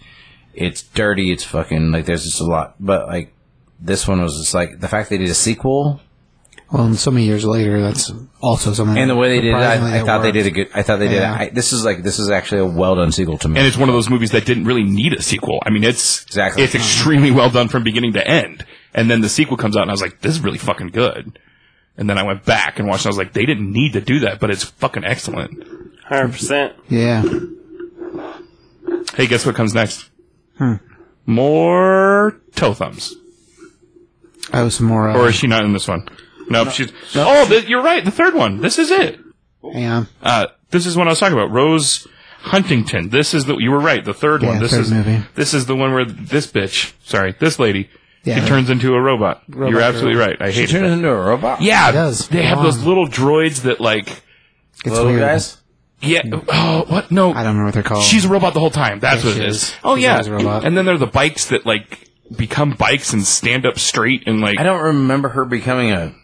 F: it's dirty, it's fucking like there's just a lot. But like this one was just like the fact they did a sequel
D: Well, and so many years later, that's also something.
F: and the way they did it,
D: surprisingly
F: I, I
D: that
F: thought they
D: worked.
F: did a good. I thought they did.
D: Yeah.
F: I, this is like this is actually a well done sequel to me.
B: And it's one of those movies that didn't really need a sequel. I mean, it's
F: Exactly.
B: it's extremely well done from beginning to end. And then the sequel comes out, and I was like, this is really fucking good. And then I went back and watched, and I was like, they didn't need to do that, but it's fucking excellent.
C: Hundred percent.
D: Yeah.
B: Hey, guess what comes next?
F: Hmm.
B: More toe thumbs.
D: Oh, some more. Uh,
B: Or is she not in this one? Nope, she's. Oh, th- you're right. The third one. This is it.
D: hang on.
B: Uh, this is what I was talking about. Rose Huntington. This is the. You were right. The third
D: Yeah,
B: one. This
D: third
B: is.
D: movie.
B: This is the one where this bitch. Sorry, this lady.
D: Yeah.
B: She turns into a robot. you're absolutely right. I hate
F: Turns
B: it.
F: into a robot.
B: Yeah,
D: does.
B: they have
D: Wow.
B: those little droids that like.
D: It's
F: Hello,
D: weird.
F: guys.
B: Yeah. Oh, what? No.
D: Hmm. I don't know what they're called.
B: She's a robot the whole time. That's
D: Yeah,
B: what
D: she
B: it is.
D: is.
B: Oh
D: She's
B: yeah.
D: always a robot.
B: And then there are the bikes that like become bikes and stand up straight and like
F: I don't remember her becoming a.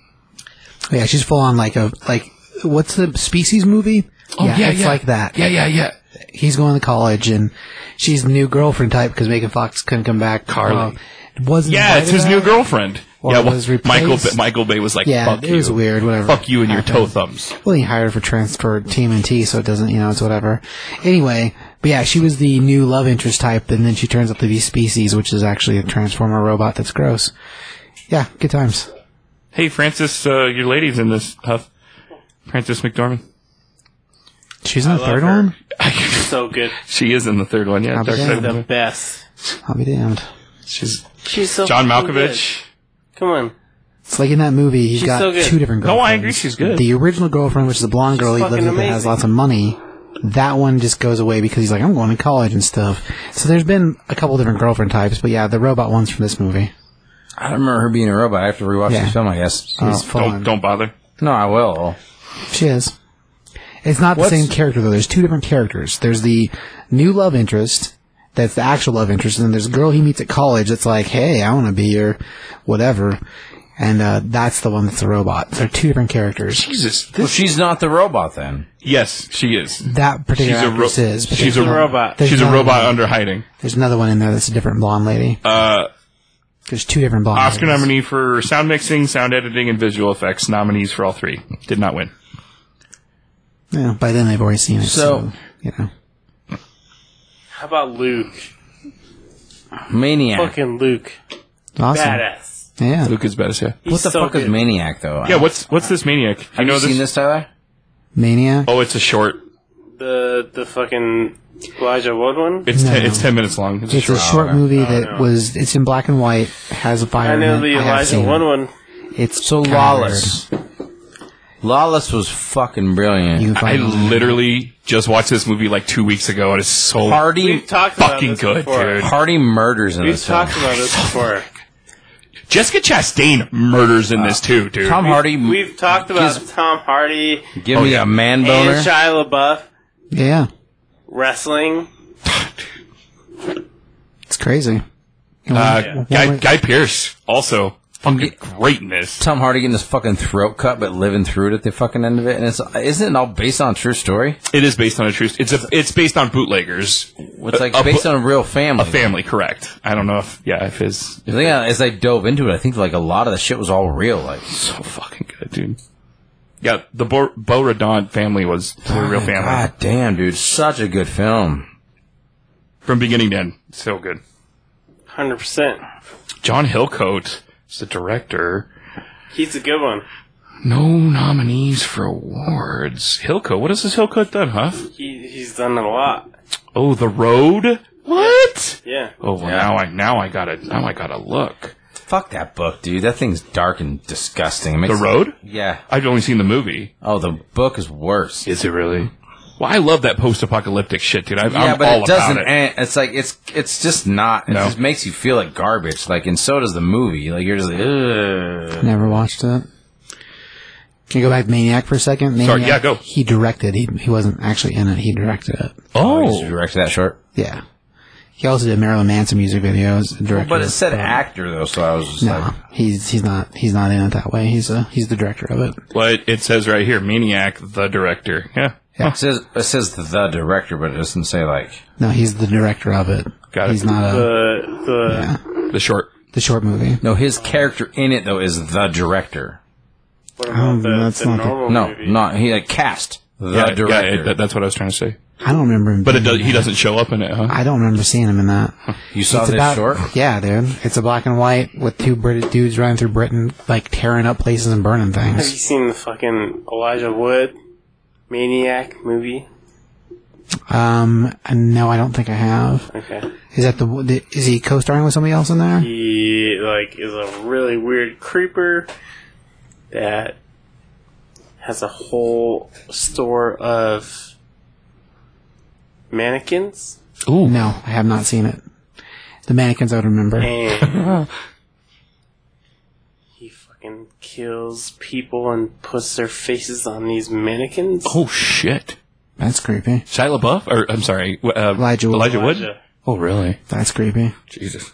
D: yeah, she's full on like a like. What's the species movie?
B: Oh, yeah,
D: it's
B: yeah.
D: like that.
B: yeah yeah yeah.
D: he's going to college and she's the new girlfriend type because Megan Fox couldn't come back.
B: Carly.
D: Uh, wasn't
B: Yeah, it's
D: invited
B: his
D: back.
B: new girlfriend.
D: Or
B: yeah,
D: was
B: well, Michael
D: replaced?
B: Ba- Michael Bay was like,
D: Yeah,
B: "Fuck
D: it
B: you."
D: was weird, whatever
B: Fuck you and your toe
D: happened.
B: thumbs.
D: Well, he hired her for transfer Team and T, so it doesn't, you know, it's whatever. Anyway, but yeah, she was the new love interest type, and then she turns out to be Species, which is actually a transformer robot that's gross. Yeah, good times.
B: Hey, Francis, uh, your lady's in this huff. Francis McDormand.
D: She's in the third
C: her.
D: one?
C: So good.
B: She is in the third one. Yeah,
D: I'll be
B: Dark Side of
D: damned.
B: the
C: The
B: Moon.
C: best.
D: I'll be damned.
B: She's
C: She's so
B: John
C: fucking good.
B: Malkovich.
C: Come on.
D: It's like in that movie, he's
C: She's
D: got
C: so good.
D: two different
B: No,
D: girlfriends.
B: I agree, she's good.
D: The original girlfriend, which is the blonde girl he
C: fucking
D: lives with that has
C: amazing.
D: lots of money, that one just goes away because he's like, I'm going to college and stuff. So there's been a couple different girlfriend types, but yeah, the robot one's from this movie.
F: I don't remember her being a robot. I have to rewatch
D: Yeah.
F: this film. I guess.
D: She's full
B: Oh, Don't
D: on.
B: don't bother.
F: No, I will.
D: She is. It's not the same character though. There's two different characters. There's the new love interest that's the actual love interest, and then there's a girl he meets at college that's like, hey, I want to be your whatever, and uh, that's the one that's the robot. So They're two different characters.
B: Jesus.
F: Well, she's not the robot then.
B: Yes, she is.
D: That particular
B: She's a ro-
D: actress is. but
B: she's
D: there's
B: a
D: another-
C: robot.
D: there's
B: She's a
D: another
B: robot
D: one-
B: under hiding.
D: There's another one in there that's a different blonde lady.
B: Uh,
D: There's two different blonde.
B: Oscar
D: ladies.
B: nominee for sound mixing, sound editing, and visual effects. Nominees for all three. Did not win.
D: Yeah, by then I've already seen it. So,
F: So-
D: you know,
C: How about Luke?
D: Hmm.
F: Maniac.
C: Fucking Luke.
D: awesome.
C: Badass.
D: Yeah.
B: Luke is badass. Yeah.
C: He's
F: what the
C: so
F: fuck
C: good.
F: is Maniac though?
B: Yeah. What's what's this maniac? You
F: Have you,
B: know
F: seen this, Tyler?
D: Mania.
B: Oh, it's a short.
C: the the fucking Elijah Wood one?
B: It's
D: No.
B: ten, it's ten minutes long. It's a
D: It's a
B: short.
D: short movie that
C: no.
D: was. It's in black and white. Has a fire.
C: I know
D: in it.
C: the
D: I have
C: Elijah
D: seen it.
C: Wood one.
D: It's
F: So
D: tired.
F: lawless. Lawless was fucking brilliant.
D: You can
B: I
D: find it.
B: literally just watched this movie like two weeks ago, and it's so
F: Hardy,
C: We've talked about
B: fucking
C: this
B: good,
C: before.
B: dude.
F: Hardy murders in
C: We've
F: this film.
C: talked about this before.
B: Jessica Chastain murders
D: Uh,
B: in this too, dude. Uh,
F: Tom Hardy.
C: We've talked about Tom Hardy
F: Give
B: Oh,
F: me
B: yeah.
F: a man boner.
C: and Shia LaBeouf
D: Yeah,
C: wrestling.
D: it's crazy.
B: uh, Guy, Guy Pierce also fucking great in this.
F: Tom Hardy getting his fucking throat cut, but living through it at the fucking end of it. And it's isn't it all based on a true story?
B: It is based on a true. It's a. It's based on bootleggers.
F: It's like
B: a, a
F: based
B: bo-
F: on a real family.
B: a family, correct? I don't know if yeah, if his
F: I think I- as I dove into it, I think like a lot of the shit was all real. Like
B: so fucking good, dude. Yeah, the Bo, Bo Radon family was their
D: Oh
B: real family
F: God damn, dude, such a good film.
B: from beginning to end. So good.
C: Hundred percent.
B: John Hillcoat is the director.
C: He's a good one.
B: No nominees for awards. Hilco, what has this Hilco done, huh?
C: He he's done a lot.
B: Oh, The Road. What?
C: Yeah.
B: Oh, well, now I now I gotta now I gotta look.
F: Fuck that book, dude. That thing's dark and disgusting. It makes,
B: The Road.
F: Yeah.
B: I've only seen the movie.
F: Oh, the book is worse.
B: Is it really? Well, I love that post-apocalyptic shit, dude. I,
F: yeah,
B: I'm
F: but
B: all
F: it doesn't.
B: about it.
F: End, it's like it's it's just not. It
B: No.
F: just makes you feel like garbage. Like, and so does the movie. Like you're just like, Ugh.
D: Never watched it. Can you go back to Maniac for a second? Maniac,
B: Sorry, yeah, go.
D: He directed. He he wasn't actually in it. He directed it.
F: Did you
B: Oh,
F: direct that short.
D: Yeah. He also did Marilyn Manson music videos. and Director.
F: But it said actor though, so I was just
D: no,
F: like,
D: he's he's not he's not in it that way. He's a he's the director of it.
B: well, it, it says right here, Maniac, the director. Yeah,
F: it says it says the director, but it doesn't say like.
D: No, he's the director of it.
B: Got it. Uh,
D: he's not a
C: The the
B: the short.
D: the short movie.
F: No, his character in it though is the director.
C: what
D: Um,
C: about the,
D: that's
C: the
D: not the-
C: normal
F: No,
C: movie?
F: not he like cast the
B: yeah, yeah,
F: director.
B: it- that- that's what I was trying to say.
D: I don't remember him.
B: But it
D: being
B: does,
D: in
B: he
D: that.
B: doesn't show up in it, huh?
D: I don't remember seeing him in that.
F: You saw this short?
D: Yeah, dude. It's a black and white with two British dudes running through Britain, like tearing up places and burning
C: Have you
D: things.
C: seen the fucking Elijah Wood Maniac movie?
D: Um, no, I don't think I have.
C: Okay.
D: Is that the? the is he co-starring with somebody else in there?
C: He like is a really weird creeper that has a whole store of mannequins
B: Ooh.
D: No, I have not seen it. The mannequins I would remember.
C: and he fucking kills people and puts their faces on these mannequins.
B: Oh, shit.
D: That's creepy.
B: Shia LaBeouf? Or, I'm sorry. wh- Uh,
D: Elijah Wood.
B: Elijah Wood?
C: Elijah.
B: Oh, really?
D: That's creepy.
B: Jesus.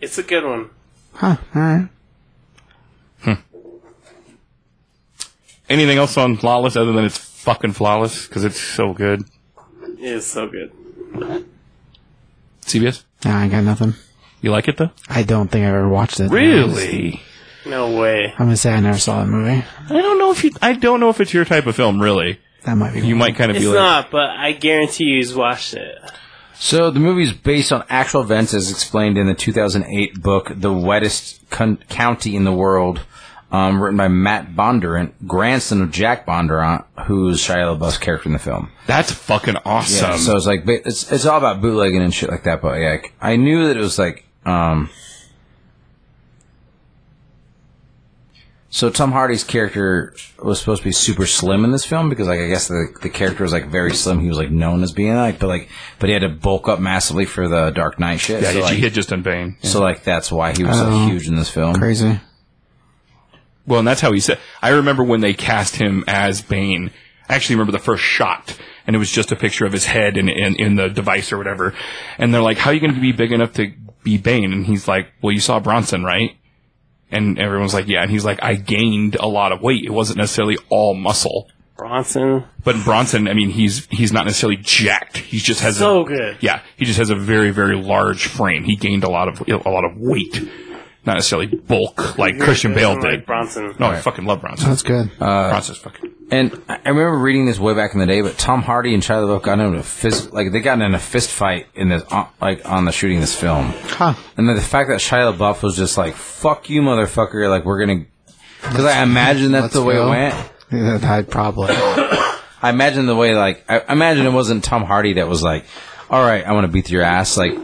C: It's a good one.
D: Huh. All right.
B: Anything else on Flawless other than it's fucking flawless? Because it's so good.
C: It is so good.
B: CBS?
D: No, I got nothing.
B: You like it, though?
D: I don't think I've ever watched it.
B: Really?
C: No way.
D: I'm gonna say I never saw that movie.
B: I don't know if you. I don't know if it's your type of film, really.
D: That might be.
B: You might kind of
C: It's
B: be like,
C: not, but I guarantee you he's watched it.
F: So the movie is based on actual events as explained in the 2008 book "The Wettest Con- County in the World," um, written by Matt Bondurant, grandson of Jack Bondurant, who's Shia LaBeouf's character in the film.
B: that's fucking awesome.
F: so it's like ba- it's it's all about bootlegging and shit like that. But yeah, I I knew that it was like um. So Tom Hardy's character was supposed to be super slim in this film because, like, I guess the the character was like very slim. He was like known as being like, but like, but he had to bulk up massively for the Dark Knight shit.
B: yeah,
F: so,
B: he,
F: like,
B: he had just done Bane.
F: so like that's why he was so
D: Oh.
F: huge in this film.
D: crazy.
B: Well, and that's how he said. I remember when they cast him as Bane. I actually remember the first shot, and it was just a picture of his head in in, in the device or whatever. And they're like, "How are you going to be big enough to be Bane?" And he's like, "Well, you saw Bronson, right?" And everyone's like, "Yeah." And he's like, "I gained a lot of weight. It wasn't necessarily all muscle."
C: Bronson.
B: But Bronson, I mean, he's he's not necessarily jacked. He just has
C: So
B: a,
C: good.
B: Yeah, he just has a very very large frame. He gained a lot of a lot of weight, not necessarily bulk like Christian Bale
C: Doesn't Like
B: did.
C: Bronson.
B: No, I fucking love Bronson.
D: That's good.
C: Uh,
B: Bronson's fucking.
F: And I I remember reading this way back in the day, but Tom Hardy and Shia LaBeouf got into a fist like they got in a fist fight in this on, like on the shooting this film.
D: Huh.
F: And then the fact that Shia LaBeouf was just like, "Fuck you, motherfucker!" Like we're gonna, because I imagine
D: Let's
F: that's the way
D: go.
F: it went.
D: Yeah, I'd probably.
F: I imagine the way like I I imagine it wasn't Tom Hardy that was like, "All right, I want to beat your ass." Like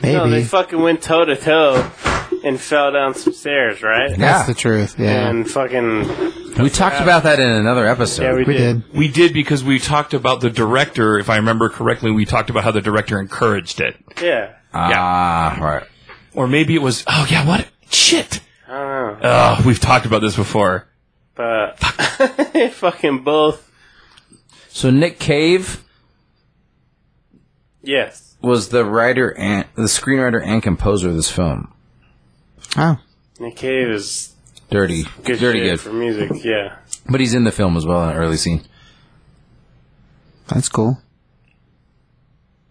D: Maybe.
C: No, they fucking went toe to toe and fell down some stairs, right?
F: yeah,
D: That's the truth. Yeah.
C: And fucking
F: we talked about that in another episode.
C: yeah, we,
D: we
C: did.
D: did.
B: We did because we talked about the director. If I remember correctly, we talked about how the director encouraged it, Uh,
C: Yeah,
F: ah, right.
B: or maybe it was. Oh yeah, what shit?
C: I don't know,
B: Oh, we've talked about this before.
C: but fucking both.
F: So Nick Cave
C: Yes,
F: was the writer and the screenwriter and composer of this film.
D: Oh.
C: Nick Cave is
F: Dirty,
C: good
F: dirty
C: shit
F: good.
C: for music. Yeah,
F: But he's in the film as well in an early scene.
D: That's cool.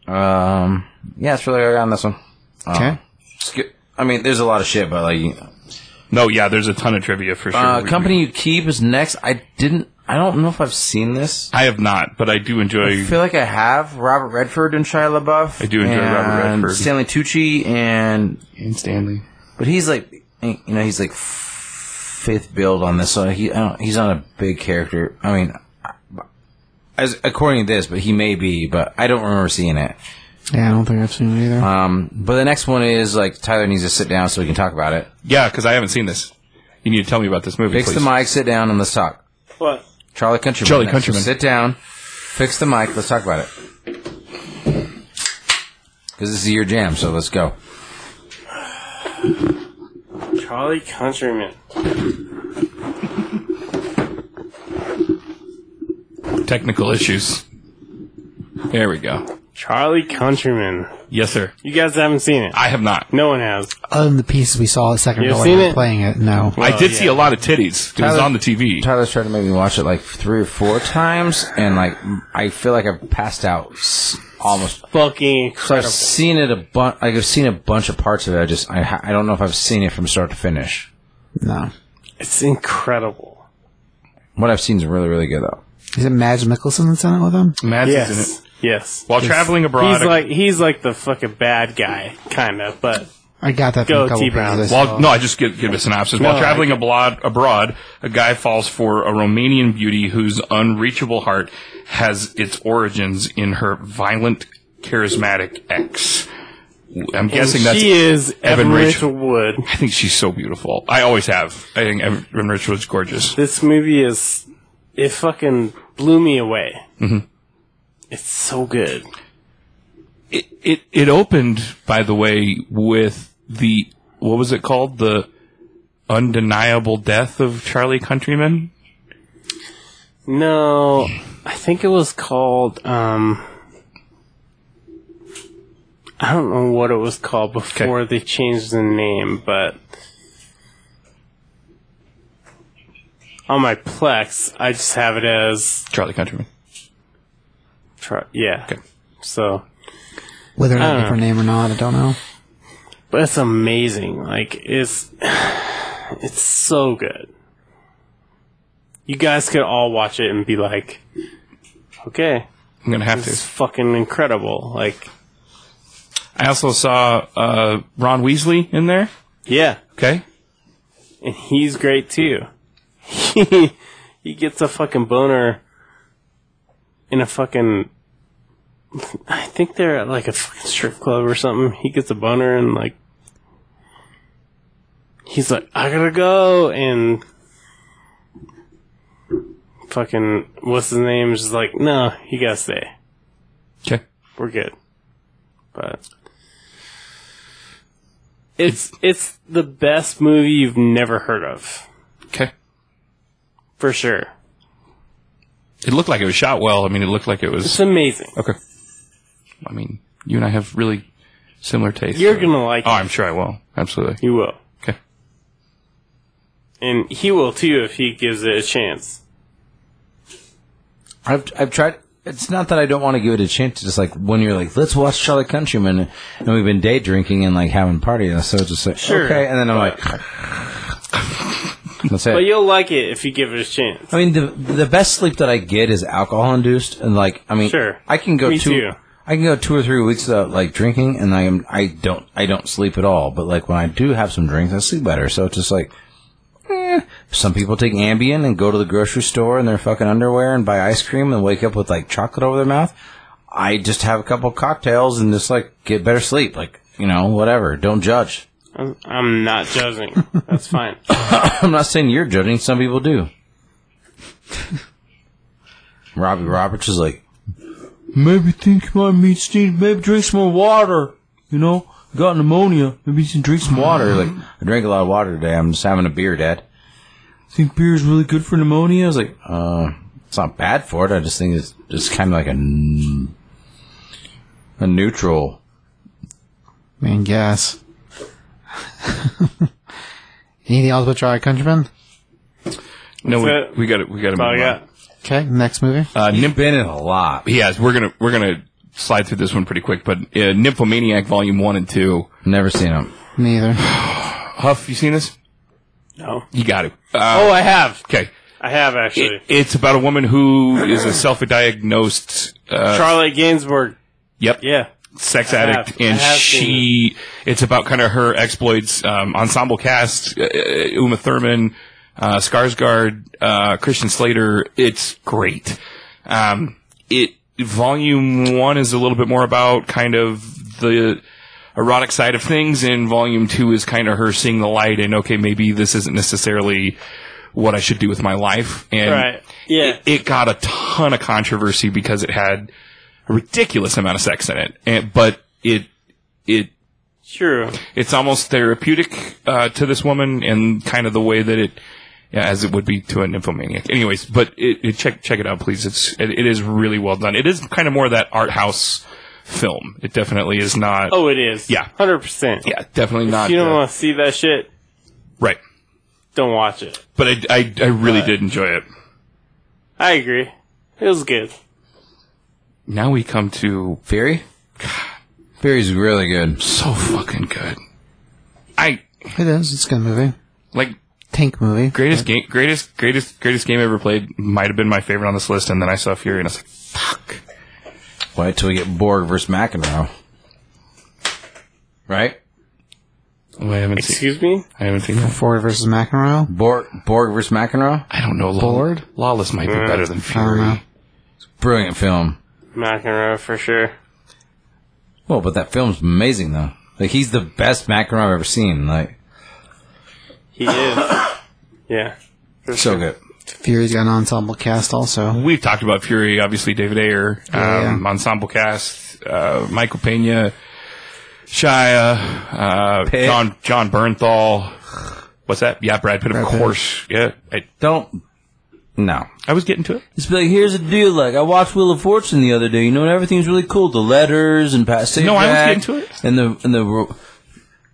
F: Um, yeah, that's really all I got on this one.
C: Uh,
D: Okay.
F: Skip- I mean, there's a lot of shit, but like, you-
B: No, yeah, there's a ton of trivia for sure.
F: uh,
B: We-
F: company you keep is next. I didn't. I don't know if I've seen this.
B: I have not, but I do
F: I
B: enjoy.
F: feel like I have Robert Redford and Shia LaBeouf.
B: I do enjoy
F: and
B: Robert Redford.
F: Stanley Tucci, and
B: And Stanley.
F: but he's like, you know, he's like fifth build on this, so he I don't, he's not a big character. I mean, as according to this, but he may be, but I don't remember seeing it.
D: Yeah, I don't think I've seen it either.
C: Uh,
F: Um, but the next one is like Tyler needs to sit down so we can talk about it.
B: Yeah, because I haven't seen this. You need to tell me about this movie.
F: Fix
B: please.
F: the mic, sit down, and let's talk.
C: what?
F: Charlie Countryman.
B: Charlie
F: next.
B: Countryman.
F: Sit down, fix the mic, let's talk about it. Because this is your jam, so let's go.
C: Charlie Countryman.
B: Technical issues. There we go.
C: Charlie Countryman.
B: Yes, sir.
C: You guys haven't seen it.
B: I have not.
C: No one has.
D: Other than the pieces we saw at second
C: You've
D: door,
C: seen
D: when we were
C: it?
D: playing it. No.
B: I did
C: yeah.
B: see a lot of titties. It was
F: Tyler-
B: on the TV.
F: Tyler's tried to make me watch it like three or four times, and like I feel like I've passed out s- almost.
C: Fucking
F: So I've
C: incredible.
F: seen it a bunch. Like I've seen a bunch of parts of it. I just I, ha- I don't know if I've seen it from start to finish.
D: No.
C: It's incredible.
F: What I've seen is really really good though.
D: Is it Mads Mikkelsen that's in it with him?
B: Mads is in
C: Yes.
B: it.
C: Yes.
B: While traveling abroad,
C: He's like he's like the fucking bad guy, kind of. But
D: I got that
C: Go,
D: from a couple
C: T-Brown.
D: people.
B: While, no, I just give, give a synopsis. While
C: No,
B: traveling abroad, abroad, a guy falls for a Romanian beauty whose unreachable heart has its origins in her violent, charismatic ex. I'm guessing that's.
C: she is
B: Evan
C: Evan,
B: Rachel.
C: Rachel Wood.
B: I think she's so beautiful. I always have. I think Evan Richard's gorgeous.
C: This movie is it fucking blew me away. Mm-hmm. It's so good.
B: It, it it opened, by the way, with the what was it called? The undeniable death of Charlie Countryman.
C: No, I think it was called. um I don't know what it was called before they changed the name, but on my Plex, I just have it as
B: Charlie Countryman.
C: Try, yeah.
B: Okay.
C: So,
D: Whether it
C: I
D: had a
C: don't
D: different name or not, I don't know.
C: but it's amazing. Like it's it's so good. You guys could all watch it and be like, okay,
B: I'm gonna have to.
C: it's fucking incredible. Like,
B: I also saw uh, Ron Weasley in there.
C: yeah,
B: Okay.
C: and he's great too. He he gets a fucking boner in a fucking. I think they're at like a fucking strip club or something. He gets a boner and like he's like, I gotta go and fucking what's his name is just like, no, you gotta stay.
B: Okay.
C: We're good. But it's it's the best movie you've never heard of.
B: Okay.
C: For sure.
B: It looked like it was shot well. I mean, it looked like it
C: It's
B: was.
C: amazing.
B: Okay. I mean, you and I have really similar tastes.
C: You're
B: so-
C: gonna like
B: Oh,
C: it.
B: I'm sure I will. Absolutely.
C: You will.
B: Okay.
C: And he will too if he gives it a chance.
F: I've I've tried. It's not that I don't want to give it a chance. It's just like when you're like, let's watch Charlotte Countryman, and we've been day drinking and like having party, and so it's just like
C: Sure.
F: okay, and then I'm like, that's it.
C: But you'll like it if you give it a chance.
F: I mean, the the best sleep that I get is alcohol induced, and like, I mean,
C: Sure.
F: I can go
C: Me
F: two,
C: too.
F: I can go two or three weeks without like drinking, and I am I don't I don't sleep at all. But like when I do have some drinks, I sleep better. So it's just like, eh. some people take Ambien and go to the grocery store in their fucking underwear and buy ice cream and wake up with like chocolate over their mouth. I just have a couple cocktails and just like get better sleep. Like you know, whatever. Don't judge.
C: I'm, I'm not judging. That's fine.
F: I'm not saying you're judging. Some people do. Robbie Roberts is like, maybe think my meat steam. Maybe drink some more water. You know, got pneumonia. Maybe you should drink some water. Like, I drank a lot of water today. I'm just having a beer, Dad. Think beer is really good for pneumonia? I was like, uh, it's not bad for it. I just think it's just kind of like a n- a neutral.
D: I mean, guess. Anything else about Charlie Countryman?
B: No,
C: That's it.
B: we, we got to We got to move
C: Oh
B: on.
C: yeah.
D: Okay, next movie.
B: Uh, Nymph-
F: Been in a lot.
B: yes, we're gonna we're gonna slide through this one pretty quick. But uh, Nymphomaniac Volume One and Two.
F: Never seen him.
D: Neither.
B: Huff, you seen this?
C: No.
B: You got it. Uh,
C: Oh I have.
B: okay.
C: I have actually.
B: It, it's about a woman who is a self-diagnosed uh,
C: Charlotte Gainsbourg.
B: yep
C: Yeah.
B: sex
C: have.
B: addict, and
C: I have
B: she. It's about kind of her exploits. Um, ensemble cast: uh, Uma Thurman, uh, Skarsgård, uh, Christian Slater. It's great. Um, it volume one is a little bit more about kind of the erotic side of things, and volume two is kind of her seeing the light and okay, maybe this isn't necessarily what I should do with my life. And
C: Right. Yeah.
B: it, it got a ton of controversy because it had a ridiculous amount of sex in it. And, but it it
C: True.
B: it's almost therapeutic uh, to this woman and kind of the way that it yeah, as it would be to a nymphomaniac. Anyways, but it, it check check it out, please. It's it, it is really well done. It is kind of more that art house film. It definitely is not.
C: Oh it is.
B: Yeah.
C: Hundred percent.
B: yeah, Uh, definitely not.
C: If you don't
B: the-
C: want to see that shit,
B: right,
C: don't watch it.
B: but I I, I really
C: Uh,
B: did enjoy it.
C: I agree. It was good.
B: Now we come to
F: Fury? Fury's really good.
B: so fucking good. I
D: It is. It's a good movie.
B: like
D: tank movie.
B: Greatest game, greatest, greatest, greatest game ever played might have been my favorite on this list, and then I saw Fury and I was like,
F: Wait till we get Borg versus McEnroe. Right?
B: oh, I haven't seen,
C: Excuse me?
B: I haven't seen that.
D: Ford versus McEnroe.
F: Borg, Borg versus McEnroe?
B: I don't know. Law-
D: Bored?
B: Lawless might be better than
D: I don't
B: Fury.
D: know.
F: Brilliant film.
C: McEnroe for sure.
F: Well, but that film's amazing though. Like he's the best McEnroe I've ever seen. Like
C: He is. yeah.
F: so good.
D: Fury's got an ensemble cast also.
B: We've talked about Fury, obviously David Ayer,
D: Yeah,
B: um, ensemble cast, uh, Michael Pena, Shia, uh,
F: Pitt.
B: John John Bernthal. What's that? Yeah, Brad Pitt, of
D: Pitt.
B: course. Yeah, I,
F: Don't. No.
B: I was getting to it.
F: It's like here's the deal. Like I watched Wheel of Fortune the other day. You know, and everything's really cool. The letters and Pat
B: No, I was
F: Sajak
B: getting to it.
F: And the and the ro-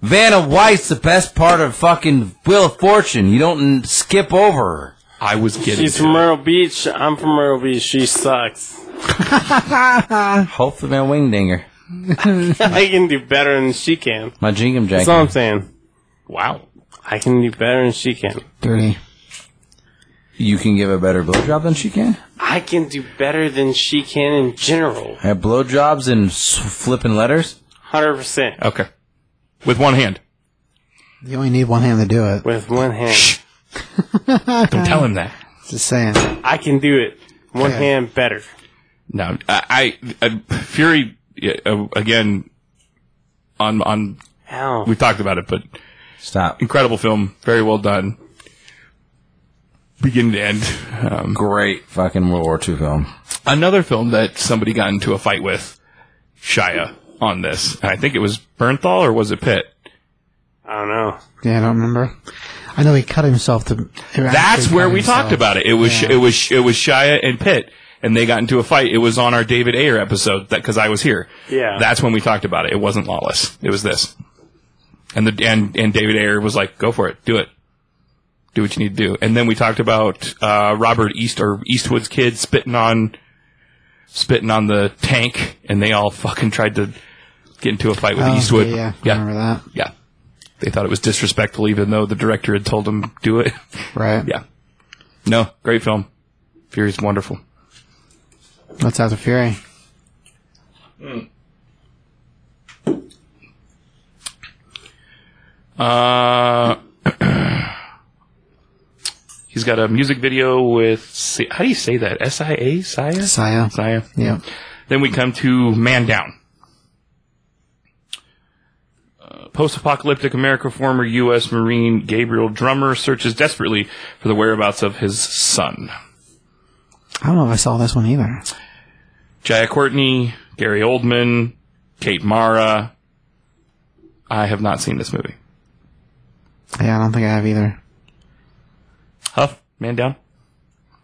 F: Vanna White's the best part of fucking Wheel of Fortune. You don't n- skip over. her.
B: I was getting
C: She's
B: to
C: from
B: it.
C: Myrtle Beach. I'm from Myrtle Beach. She sucks.
F: Hopefully, my wingdinger,
C: I can do better than she can.
F: my jingum
C: That's all I'm
F: jankum.
C: saying.
B: Wow.
C: I can do better than she can.
D: Dirty.
F: You can give a better blowjob than she can.
C: I can do better than she can in general.
F: I have blowjobs and s- flipping letters.
C: 100%.
B: Okay. With one hand.
D: You only need one hand to do it.
C: With one hand.
B: Don't tell him that.
D: Just saying.
C: I can do it. One
D: Yeah.
C: hand better.
B: No, I, I, I Fury yeah, uh, again. On on
C: Ow.
B: we've talked about it, but
F: Stop.
B: incredible film, very well done, beginning to end. Um,
F: Great fucking World War II film.
B: another film that somebody got into a fight with Shia on this, and I think it was Bernthal or was it Pitt?
C: I don't know.
D: Yeah, I don't remember. I know he cut himself to.
B: That's where we talked about it. It was it was it was Shia and Pitt, and they got into a fight. It was on our David Ayer episode that because I was here.
C: Yeah.
B: that's when we talked about it. It wasn't Lawless. It was this, and the and and David Ayer was like, "Go for it, do it." Do what you need to do, and then we talked about uh, Robert East or Eastwood's kid spitting on, spitting on the tank, and they all fucking tried to get into a fight with
D: Oh,
B: Eastwood.
D: Yeah, yeah, I
B: yeah,
D: remember that.
B: yeah. They thought it was disrespectful, even though the director had told them do it.
D: Right.
B: Yeah. No, great film. Fury's wonderful.
D: What's after Fury?
B: Uh, he's got a music video with Si- how do you say that? S I A Sia
D: Saya.
B: Sia.
D: Yeah.
B: Then we come to Man Down. Uh, Post-apocalyptic America, former U.S. Marine Gabriel Drummer searches desperately for the whereabouts of his son.
D: I don't know if I saw this one either.
B: Jaya Courtney, Gary Oldman, Kate Mara. I have not seen this movie.
D: Yeah, I don't think I have either.
B: Huff, man down.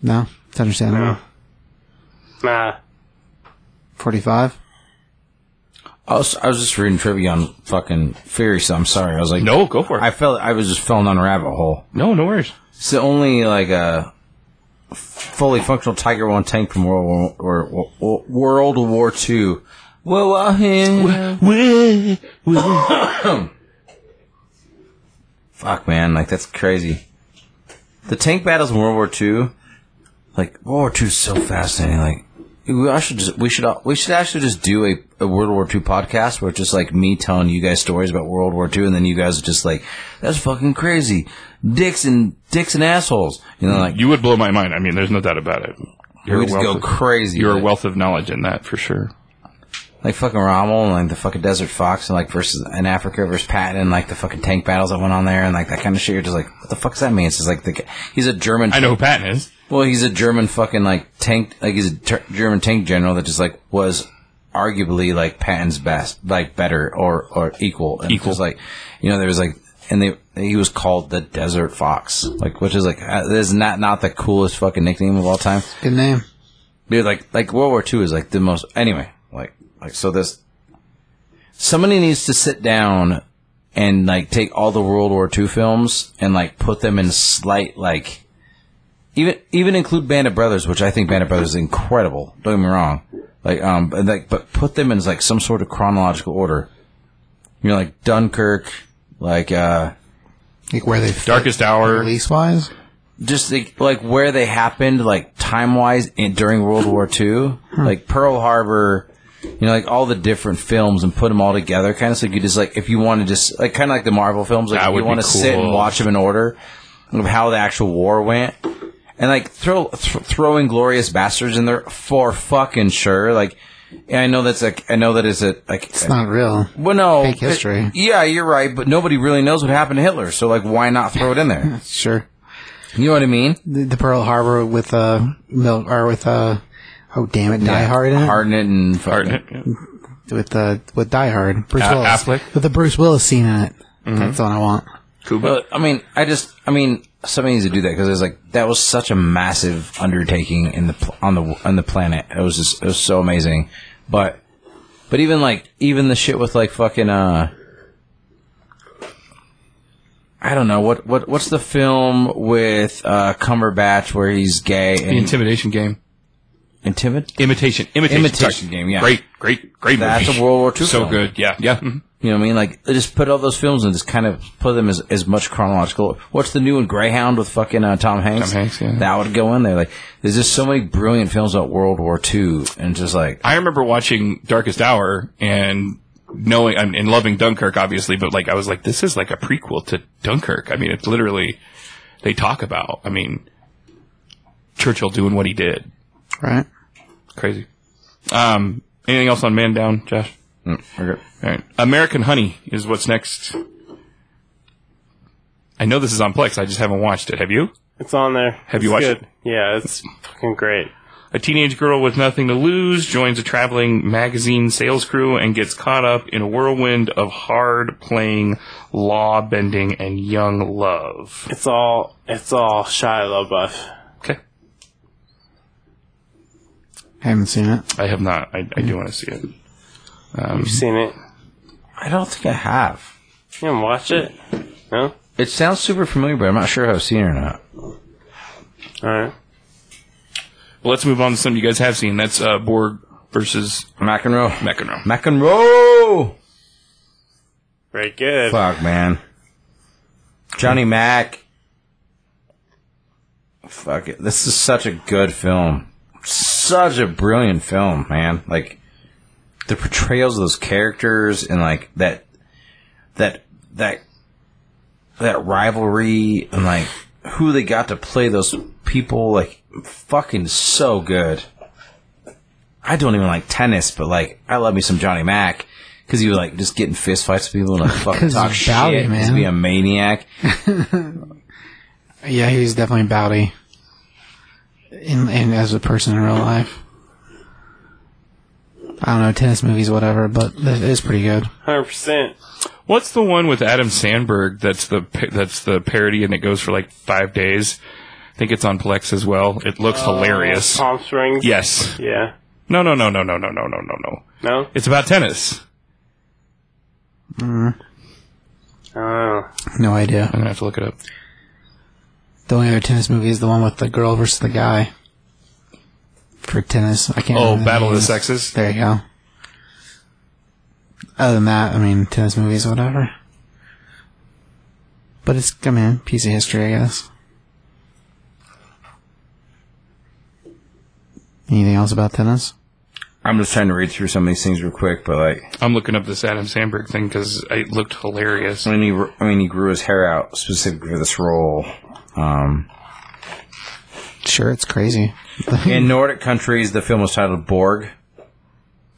D: No, it's understandable.
C: No. Nah.
D: 45.
F: I was, I was just reading trivia on fucking Fury, so I'm sorry. I was like,
B: No, go for it.
F: I felt I was just falling down a rabbit hole.
B: no, no worries.
F: It's the only like uh, fully functional Tiger One tank from World War or, or- World War Two. Well, well, yeah. Fuck, man, like that's crazy. The tank battles in World War Two, like World War Two, is so fascinating. Like, we I should just we should all- we should actually just do a, a World War Two podcast where it's just like me telling you guys stories about World War Two, and then you guys are just like, "That's fucking crazy, dicks and dicks and assholes," you know, like
B: You would blow my mind. I mean, there's no doubt about it. You're
F: we just go crazy.
B: You're a
F: like-
B: wealth of knowledge in that for sure.
F: like fucking Rommel and like the fucking Desert Fox and like versus in Africa versus Patton and like the fucking tank battles that went on there and like that kind of shit. You're just like, what the fuck does that mean? It's just like the g- he's a German.
B: I know who Patton is.
F: Well, he's a German fucking like tank. Like he's a ter- German tank general that just like was arguably like Patton's best, like better or or equal. And
B: Equal.
F: Just, like you know, there was like. And they, he was called the Desert Fox, like, which is like, uh, this is not not the coolest fucking nickname of all time.
D: Good name.
F: Dude, like like World War II is like the most anyway, like like so this somebody needs to sit down and like take all the World War II films and like put them in slight like even even include Band of Brothers, which I think Band of Brothers is incredible. Don't get me wrong. Like um but like but put them in like some sort of chronological order. You know, like Dunkirk, like uh
D: Like where they fit
B: Darkest Hour.
D: release wise.
F: just like, like where they happened, like time wise, during World War II,
D: Hmm.
F: like Pearl Harbor, you know, like all the different films and put them all together, kind of. So you just like if you want to just like kind of like the Marvel films, like
B: That
F: if
B: would
F: you
B: be
F: want to sit and
B: cool.
F: watch them in order of how the actual war went, and like throw th- throwing glorious bastards in there for fucking sure, like. And I know that's like I know that is a like
D: It's not real.
F: well, no,
D: Fake history.
F: it- yeah, you're right, but nobody really knows what happened to Hitler, so like, why not throw it in there?
D: Sure.
F: You know what I mean?
D: The, the Pearl Harbor with uh milk or with uh oh damn it, Die Hard in it
F: Harden it and fucking-
D: with uh with Die Hard. Bruce
B: A-
D: Willis
B: Affleck?
D: with the Bruce Willis scene in it. That's the one I want.
F: Well, I mean, I just, I mean, somebody needs to do that because it's like that was such a massive undertaking in the pl- on the on the planet. It was just, it was so amazing. But, but even like, even the shit with like fucking, uh, I don't know what what what's the film with uh Cumberbatch where he's gay
B: The
F: and
B: Intimidation Game.
F: timid?
B: Imitation. Imitation,
F: Imitation
B: sorry.
F: Game, yeah.
B: Great, great, great
F: That's
B: movie.
F: a World War
B: So
F: II film. Mm-hmm.
B: good, yeah. Yeah. Mhm.
F: You know what I mean? Like, just put all those films and just kind of put them as, as much chronological. What's the new one, Greyhound with fucking uh, Tom Hanks?
B: Tom Hanks, yeah.
F: That would go in there. Like, there's just so many brilliant films about World War II, and just like,
B: I remember watching Darkest Hour and knowing and and loving Dunkirk, obviously, but like I was like, this is like a prequel to Dunkirk. I mean, it's literally they talk about. I mean, Churchill doing what he did.
D: Right?
B: Crazy. Um, anything else on Man Down, Josh?
F: okay.
B: All right. American Honey is what's next. I know this is on Plex. I just haven't watched it. Have you?
C: It's on there.
B: Have
C: It's
B: you watched
C: good.
B: it?
C: Yeah, it's fucking great.
B: A teenage girl with nothing to lose joins a traveling magazine sales crew and gets caught up in a whirlwind of hard playing, law bending, and young love.
C: It's all it's all Shia LaBeouf.
B: Okay.
D: I haven't seen it.
B: I have not. I, I do want to see it.
C: You've seen it.
F: I don't think I have.
C: You haven't watched it? No.
F: It sounds super familiar, but I'm not sure if I've seen it or not.
C: All right.
B: Well, let's move on to something you guys have seen. That's uh, Borg versus
F: McEnroe.
B: McEnroe.
F: McEnroe!
C: Very good.
F: Fuck, man. Johnny Mac. Fuck it. This is such a good film. Such a brilliant film, man. Like the portrayals of those characters and like that that that that rivalry and like who they got to play those people like fucking so good. I don't even like tennis, but like I love me some Johnny Mac because he was like just getting fist fights with people and like fucking
D: 'Cause
F: talk
D: he's
F: shit,
D: bowdy,
F: man.
D: man.
F: be a maniac.
D: Yeah, he's definitely bowdy. In, in as a person in real life. I don't know, tennis movies, whatever, but it is pretty good.
C: Hundred percent.
B: What's the one with Adam Sandberg? That's the pa- that's the parody, and it goes for like five days. I think it's on Plex as well. It looks hilarious.
C: Palm Springs.
B: Yes.
C: Yeah.
B: No. No. No. No. No. No. No. No. No. No.
C: No.
B: It's about tennis.
C: Oh.
D: No idea.
B: I'm gonna have to look it up.
D: The only other tennis movie is the one with the girl versus the guy for tennis. I can't.
B: Oh,
D: remember
B: Battle of the
D: names.
B: Sexes.
D: There you go. Other than that, I mean, tennis movies, whatever. But it's, I mean, piece of history, I guess. Anything else about tennis?
F: I'm just trying to read through some of these things real quick, but like
B: I'm looking up this Adam Sandberg thing because it looked hilarious.
F: I mean, he I mean he grew his hair out specifically for this role. Um,
D: Sure, it's crazy.
F: in Nordic countries, the film was titled Borg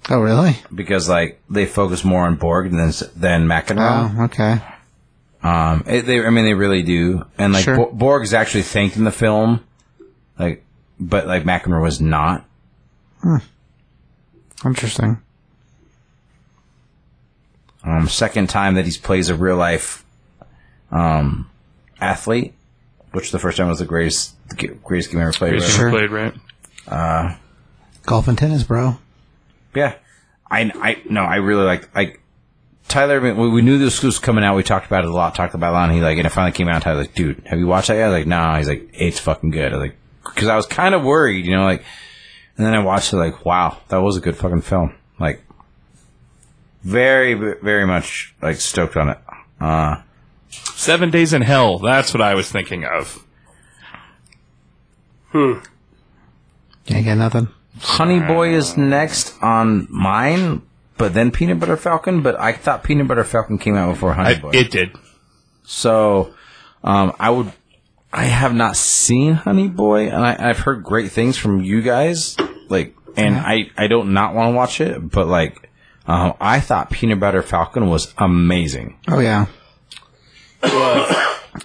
D: Oh, really?
F: because like they focus more on Borg than than McEnroe.
D: Oh, okay.
F: Um, it, they, I mean, they really do. And like
D: Sure.
F: Bo- Borg is actually thanked in the film, like, but like McEnroe was not.
D: Interesting.
F: Um, second time that he plays a real life, um, athlete, which the first time was the greatest, the g- greatest game I ever played.
B: Here's
F: right?
B: who played right.
D: Golf and tennis, bro.
F: Yeah, I, I, no, I really like like Tyler. We, we knew this was coming out. We talked about it a lot. Talked about it a lot. And he like, and it finally came out. Tyler's like, dude, have you watched that yet? I was like, nah. He's like, it's fucking good. I was like, because I was kind of worried, you know, like. And then I watched it, like, wow, that was a good fucking film. Like, very, very much like stoked on it. Uh,
B: Seven Days in Hell. That's what I was thinking of.
D: I got nothing.
F: Honey Boy is next on mine, but then Peanut Butter Falcon. But I thought Peanut Butter Falcon came out before Honey
B: I,
F: Boy.
B: it did.
F: so um, I would. I have not seen Honey Boy, and I, I've heard great things from you guys. Like, and I I don't not want to watch it, but like, um, I thought Peanut Butter Falcon was amazing.
D: Oh yeah.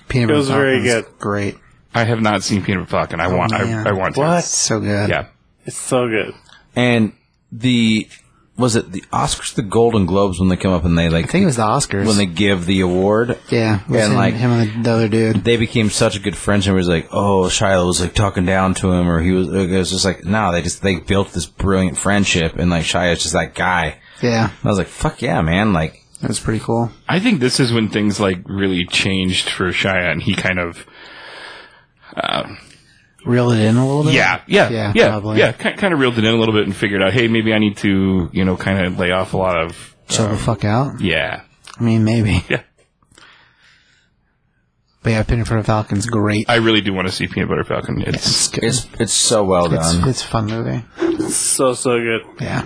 D: Peanut butter
C: was very
D: Falcon's
C: good.
D: Great.
B: I have not seen Peanut Butter Falcon. I want.
D: man.
B: I, I want to.
D: So good.
B: Yeah.
C: It's so good.
F: And the was it the Oscars, the Golden Globes when they come up and they like
D: I think it was the Oscars.
F: when they give the award.
D: yeah, it was
F: and,
D: him,
F: like-
D: him and the, the other dude.
F: They became such good friends, and it was like, oh, Shiloh was like talking down to him, or he was. It was just like, no, they just they built this brilliant friendship, and like Shiloh's just that guy.
D: Yeah,
F: I was like, fuck yeah, man! Like,
D: that was pretty cool.
B: I think this is when things like really changed for Shia, and he kind of
D: Reel it in a little bit.
B: yeah, yeah,
D: Yeah,
B: yeah, yeah,
D: probably.
B: ki- kind of reeled it in a little bit and figured out, hey, maybe I need to, you know, kind of lay off a lot of
D: Chill the fuck out.
B: yeah.
D: I mean, maybe.
B: Yeah.
D: But yeah, Peanut Butter Falcon's great.
B: I really do want to see Peanut Butter Falcon. It's
D: It's good.
F: it's it's so well
D: it's,
F: done.
D: it's a fun movie.
C: So so good.
D: Yeah.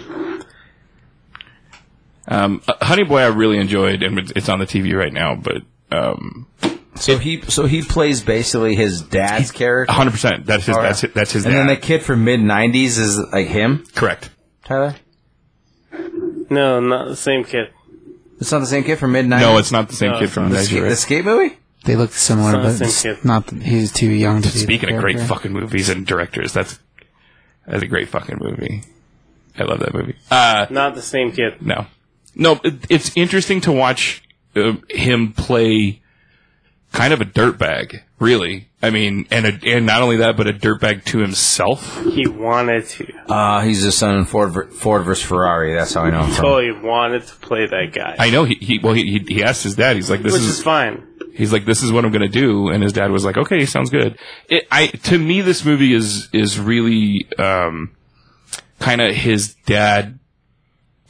B: um, uh, Honey Boy. I really enjoyed, and it's- it's on the TV right now. But um,
F: so he so he plays basically his dad's character,
B: 100. percent That's his.
F: Oh, yeah.
B: That's his, that's his.
F: and
B: dad.
F: then the kid from mid '90s is like him,
B: correct.
F: Tyler.
C: No, not the same kid.
F: It's not the same kid from mid '90s.
B: No, it's not the same kid from
F: the,
B: the
F: skate, the skate movie.
D: They look similar,
C: It's not the
D: but
C: same
D: it's
C: kid.
D: not. that he's too young to be. the
B: Speaking of great
D: character.
B: fucking movies and directors, that's that's a great fucking movie. I love that movie. Uh,
C: Not the same kid.
B: no, no, it, it's interesting to watch uh, him play kind of a dirtbag. Really, I mean, and a, and not only that, but a dirtbag to himself.
C: He wanted to.
F: Uh, he's the son in Ford ver- Ford versus Ferrari. That's how I know him from.
C: Oh, he wanted to play that guy,
B: I know he, he well he, he he asked his dad. He's like, this
C: which
B: is
C: is fine.
B: he's like this is what i'm going to do and his dad was like okay sounds good it, i to me this movie is is really um kind of his dad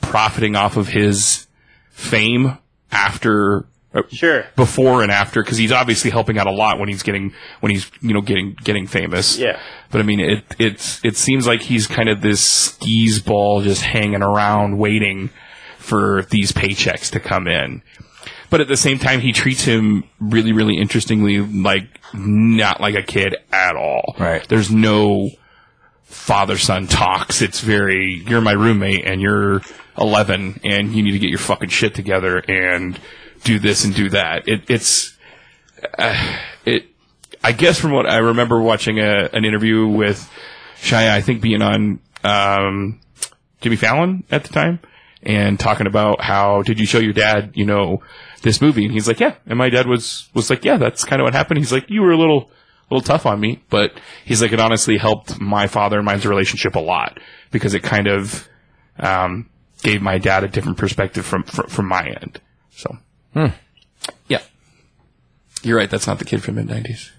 B: profiting off of his fame after uh,
C: Sure.
B: before and after because he's obviously helping out a lot when he's getting when he's you know getting getting famous
C: Yeah.
B: but i mean it it's it seems like he's kind of this skis ball just hanging around waiting for these paychecks to come in but at the same time he treats him really really interestingly like not like a kid at all
F: Right.
B: there's no father son talks it's very you're my roommate and you're 11 and you need to get your fucking shit together and do this and do that it, it's uh, it i guess from what i remember watching a, an interview with shia i think being on um, Jimmy Fallon at the time and talking about how did you show your dad, you know, this movie? And he's like, yeah. And my dad was was like, yeah, that's kind of what happened. He's like, you were a little little tough on me, but he's like, it honestly helped my father and mine's relationship a lot because it kind of um, gave my dad a different perspective from from, from my end. So, yeah, you're right. That's not the kid from mid '90s.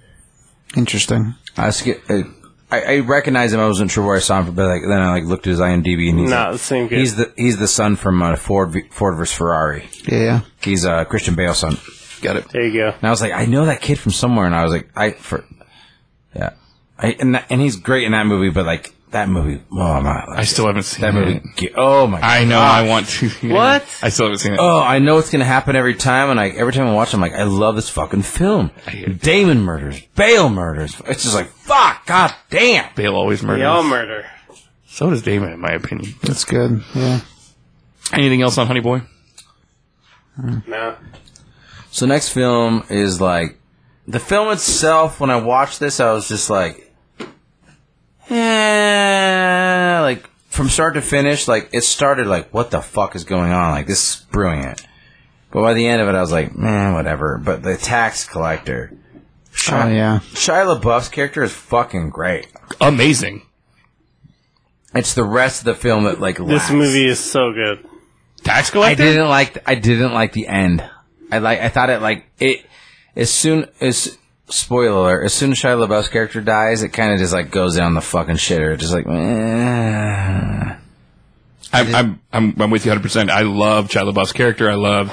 D: Interesting.
F: I, sk- uh, I I recognize him. I wasn't sure where I saw him, from, but like then I like looked at his IMDb and he's
C: Not
F: like-
C: the same kid.
F: he's the he's the son from uh, Ford v- Ford versus Ferrari.
D: Yeah, yeah.
F: He's uh, Christian Bale's son.
B: Got it.
C: there you go.
F: And I was like, I know that kid from somewhere, and I was like, I for yeah, I, and that, and he's great in that movie, but like that movie, oh my,
B: I still haven't seen
F: that movie,
B: it.
F: ge- oh my,
B: I know. I want to.
C: What?
B: I still haven't seen it.
F: Oh, I know it's gonna happen every time, and I every time I watch, it, I'm like, I love this fucking film. Damon murders, Bale murders. It's just like, fuck, god damn.
B: Bale always murders.
C: They all murder.
B: So does Damon, in my opinion.
D: That's good. Yeah.
B: Anything else on Honey Boy?
C: No.
F: So next film is like the film itself. When I watched this, I was just like, eh, like from start to finish, like it started like what the fuck is going on? Like this is brilliant. But by the end of it, I was like, man, whatever. But the tax collector,
D: Oh yeah.
F: Shia LaBeouf's character is fucking great.
B: Amazing.
F: It's the rest of the film that like
C: This
F: lacks.
C: movie is so good.
B: Tax
F: I
B: collector.
F: didn't like. I didn't like the end. I like. I thought it like it. As soon as spoiler alert, as soon as Shia LaBeouf's character dies, it kind of just like goes down the fucking shitter. It's Just like, eh.
B: I'm, I'm I'm I'm with you 100. percent I love Shia LaBeouf's character. I love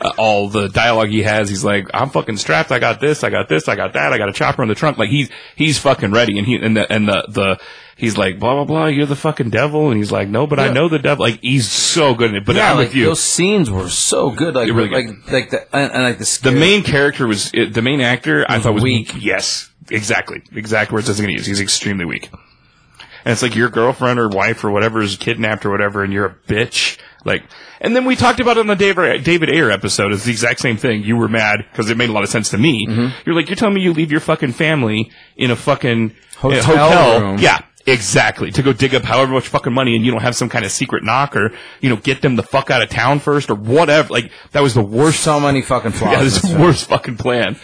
B: uh, all the dialogue he has. He's like, "I'm fucking strapped. I got this. I got this. I got that. I got a chopper in the trunk." Like he's he's fucking ready. And he and the and the the he's like, "Blah blah blah. You're the fucking devil." And he's like, "No, but I know the devil." Like he's so good in it. But
F: Yeah,
B: I'm
F: like
B: with you.
F: those scenes were so good. Like,
B: They're really
F: like, like the and, and like the
B: The
F: scare-
B: main character was it, the main actor. I thought was
F: Mm-hmm. weak.
B: Yes, exactly. Exact words I was going to use. He's extremely weak. And it's like your girlfriend or wife or whatever is kidnapped or whatever, and you're a bitch. Like, and then we talked about it on the David, David Ayer episode. It's the exact same thing. You were mad because it made a lot of sense to me.
F: Mm-hmm.
B: You're like, you're telling me you leave your fucking family in a fucking
F: Hotel
B: uh, hotel.
F: room.
B: Yeah, exactly. To go dig up however much fucking money, and you don't have some kind of secret knock or you know get them the fuck out of town first or whatever. Like that was the worst
F: so many fucking flaws.
B: yeah,
F: in
B: this
F: this
B: is the
F: film.
B: worst fucking plan.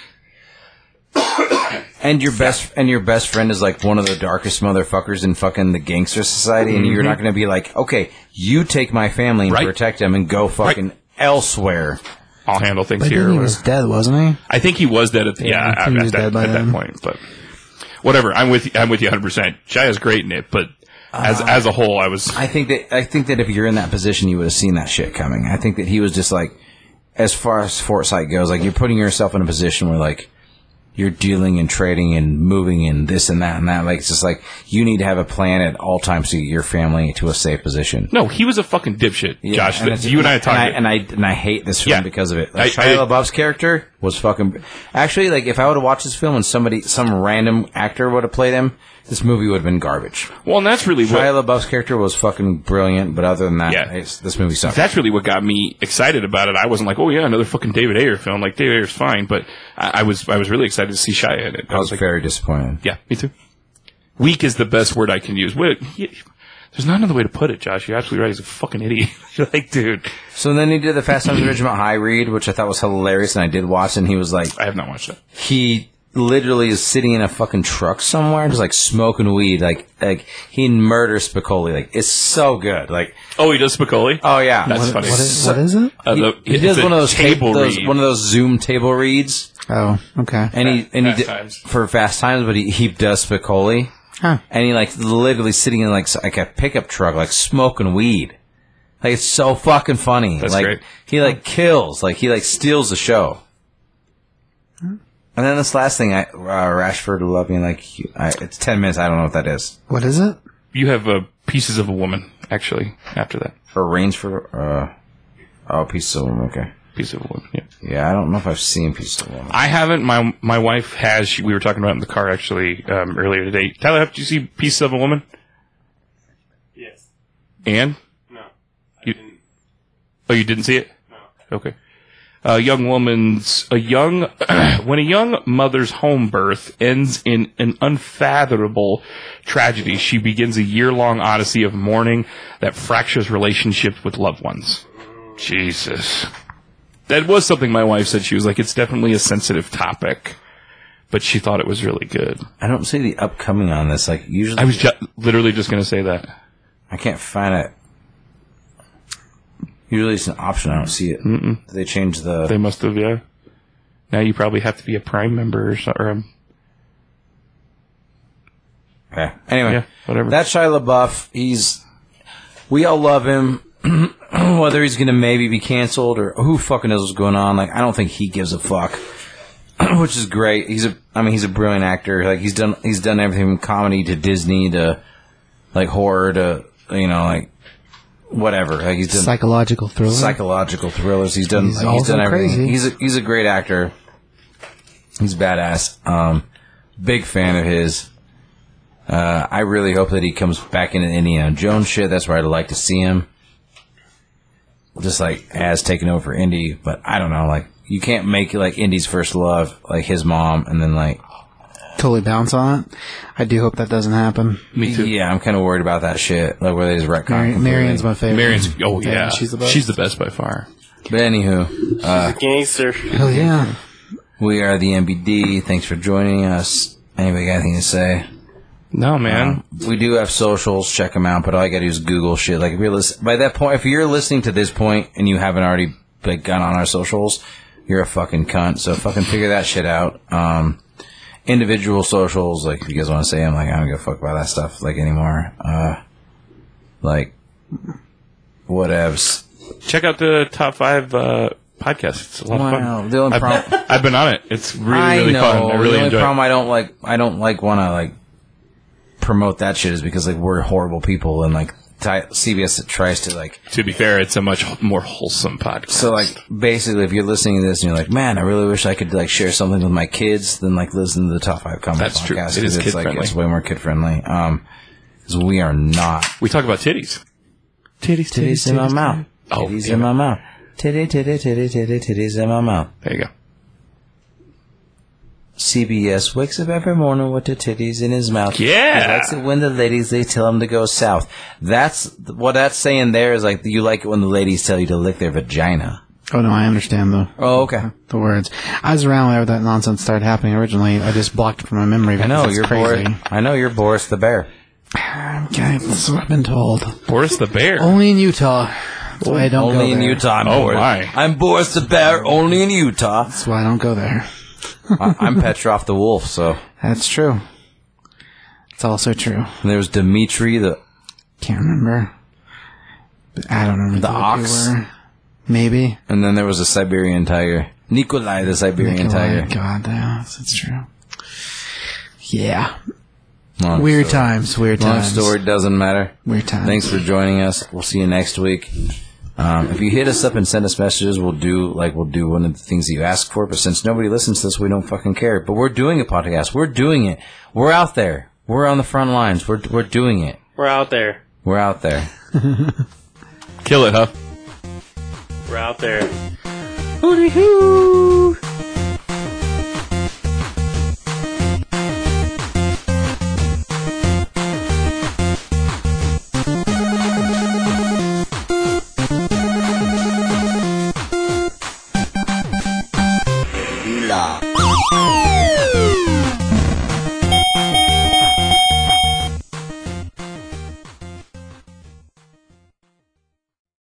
F: And your best and your best friend is like one of the darkest motherfuckers in fucking the gangster society, and you're not going to be like, okay, you take my family and
B: Mm-hmm. Right.
F: protect them and go fucking elsewhere.
B: I'll handle things
D: I
B: here.
D: think he
B: or-
D: was dead, wasn't
B: I think he was dead at the, yeah,
D: I
B: at,
D: think he was
B: that,
D: dead by
B: at that
D: then.
B: point, but whatever. I'm with you, I'm with you 100. percent Jaya's great in it, but as as a whole, I was
F: I think that I think that if you're in that position, you would have seen that shit coming. I think that he was just like, as far as foresight goes, like you're putting yourself in a position where like you're dealing and trading and moving and this and that and that. Like it's just like you need to have a plan at all times to get your family to a safe position.
B: no, he was a fucking dipshit,
F: Yeah,
B: Josh.
F: and
B: that-
F: it's-
B: you and I talked.
F: And I, and I and I hate this film
B: Yeah.
F: because of it. Like,
B: I-
F: Shia
B: I-
F: LaBeouf's character was fucking. Actually, like if I would have watched this film and somebody, some random actor would have played him, this movie would have been garbage.
B: well, and that's really what
F: Shia LaBeouf's character was fucking brilliant, but other than that,
B: Yeah.
F: it's, this movie sucks.
B: that's really what got me excited about it. I wasn't like, oh yeah, another fucking David Ayer film. Like David Ayer's fine, but I, I was I was really excited to see Shia in it.
F: I was
B: like,
F: very disappointed.
B: yeah, me too. Weak is the best word I can use. Wait, he- there's not another way to put it, Josh. You're absolutely right. He's a fucking idiot. You're like, dude.
F: So then he did the Fast Times at Ridgemont High read, which I thought was hilarious, and I did watch, and he was like,
B: I have not watched that.
F: he literally is sitting in a fucking truck somewhere, just like smoking weed, like like he murders Spicoli. Like it's so good. Like
B: Oh, he does Spicoli.
F: oh yeah,
B: That's
F: One-
B: funny.
D: he? What- what is it?
B: Uh,
F: He,
B: the-
F: he
B: it's
F: does
B: a
F: one of those
B: table
F: table those,
B: read.
F: one of those Zoom table reads,
D: Oh, okay.
F: and he and he
B: Fast
F: di-
B: Times.
F: for Fast Times, but he, he does Spicoli,
D: Huh.
F: and he like literally sitting in like s- like a pickup truck, like smoking weed. Like it's so fucking funny.
B: That's
F: like
B: great.
F: he like kills, like he like steals the show. And then this last thing, I uh, Rashford will love me like you- I, it's ten minutes. I don't know what that is.
D: What is it?
B: you have uh, pieces of a woman actually. After that,
F: For Rainsford, uh, oh, Peace of Woman. Okay,
B: piece of a woman. Yeah.
F: yeah, I don't know if I've seen Peace of Woman.
B: I haven't. My my wife has. She, we were talking about it in the car actually um, earlier today. Tyler, have you see pieces of a woman?
C: Yes.
B: Anne?
C: No.
B: You- Oh, you didn't see it? No. Okay. A young woman's a young when a young mother's home birth ends in an unfathomable tragedy, she begins a year-long odyssey of mourning that fractures relationships with loved ones. Jesus. That was something my wife said. She was like, "It's definitely a sensitive topic," but she thought it was really good.
F: I don't see the upcoming on this. Like usually,
B: I was ju- literally just going to say that.
F: I can't find it. Usually it's an option. I don't see it. They change the.
B: They must have, yeah. Now you probably have to be a Prime member or so, or um,
F: Okay. Anyway,
B: Yeah, whatever.
F: That's Shia LaBeouf. He's. We all love him. Whether he's going to maybe be canceled or who fucking knows what's going on. Like I don't think he gives a fuck. Which is great. He's a. I mean, he's a brilliant actor. Like he's done. He's done everything from comedy to Disney to, like horror to you know like, whatever. Like he's done.
D: Psychological thriller.
F: psychological thrillers. He's done.
D: He's
F: He's,
D: also
F: done everything.
D: crazy.
F: He's a, he's a great actor. He's badass. Um, big fan of his. Uh, I really hope that he comes back into Indiana Jones shit. That's where I'd like to see him. Just like as taking over Indy, but I don't know. Like you can't make like Indy's first love like his mom, and then like
D: totally bounce on it. I do hope that doesn't happen.
B: me too.
F: yeah, I'm kind of worried about that shit. Like where they just retcon.
D: Mar-
F: completely.
D: Marion's my favorite.
B: Marion's oh yeah,
D: she's the best.
B: by far.
F: But anywho,
C: He's a gangster.
D: Hell yeah.
F: we are the MBD. Thanks for joining us. Anybody got anything to say?
B: No man,
F: We do have socials. Check them out. But all you got to do is Google shit. Like if you're listen- by that point, if you're listening to this point and you haven't already like gone on our socials, you're a fucking cunt. So fucking figure that shit out. Um, individual socials, like if you guys want to say, I'm like I don't give a fuck about that stuff like anymore. Uh, like whatevs.
B: check out the top five uh, podcast. It's a lot of
F: Wow,
B: fun.
F: the only
B: I've,
F: problem-
B: I've been on it. It's really,
F: I
B: really
F: know.
B: fun. I really
F: the only
B: enjoy
F: problem I don't like I don't like want to like promote that shit is because like we're horrible people and like ti- CBS tries to like
B: it. To be fair, it's a much wh- more wholesome podcast.
F: so like basically if you're listening to this and you're like man I really wish I could like share something with my kids then like listen to the top five comedy
B: That's
F: podcast
B: true. It is
F: it's like
B: kid-friendly.
F: it's way more kid friendly. Um, 'cause we are not
B: we talk about titties.
F: titties titties in my mouth
B: Oh,
F: titties
B: damn
F: in
B: it.
F: my mouth titty titty titty titty titties in my mouth.
B: There you go.
F: CBS wakes up every morning with the titties in his mouth.
B: Yeah.
F: He likes it when the ladies they tell him to go south. That's what that's saying there is like you like it when the ladies tell you to lick their vagina.
D: Oh no, I understand the
F: Oh, okay.
D: the words. I was around whenever that nonsense started happening originally. I just blocked it from my memory.
F: I know
D: because it's
F: you're
D: crazy.
F: Boris. I know you're Boris the bear.
D: Okay, that's what I've been told.
B: Boris the Bear.
F: Oh.
D: Only in Utah. That's why I don't go
F: only in
D: there.
F: Utah. I'm
B: Oh,
F: Boris.
B: my.
F: I'm Boris the bear. Only in Utah.
D: That's why I don't go there.
F: I, I'm Petrov the wolf. So
D: That's true. It's also true.
F: and there's Dimitri the
D: Can't remember. But I don't remember.
F: The
D: who they
F: ox?
D: were. Maybe.
F: and then there was a Siberian tiger. Nikolai the Siberian
D: Nikolai.
F: tiger.
D: God, yes, that's true. Yeah.
F: Long
D: Weird
F: story.
D: times. Weird
F: Long
D: times.
F: story doesn't matter.
D: Weird times.
F: Thanks for joining us. We'll see you next week. Um, if you hit us up and send us messages, we'll do like we'll do one of the things that you ask for. But since nobody listens to this, we don't fucking care. But we're doing a podcast. We're doing it. We're out there. We're on the front lines. We're we're doing it.
C: We're out there.
F: We're out there.
B: Kill it, huh?
C: We're out there.
D: Hootie hoo.